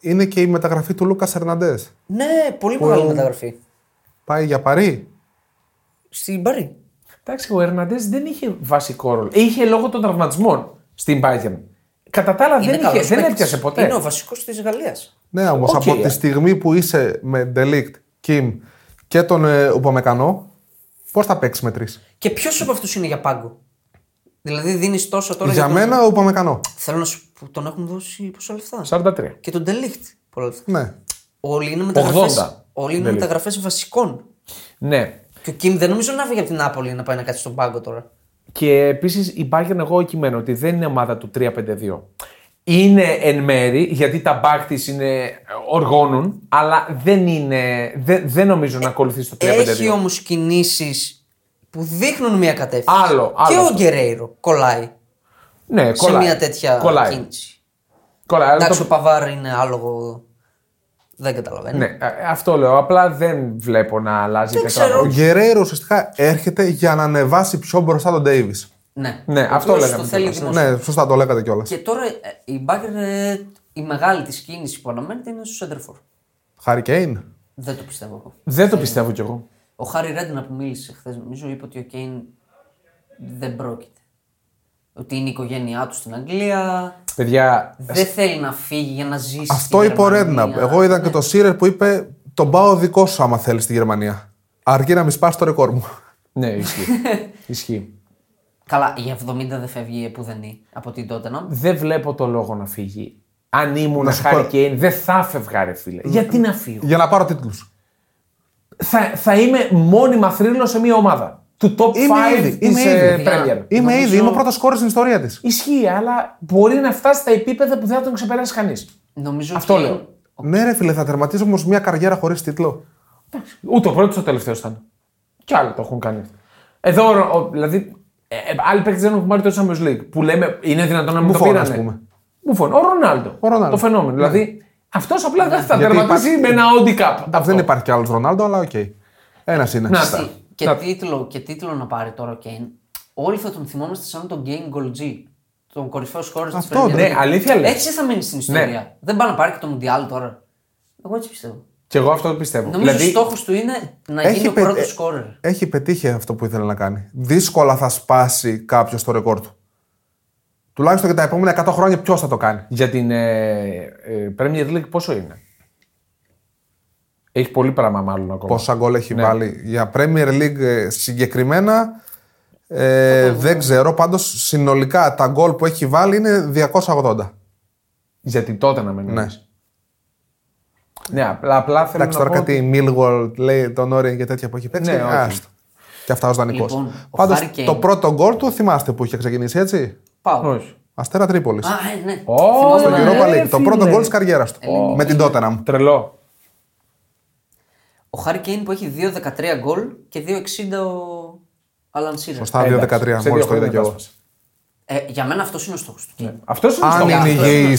[SPEAKER 3] είναι και η μεταγραφή του Λούκα Ερναντέ.
[SPEAKER 2] Ναι, πολύ μεγάλη μεταγραφή.
[SPEAKER 3] Πάει για παρή.
[SPEAKER 2] Στην Παρή.
[SPEAKER 1] Εντάξει, ο Ερναντές δεν είχε βασικό ρόλο. Είχε λόγω των τραυματισμών. στην Bayern. Κατά τα άλλα
[SPEAKER 2] Είναι
[SPEAKER 1] δεν, είχε,
[SPEAKER 2] καλός
[SPEAKER 1] δεν
[SPEAKER 2] παίκτης.
[SPEAKER 1] έπιασε ποτέ.
[SPEAKER 2] Είναι ο βασικός της Γαλλίας.
[SPEAKER 3] Ναι, όμως
[SPEAKER 1] Οκ.
[SPEAKER 3] από τη στιγμή που είσαι με Ντελίκτ, Κιμ και τον ε, Ουπαμεκανό, πώς θα παίξει με τρεις.
[SPEAKER 2] Και ποιος από αυτούς είναι για πάγκο. Δηλαδή δίνεις τόσο τώρα.
[SPEAKER 3] Για
[SPEAKER 2] τον-
[SPEAKER 3] μένα, ο Ουπαμεκανό.
[SPEAKER 2] Θέλω να σου πω, τον έχουν δώσει πόσα λεφτά.
[SPEAKER 1] 43.
[SPEAKER 2] Και τον Τελίχτ πολλά λεφτά.
[SPEAKER 3] Ναι.
[SPEAKER 2] Όλοι είναι μεταγραφέ.
[SPEAKER 1] 80.
[SPEAKER 2] Όλοι είναι
[SPEAKER 1] Δεν λέει.
[SPEAKER 2] μεταγραφέ βασικών.
[SPEAKER 1] Ναι. Και,
[SPEAKER 2] Και ο Κιμ δεν νομίζω να φύγει από την Νάπολη να πάει να κάτσει στον πάγκο τώρα.
[SPEAKER 1] επίση η Bayern, εγώ κειμένω ότι δεν είναι ομάδα του 3-5-2. Είναι εν μέρη γιατί τα μπακ τη είναι οργώνουν, αλλά δεν, είναι, δεν, δεν νομίζω να ακολουθήσει το 3-5-2.
[SPEAKER 2] Έχει όμως κινήσεις που δείχνουν μια κατεύθυνση.
[SPEAKER 1] Άλλο, άλλο
[SPEAKER 2] και
[SPEAKER 1] αυτό.
[SPEAKER 2] ο Γκερέιρο κολλάει,
[SPEAKER 1] ναι, κολλάει.
[SPEAKER 2] σε μια τέτοια
[SPEAKER 1] κολλάει.
[SPEAKER 2] κίνηση.
[SPEAKER 1] Κολλάει, αλλά
[SPEAKER 2] Εντάξει,
[SPEAKER 1] το-
[SPEAKER 2] ο Παβάρ είναι άλογο. Δεν καταλαβαίνω.
[SPEAKER 1] Ναι, ε, αυτό λέω. Απλά δεν βλέπω να αλλάζει
[SPEAKER 2] Δεν
[SPEAKER 1] η
[SPEAKER 2] ξέρω.
[SPEAKER 3] Ο
[SPEAKER 1] τετράδα.
[SPEAKER 3] Γκερέιρο ουσιαστικά έρχεται για να ανεβάσει πιο μπροστά τον Ντέιβι.
[SPEAKER 2] ναι.
[SPEAKER 1] Ναι,
[SPEAKER 2] Ο
[SPEAKER 1] αυτό
[SPEAKER 2] οποίος
[SPEAKER 1] λέγαμε
[SPEAKER 2] Το θέλει
[SPEAKER 1] τώρα.
[SPEAKER 2] δημοσίως.
[SPEAKER 3] Ναι, σωστά το λέγατε κιόλας.
[SPEAKER 2] Και τώρα ε, η Μπάγκερ, ε, η μεγάλη της κίνηση που αναμένεται είναι στο Σέντερφορ.
[SPEAKER 3] Χάρη Κέιν.
[SPEAKER 2] Δεν το πιστεύω εγώ.
[SPEAKER 1] Δεν το πιστεύω κι εγώ.
[SPEAKER 2] Ο Χάρι Ρέντνα που μίλησε χθες, νομίζω, είπε ότι ο Κέιν δεν πρόκειται. Ότι είναι η οικογένειά του στην Αγγλία.
[SPEAKER 1] Παιδιά,
[SPEAKER 2] Δεν θέλει να φύγει για να ζήσει.
[SPEAKER 3] Αυτό
[SPEAKER 2] στην
[SPEAKER 3] είπε ο
[SPEAKER 2] Γερμανία. ναι.
[SPEAKER 3] Ρέντναπ. Εγώ είδα και το Σίρερ που είπε: Τον πάω δικό σου άμα θέλεις στη Γερμανία. Αρκεί να μη σπάσει το ρεκόρ μου.
[SPEAKER 1] ναι, ισχύει.
[SPEAKER 2] <laughs>
[SPEAKER 1] ισχύει.
[SPEAKER 2] Καλά, η 70 δεν φεύγει επουδενή από την Τότεναμ.
[SPEAKER 1] Δεν βλέπω το λόγο να φύγει. Αν ήμουν
[SPEAKER 3] σου
[SPEAKER 1] Χάρη
[SPEAKER 3] πω-
[SPEAKER 1] Κέιν, δεν θα φεύγα, ρε φίλε. Γιατί να φύγω.
[SPEAKER 3] Για να πάρω τίτλους.
[SPEAKER 1] Θα, θα είμαι μόνιμα θρύλος σε μια ομάδα. Του top 5
[SPEAKER 3] Είμαι ήδη, είμαι
[SPEAKER 1] της ε,
[SPEAKER 3] ήδη.
[SPEAKER 1] Premier.
[SPEAKER 3] Είμαι
[SPEAKER 2] Νομίζω-
[SPEAKER 3] ήδη, είμαι ο πρώτος κόρη στην ιστορία της.
[SPEAKER 1] Ισχύει, αλλά μπορεί να φτάσει στα επίπεδα που δεν θα τον ξεπεράσει κανείς.
[SPEAKER 2] Νομίζω
[SPEAKER 1] Αυτό
[SPEAKER 2] ότι-
[SPEAKER 1] λέω.
[SPEAKER 3] Ναι, ρε φίλε, θα τερματίσω όμως μια καριέρα χωρίς τίτλο.
[SPEAKER 1] Ούτε ο πρώτος, ούτε ο τελευταίος ήταν. Κι άλλοι το έχουν κάνει. Εδώ, ο- ο- δηλαδή, ε, ε, άλλοι παίκτες δεν έχουν πάρει το Champions League. Που λέμε, είναι δυνατόν να μην το
[SPEAKER 3] Μπουφόν,
[SPEAKER 1] πήρανε.
[SPEAKER 3] ας πούμε.
[SPEAKER 1] Μπουφόν. Ο Ρονάλντο.
[SPEAKER 3] Ο Ρονάλντο. Ναι.
[SPEAKER 1] Το φαινόμενο. Δηλαδή, αυτός απλά δεν θα
[SPEAKER 3] Γιατί
[SPEAKER 1] τερματίσει
[SPEAKER 3] υπάρχει-
[SPEAKER 1] με ένα Audi Cup. Αυτό.
[SPEAKER 3] Δεν υπάρχει κι άλλος Ρονάλντο, αλλά οκ. Ένας
[SPEAKER 1] Να,
[SPEAKER 3] είναι.
[SPEAKER 2] Ξέρεις
[SPEAKER 1] τα-
[SPEAKER 2] τι, Και,
[SPEAKER 1] τα-
[SPEAKER 2] τίτλο, και τίτλο να πάρει τώρα ο Κέιν. Όλοι θα τον θυμόμαστε σαν τον Κέιν Γκολτζή. Τον κορυφαίο χώρο της
[SPEAKER 3] Αυτό,
[SPEAKER 1] ναι, αλήθεια λες.
[SPEAKER 2] Έτσι θα μείνει στην
[SPEAKER 3] Ναι.
[SPEAKER 2] ιστορία. Δεν πάει να πάρει και το Μουντιάλ τώρα. Εγώ έτσι πιστεύω.
[SPEAKER 1] Και εγώ αυτό το πιστεύω.
[SPEAKER 2] Νομίζω
[SPEAKER 1] δηλαδή,
[SPEAKER 2] ο στόχο του είναι να γίνει ο
[SPEAKER 3] πε-
[SPEAKER 2] πρώτο
[SPEAKER 3] ε,
[SPEAKER 2] σκόρερ.
[SPEAKER 3] έχει πετύχει αυτό που ήθελε να κάνει. Δύσκολα θα σπάσει κάποιος το ρεκόρ του. Τουλάχιστον για τα επόμενα 100 χρόνια ποιος θα το κάνει.
[SPEAKER 1] για την ε, ε, Premier League πόσο είναι. Έχει πολύ πράγμα μάλλον ακόμα.
[SPEAKER 3] Πόσα γκολ έχει
[SPEAKER 1] Ναι.
[SPEAKER 3] βάλει. Για Premier League ε, συγκεκριμένα ε, δεν ξέρω. Πάντως συνολικά τα γκολ που έχει βάλει είναι 280.
[SPEAKER 1] Γιατί τότε να μην
[SPEAKER 3] Ναι.
[SPEAKER 1] ναι, απλά, απλά θέλω
[SPEAKER 3] Εντάξει,
[SPEAKER 1] να
[SPEAKER 3] τώρα
[SPEAKER 1] πω ότι-
[SPEAKER 3] κάτι Millwall, λέει τον Όρεν και τέτοια που έχει παίξει.
[SPEAKER 1] Ναι, όχι.
[SPEAKER 3] άστο. Και αυτά ως δανεικός.
[SPEAKER 2] Λοιπόν, ο
[SPEAKER 3] Πάντως
[SPEAKER 2] Harry Kane-
[SPEAKER 3] το πρώτο γκολ του θυμάστε που είχε ξεκινήσει έτσι.
[SPEAKER 2] Πάω.
[SPEAKER 1] Όχι.
[SPEAKER 3] Αστέρα Τρίπολης.
[SPEAKER 2] Α, ε, ναι.
[SPEAKER 1] Ω,
[SPEAKER 2] Θυμόμαστε ε,
[SPEAKER 1] ναι.
[SPEAKER 2] να-
[SPEAKER 1] Europa
[SPEAKER 3] Europa
[SPEAKER 1] ρε,
[SPEAKER 3] League. Το πρώτο
[SPEAKER 1] φίλε.
[SPEAKER 3] γκολ της καριέρας του. Με την Tottenham.
[SPEAKER 1] Τρελό.
[SPEAKER 2] Ο Χάρη Κέιν που έχει 2-13 γκολ και 2-60 ο Άλαν Σίρερ.
[SPEAKER 3] Σωστά, 2-13.
[SPEAKER 1] Εντάξει, σε
[SPEAKER 3] Μόλις
[SPEAKER 1] δύο
[SPEAKER 3] το είδα
[SPEAKER 1] χρόνια
[SPEAKER 3] κι εγώ.
[SPEAKER 1] διάσπασες.
[SPEAKER 2] Ε, για μένα αυτό είναι ο στόχος του. Κέιν.
[SPEAKER 1] Αυτός είναι ο
[SPEAKER 3] Αν
[SPEAKER 1] στόχος.
[SPEAKER 3] είναι
[SPEAKER 2] αυτό είναι.
[SPEAKER 3] υγιή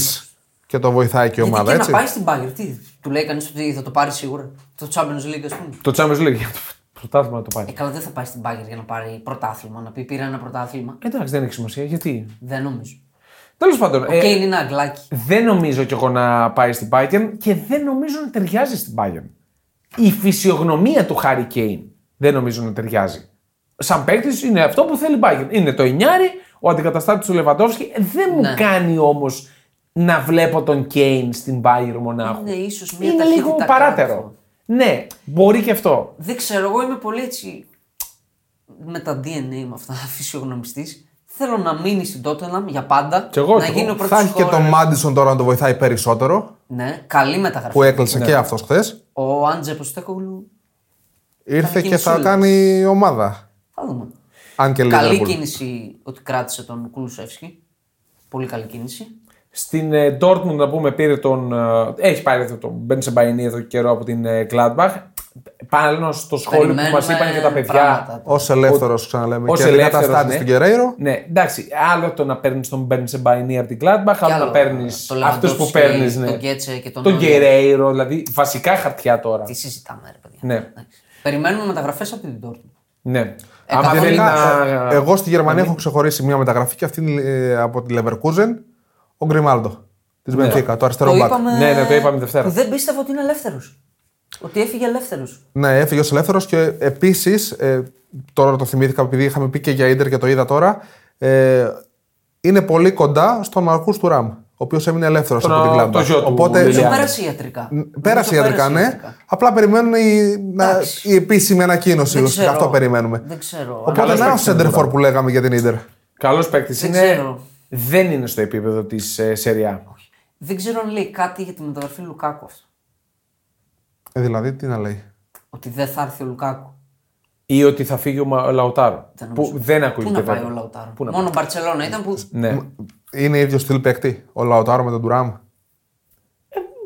[SPEAKER 3] και το βοηθάει και Ναι. η
[SPEAKER 2] Γιατί
[SPEAKER 3] ομάδα,
[SPEAKER 2] και
[SPEAKER 3] έτσι.
[SPEAKER 2] να πάει στην Bayern, τι του λέει κανείς ότι θα το πάρει σίγουρα. Το Champions League, ας πούμε.
[SPEAKER 1] Το Champions League. <laughs> Το πρωτάθλημα να το
[SPEAKER 2] Ε,
[SPEAKER 1] πάρει.
[SPEAKER 2] καλά, δεν θα πάει στην Bayern για να πάρει πρωτάθλημα. Να πει πήρα ένα πρωτάθλημα.
[SPEAKER 1] Εντάξει, δεν έχει σημασία. Γιατί.
[SPEAKER 2] Δεν νομίζω.
[SPEAKER 1] Τέλος πάντων,
[SPEAKER 2] Ο
[SPEAKER 1] ε,
[SPEAKER 2] Κέιν είναι αγγλάκι.
[SPEAKER 1] δεν νομίζω κι εγώ να πάει στην Bayern και δεν νομίζω να ταιριάζει στην Bayern. Η φυσιογνωμία του Χάρη Κέιν δεν νομίζω να ταιριάζει. Σαν παίκτης είναι αυτό που θέλει η Bayern. Είναι το Ινιάρη, ο αντικαταστάτης του Λεβαντόφσκι. Δεν μου
[SPEAKER 2] Ναι.
[SPEAKER 1] κάνει όμως να βλέπω τον Κέιν στην Bayern μονάχου.
[SPEAKER 2] Ναι, Είναι ίσως μια
[SPEAKER 1] Είναι λίγο
[SPEAKER 2] ταχύτητα
[SPEAKER 1] παράτερο.
[SPEAKER 2] κάτω.
[SPEAKER 1] Ναι, μπορεί και αυτό.
[SPEAKER 2] Δεν ξέρω, εγώ είμαι πολύ έτσι. με τα DNA με αυτά, <laughs> φυσιογνωμιστής. Θέλω να μείνει στην Tottenham για πάντα.
[SPEAKER 1] Κι εγώ,
[SPEAKER 2] να
[SPEAKER 1] κι εγώ.
[SPEAKER 2] γίνει ο πρώτο ε.
[SPEAKER 3] Θα έχει και τον Μάντισον τώρα να το βοηθάει περισσότερο
[SPEAKER 2] Ναι, καλή μεταγραφή.
[SPEAKER 3] που έκλεισε
[SPEAKER 1] Ναι.
[SPEAKER 3] και αυτός χθες.
[SPEAKER 2] Ο Άντζε Ποστέκογλου.
[SPEAKER 3] Ήρθε και θα
[SPEAKER 2] κινησούλα.
[SPEAKER 3] κάνει ομάδα.
[SPEAKER 2] Θα δούμε.
[SPEAKER 3] Αν και
[SPEAKER 2] Καλή
[SPEAKER 3] Liverpool.
[SPEAKER 2] κίνηση ότι κράτησε τον Κουλουσεύσκι. Πολύ καλή κίνηση.
[SPEAKER 1] Στην ε, Dortmund, να πούμε, πήρε τον. ε, έχει πάρει εδώ τον Μπεν Σεμπαϊνί εδώ και καιρό από την ε, Gladbach. Πάνω στο σχόλιο που
[SPEAKER 2] Περιμένουμε
[SPEAKER 1] μας είπαν και τα παιδιά.
[SPEAKER 2] πράγματα.
[SPEAKER 3] Ως ελεύθερος, ξαναλέμε.
[SPEAKER 1] Ως
[SPEAKER 3] Και
[SPEAKER 1] ελεύθερος,
[SPEAKER 3] αντικαταστάτη
[SPEAKER 1] ναι.
[SPEAKER 3] του Γκερέιρο.
[SPEAKER 1] Ναι, εντάξει, άλλο το να παίρνεις τον Μπεν Σεμπαϊνί από την Gladbach, άλλο να
[SPEAKER 2] άλλο,
[SPEAKER 1] παίρνεις
[SPEAKER 2] το
[SPEAKER 1] αυτούς που
[SPEAKER 2] Lewandowski,
[SPEAKER 1] παίρνεις. Ναι.
[SPEAKER 2] τον Γκέτσε και τον Neuer.
[SPEAKER 1] Γκερέιρο, δηλαδή βασικά χαρτιά τώρα.
[SPEAKER 2] Τι συζητάμε, ρε παιδιά.
[SPEAKER 1] Ναι.
[SPEAKER 2] Εντάξει. Περιμένουμε μεταγραφές από την Dortmund.
[SPEAKER 1] Ναι.
[SPEAKER 2] Ε,
[SPEAKER 1] Απ' την
[SPEAKER 2] καθόλου
[SPEAKER 1] Ελίνα-
[SPEAKER 3] Γενικά, ε, Εγώ στη Γερμανία έχω ξεχωρίσει μια μεταγραφή και αυτή είναι ε, από τη Leverkusen. Ο Γκριμάλντο της Μπενφίκα, το αριστερό
[SPEAKER 2] Το
[SPEAKER 3] μπακ.
[SPEAKER 2] είπαμε...
[SPEAKER 1] Ναι, ναι, το είπαμε Δευτέρα.
[SPEAKER 2] που Δεν πίστευα ότι είναι ελεύθερος. Ότι έφυγε ελεύθερος.
[SPEAKER 3] Ναι, έφυγε ως ελεύθερος και επίσης, τώρα το θυμήθηκα επειδή είχαμε πει και για ντερ και το είδα τώρα, ε, είναι πολύ κοντά στον Μαρκούς του Ραμ, ο οποίος έμεινε ελεύθερος
[SPEAKER 1] Τον,
[SPEAKER 3] από την
[SPEAKER 1] α,
[SPEAKER 3] Κλάμπα.
[SPEAKER 1] το γιο του,
[SPEAKER 3] Οπότε
[SPEAKER 1] Βίλιαμ.
[SPEAKER 2] Πέρασε ιατρικά.
[SPEAKER 3] πέρασε η ιατρικά, ναι. Απλά περιμένουν η, να-
[SPEAKER 2] Εντάξει.
[SPEAKER 3] η επίσημη ανακοίνωση.
[SPEAKER 2] Δεν
[SPEAKER 3] ουσιαστικά.
[SPEAKER 2] ξέρω.
[SPEAKER 3] Αυτό περιμένουμε.
[SPEAKER 2] Δεν ξέρω.
[SPEAKER 3] Οπότε
[SPEAKER 1] Καλός
[SPEAKER 3] να είναι ο
[SPEAKER 1] παίκτης είναι
[SPEAKER 3] Σέντερφορ που λέγαμε για την ντερ.
[SPEAKER 1] Καλός παίκτης
[SPEAKER 2] Δεν
[SPEAKER 1] είναι.
[SPEAKER 2] ξέρω.
[SPEAKER 1] Δεν είναι στο επίπεδο της ε, Σεριά.
[SPEAKER 2] Δεν ξέρω αν λέει κάτι για τη μεταγραφή Λουκάκου αυτό.
[SPEAKER 3] Δηλαδή, τι να λέει.
[SPEAKER 2] Ότι δεν θα έρθει ο Λουκάκου.
[SPEAKER 1] Ή ότι θα φύγει ο Μα- ο Λαουτάρο.
[SPEAKER 2] Δεν
[SPEAKER 1] που
[SPEAKER 2] νομίζω.
[SPEAKER 1] δεν
[SPEAKER 2] Πού
[SPEAKER 1] ακούγεται
[SPEAKER 2] να πάει ο
[SPEAKER 1] βέβαια.
[SPEAKER 2] Λαουτάρο.
[SPEAKER 1] Πού να
[SPEAKER 2] Μόνο Μπαρσελόνα ήταν που.
[SPEAKER 1] Ναι.
[SPEAKER 3] Είναι ίδιο στυλ παίκτη, ο Λαοτάρο με τον Τουράμ.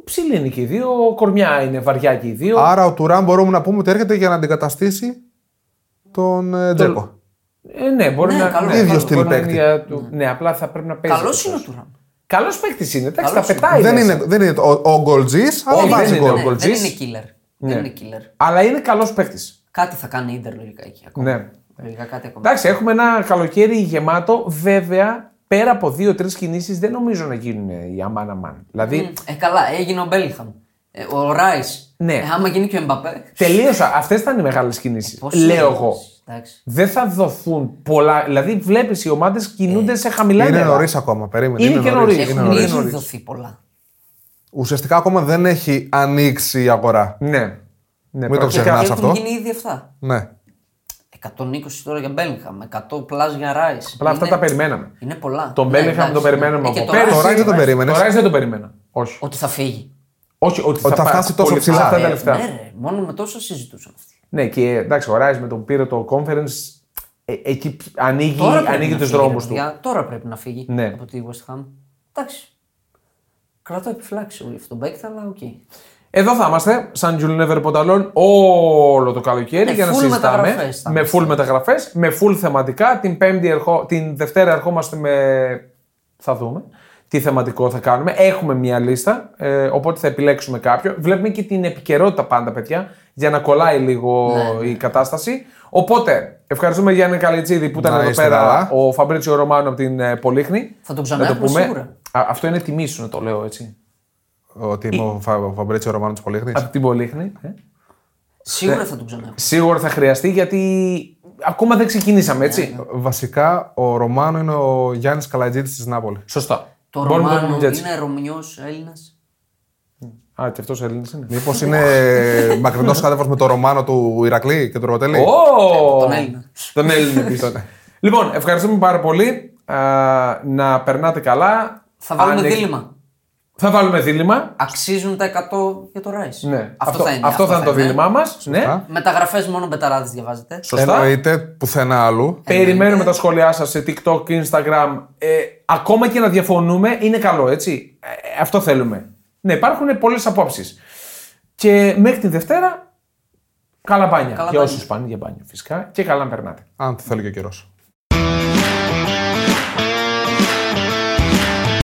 [SPEAKER 1] Ψηλή είναι και οι δύο, κορμιά είναι βαριά και οι δύο.
[SPEAKER 3] Άρα ο Τουράμ μπορούμε να πούμε ότι έρχεται για να αντικαταστήσει τον ε, Τζέκο.
[SPEAKER 1] Ε, ναι, μπορεί
[SPEAKER 2] Ναι,
[SPEAKER 1] να
[SPEAKER 2] καλός.
[SPEAKER 1] ναι,
[SPEAKER 2] Ίδιο
[SPEAKER 1] μπορεί
[SPEAKER 3] στυλ
[SPEAKER 1] να είναι
[SPEAKER 3] παίκτη.
[SPEAKER 1] για το- Ναι, απλά θα πρέπει να παίζει.
[SPEAKER 2] Καλός είναι ο Τουράμ.
[SPEAKER 1] Καλός παίκτης είναι, εντάξει, τα
[SPEAKER 2] Καλός είναι.
[SPEAKER 1] πετάει.
[SPEAKER 3] Δεν
[SPEAKER 1] μέσα.
[SPEAKER 3] είναι, δεν είναι ο, ο γκολτζής, αλλά
[SPEAKER 1] Όχι,
[SPEAKER 3] βάζει
[SPEAKER 1] δεν είναι
[SPEAKER 3] γκολ.
[SPEAKER 1] ο
[SPEAKER 2] Ναι, δεν
[SPEAKER 1] Γκολτζής.
[SPEAKER 2] είναι killer.
[SPEAKER 1] Ναι.
[SPEAKER 2] Δεν είναι killer.
[SPEAKER 1] Αλλά είναι καλός παίκτης.
[SPEAKER 2] Κάτι θα κάνει η Ιντερ λογικά εκεί ακόμα.
[SPEAKER 1] Ναι.
[SPEAKER 2] Λογικά κάτι ακόμα.
[SPEAKER 1] Εντάξει, έχουμε ένα καλοκαίρι γεμάτο. Βέβαια, πέρα από δύο-τρει κινήσεις δεν νομίζω να γίνουν οι αμάν αμάν. Δηλαδή,
[SPEAKER 2] Ε, καλά, έγινε ο Μπέλιχαμ. Ε, ο Ράις.
[SPEAKER 1] Ναι.
[SPEAKER 2] Ε, άμα γίνει και ο Εμπαπέ.
[SPEAKER 1] τελείωσα. Αυτές ήταν οι μεγάλες κινήσεις.
[SPEAKER 2] Πώς
[SPEAKER 1] Λέω
[SPEAKER 2] είναι,
[SPEAKER 1] εγώ.
[SPEAKER 2] Εντάξει.
[SPEAKER 1] Δεν θα δοθούν πολλά. Δηλαδή, βλέπεις οι ομάδες κινούνται σε χαμηλά
[SPEAKER 3] Είναι
[SPEAKER 1] νερά.
[SPEAKER 3] νωρίς ακόμα, περίμενε.
[SPEAKER 1] Είναι και νωρίς.
[SPEAKER 3] είναι
[SPEAKER 2] Έχουν
[SPEAKER 1] νωρίς.
[SPEAKER 3] νωρίς.
[SPEAKER 1] Είναι
[SPEAKER 2] ήδη
[SPEAKER 1] νωρίς.
[SPEAKER 2] δοθεί πολλά.
[SPEAKER 3] Ουσιαστικά ακόμα δεν έχει ανοίξει η αγορά.
[SPEAKER 1] Ναι. ναι
[SPEAKER 3] Μην το
[SPEAKER 1] πρακτικά.
[SPEAKER 3] ξεχνάς.
[SPEAKER 2] Και
[SPEAKER 3] αυτό.
[SPEAKER 2] έχουν γίνει ήδη αυτά.
[SPEAKER 3] Ναι.
[SPEAKER 2] 120 τώρα για Μπέλιχαμ, 100 πλάζ για Ράι.
[SPEAKER 1] Απλά αυτά τα περιμέναμε.
[SPEAKER 2] Είναι πολλά.
[SPEAKER 1] Τον
[SPEAKER 2] Ναι,
[SPEAKER 1] Μπέλεχαμ
[SPEAKER 2] εντάξει,
[SPEAKER 1] τον
[SPEAKER 2] ναι.
[SPEAKER 1] περιμέναμε
[SPEAKER 2] Ε, και
[SPEAKER 1] από
[SPEAKER 2] το
[SPEAKER 1] πέρσι.
[SPEAKER 3] Το Rice δεν τον
[SPEAKER 1] Το
[SPEAKER 3] περίμενε.
[SPEAKER 1] Rice δεν τον περίμενα. Όχι.
[SPEAKER 2] Ότι θα φύγει.
[SPEAKER 1] Όχι, ότι,
[SPEAKER 3] θα
[SPEAKER 1] πά-
[SPEAKER 3] φτάσει τόσο
[SPEAKER 1] πολύ
[SPEAKER 3] ψηλά.
[SPEAKER 1] Αυτά
[SPEAKER 2] Ε,
[SPEAKER 1] τα λεφτά.
[SPEAKER 2] Ναι, ρε, μόνο με τόσο συζητούσαν αυτοί.
[SPEAKER 1] Ναι, και εντάξει, ο Ράις με τον πήρε το conference, ε, εκεί π- ανοίγει,
[SPEAKER 2] Τώρα πρέπει
[SPEAKER 1] ανοίγει
[SPEAKER 2] να
[SPEAKER 1] τους
[SPEAKER 2] φύγει, ρε,
[SPEAKER 1] δρόμους του.
[SPEAKER 2] παιδιά. Τώρα πρέπει να φύγει
[SPEAKER 1] Ναι.
[SPEAKER 2] από τη West Ham. Εντάξει. Κρατώ επιφυλάξεις όλοι αυτόν τον παίκτη, αλλά οκ.
[SPEAKER 1] Εδώ θα είμαστε, σαν Julian Never Πονταλόν, όλο το καλοκαίρι
[SPEAKER 2] Με
[SPEAKER 1] για να
[SPEAKER 2] full
[SPEAKER 1] συζητάμε.
[SPEAKER 2] μεταγραφές θα
[SPEAKER 1] Με
[SPEAKER 2] είμαστε.
[SPEAKER 1] full μεταγραφές, με full θεματικά. Την, πέμπτη ερχο... την Δευτέρα ερχόμαστε με. Θα δούμε τι θεματικό θα κάνουμε. Έχουμε μια λίστα, ε, οπότε θα επιλέξουμε κάποιο. Βλέπουμε και την επικαιρότητα πάντα, παιδιά, για να κολλάει λίγο
[SPEAKER 2] Ναι,
[SPEAKER 1] η κατάσταση. Οπότε, ευχαριστούμε Γιάννη Καλετσίδη που ήταν
[SPEAKER 3] Να
[SPEAKER 1] εδώ
[SPEAKER 3] είστε
[SPEAKER 1] πέρα,
[SPEAKER 3] καλά.
[SPEAKER 1] ο Φαμπρίτσιο Ρωμάνο από την ε, Πολύχνη.
[SPEAKER 2] Θα τον ξαναέχουμε σίγουρα.
[SPEAKER 1] Α, αυτό είναι τιμή σου, να το λέω έτσι.
[SPEAKER 3] Ότι είμαι ο Φα- ο Φαμπρίτσιο Ρωμάνο της Πολύχνης.
[SPEAKER 1] Από την Πολύχνη. ε.
[SPEAKER 2] Σίγουρα θα τον ξαναέχουμε.
[SPEAKER 1] Σίγουρα θα χρειαστεί γιατί ακόμα δεν ξεκινήσαμε,
[SPEAKER 2] Ναι,
[SPEAKER 1] έτσι.
[SPEAKER 3] Βασικά ο Ρωμάνο είναι ο Γιάννης Καλατζήτης της Νάπολης.
[SPEAKER 1] Σωστά.
[SPEAKER 2] Το
[SPEAKER 1] Μπορούμε να το
[SPEAKER 2] Ρωμάνο
[SPEAKER 1] πούμε και έτσι.
[SPEAKER 2] είναι Ρωμιός Έλληνας.
[SPEAKER 1] Α, και αυτός Έλληνας είναι. Λοιπόν.
[SPEAKER 3] Μήπως
[SPEAKER 1] <laughs>
[SPEAKER 3] είναι μακρινός κάδευο με το Ρωμάνο του Ηρακλή και του Ρωτελή.
[SPEAKER 1] Ω!
[SPEAKER 2] Ε, τον Έλληνα. Ναι.
[SPEAKER 1] Τον Έλληνα
[SPEAKER 2] <laughs>
[SPEAKER 1] επίσης. λοιπόν, ευχαριστούμε πάρα πολύ. Α, να περνάτε καλά.
[SPEAKER 2] Θα βάλουμε
[SPEAKER 1] Αν έχει-
[SPEAKER 2] δίλημα.
[SPEAKER 1] Θα βάλουμε δίλημα.
[SPEAKER 2] Αξίζουν τα 100 για το Ράις.
[SPEAKER 1] Ναι.
[SPEAKER 2] Αυτό, θα είναι.
[SPEAKER 1] αυτό θα είναι το δίλημά μα. Ναι.
[SPEAKER 3] Σωστά.
[SPEAKER 2] Μεταγραφές μόνο μπεταράδες διαβάζετε.
[SPEAKER 1] Σωστά.
[SPEAKER 3] Εννοείται πουθενά άλλου.
[SPEAKER 1] Περιμένουμε
[SPEAKER 2] Εννοείται.
[SPEAKER 1] τα σχόλιά σας σε TikTok, Instagram. Ε, ακόμα και να διαφωνούμε είναι καλό, έτσι. Ε, αυτό θέλουμε. Ναι, υπάρχουν πολλές απόψεις. Και μέχρι τη Δευτέρα, καλά μπάνια.
[SPEAKER 2] Καλά
[SPEAKER 1] και
[SPEAKER 2] μπάνια.
[SPEAKER 1] όσους πάνε για μπάνιο, φυσικά. Και καλά να περνάτε.
[SPEAKER 3] Αν το θέλει και ο καιρός.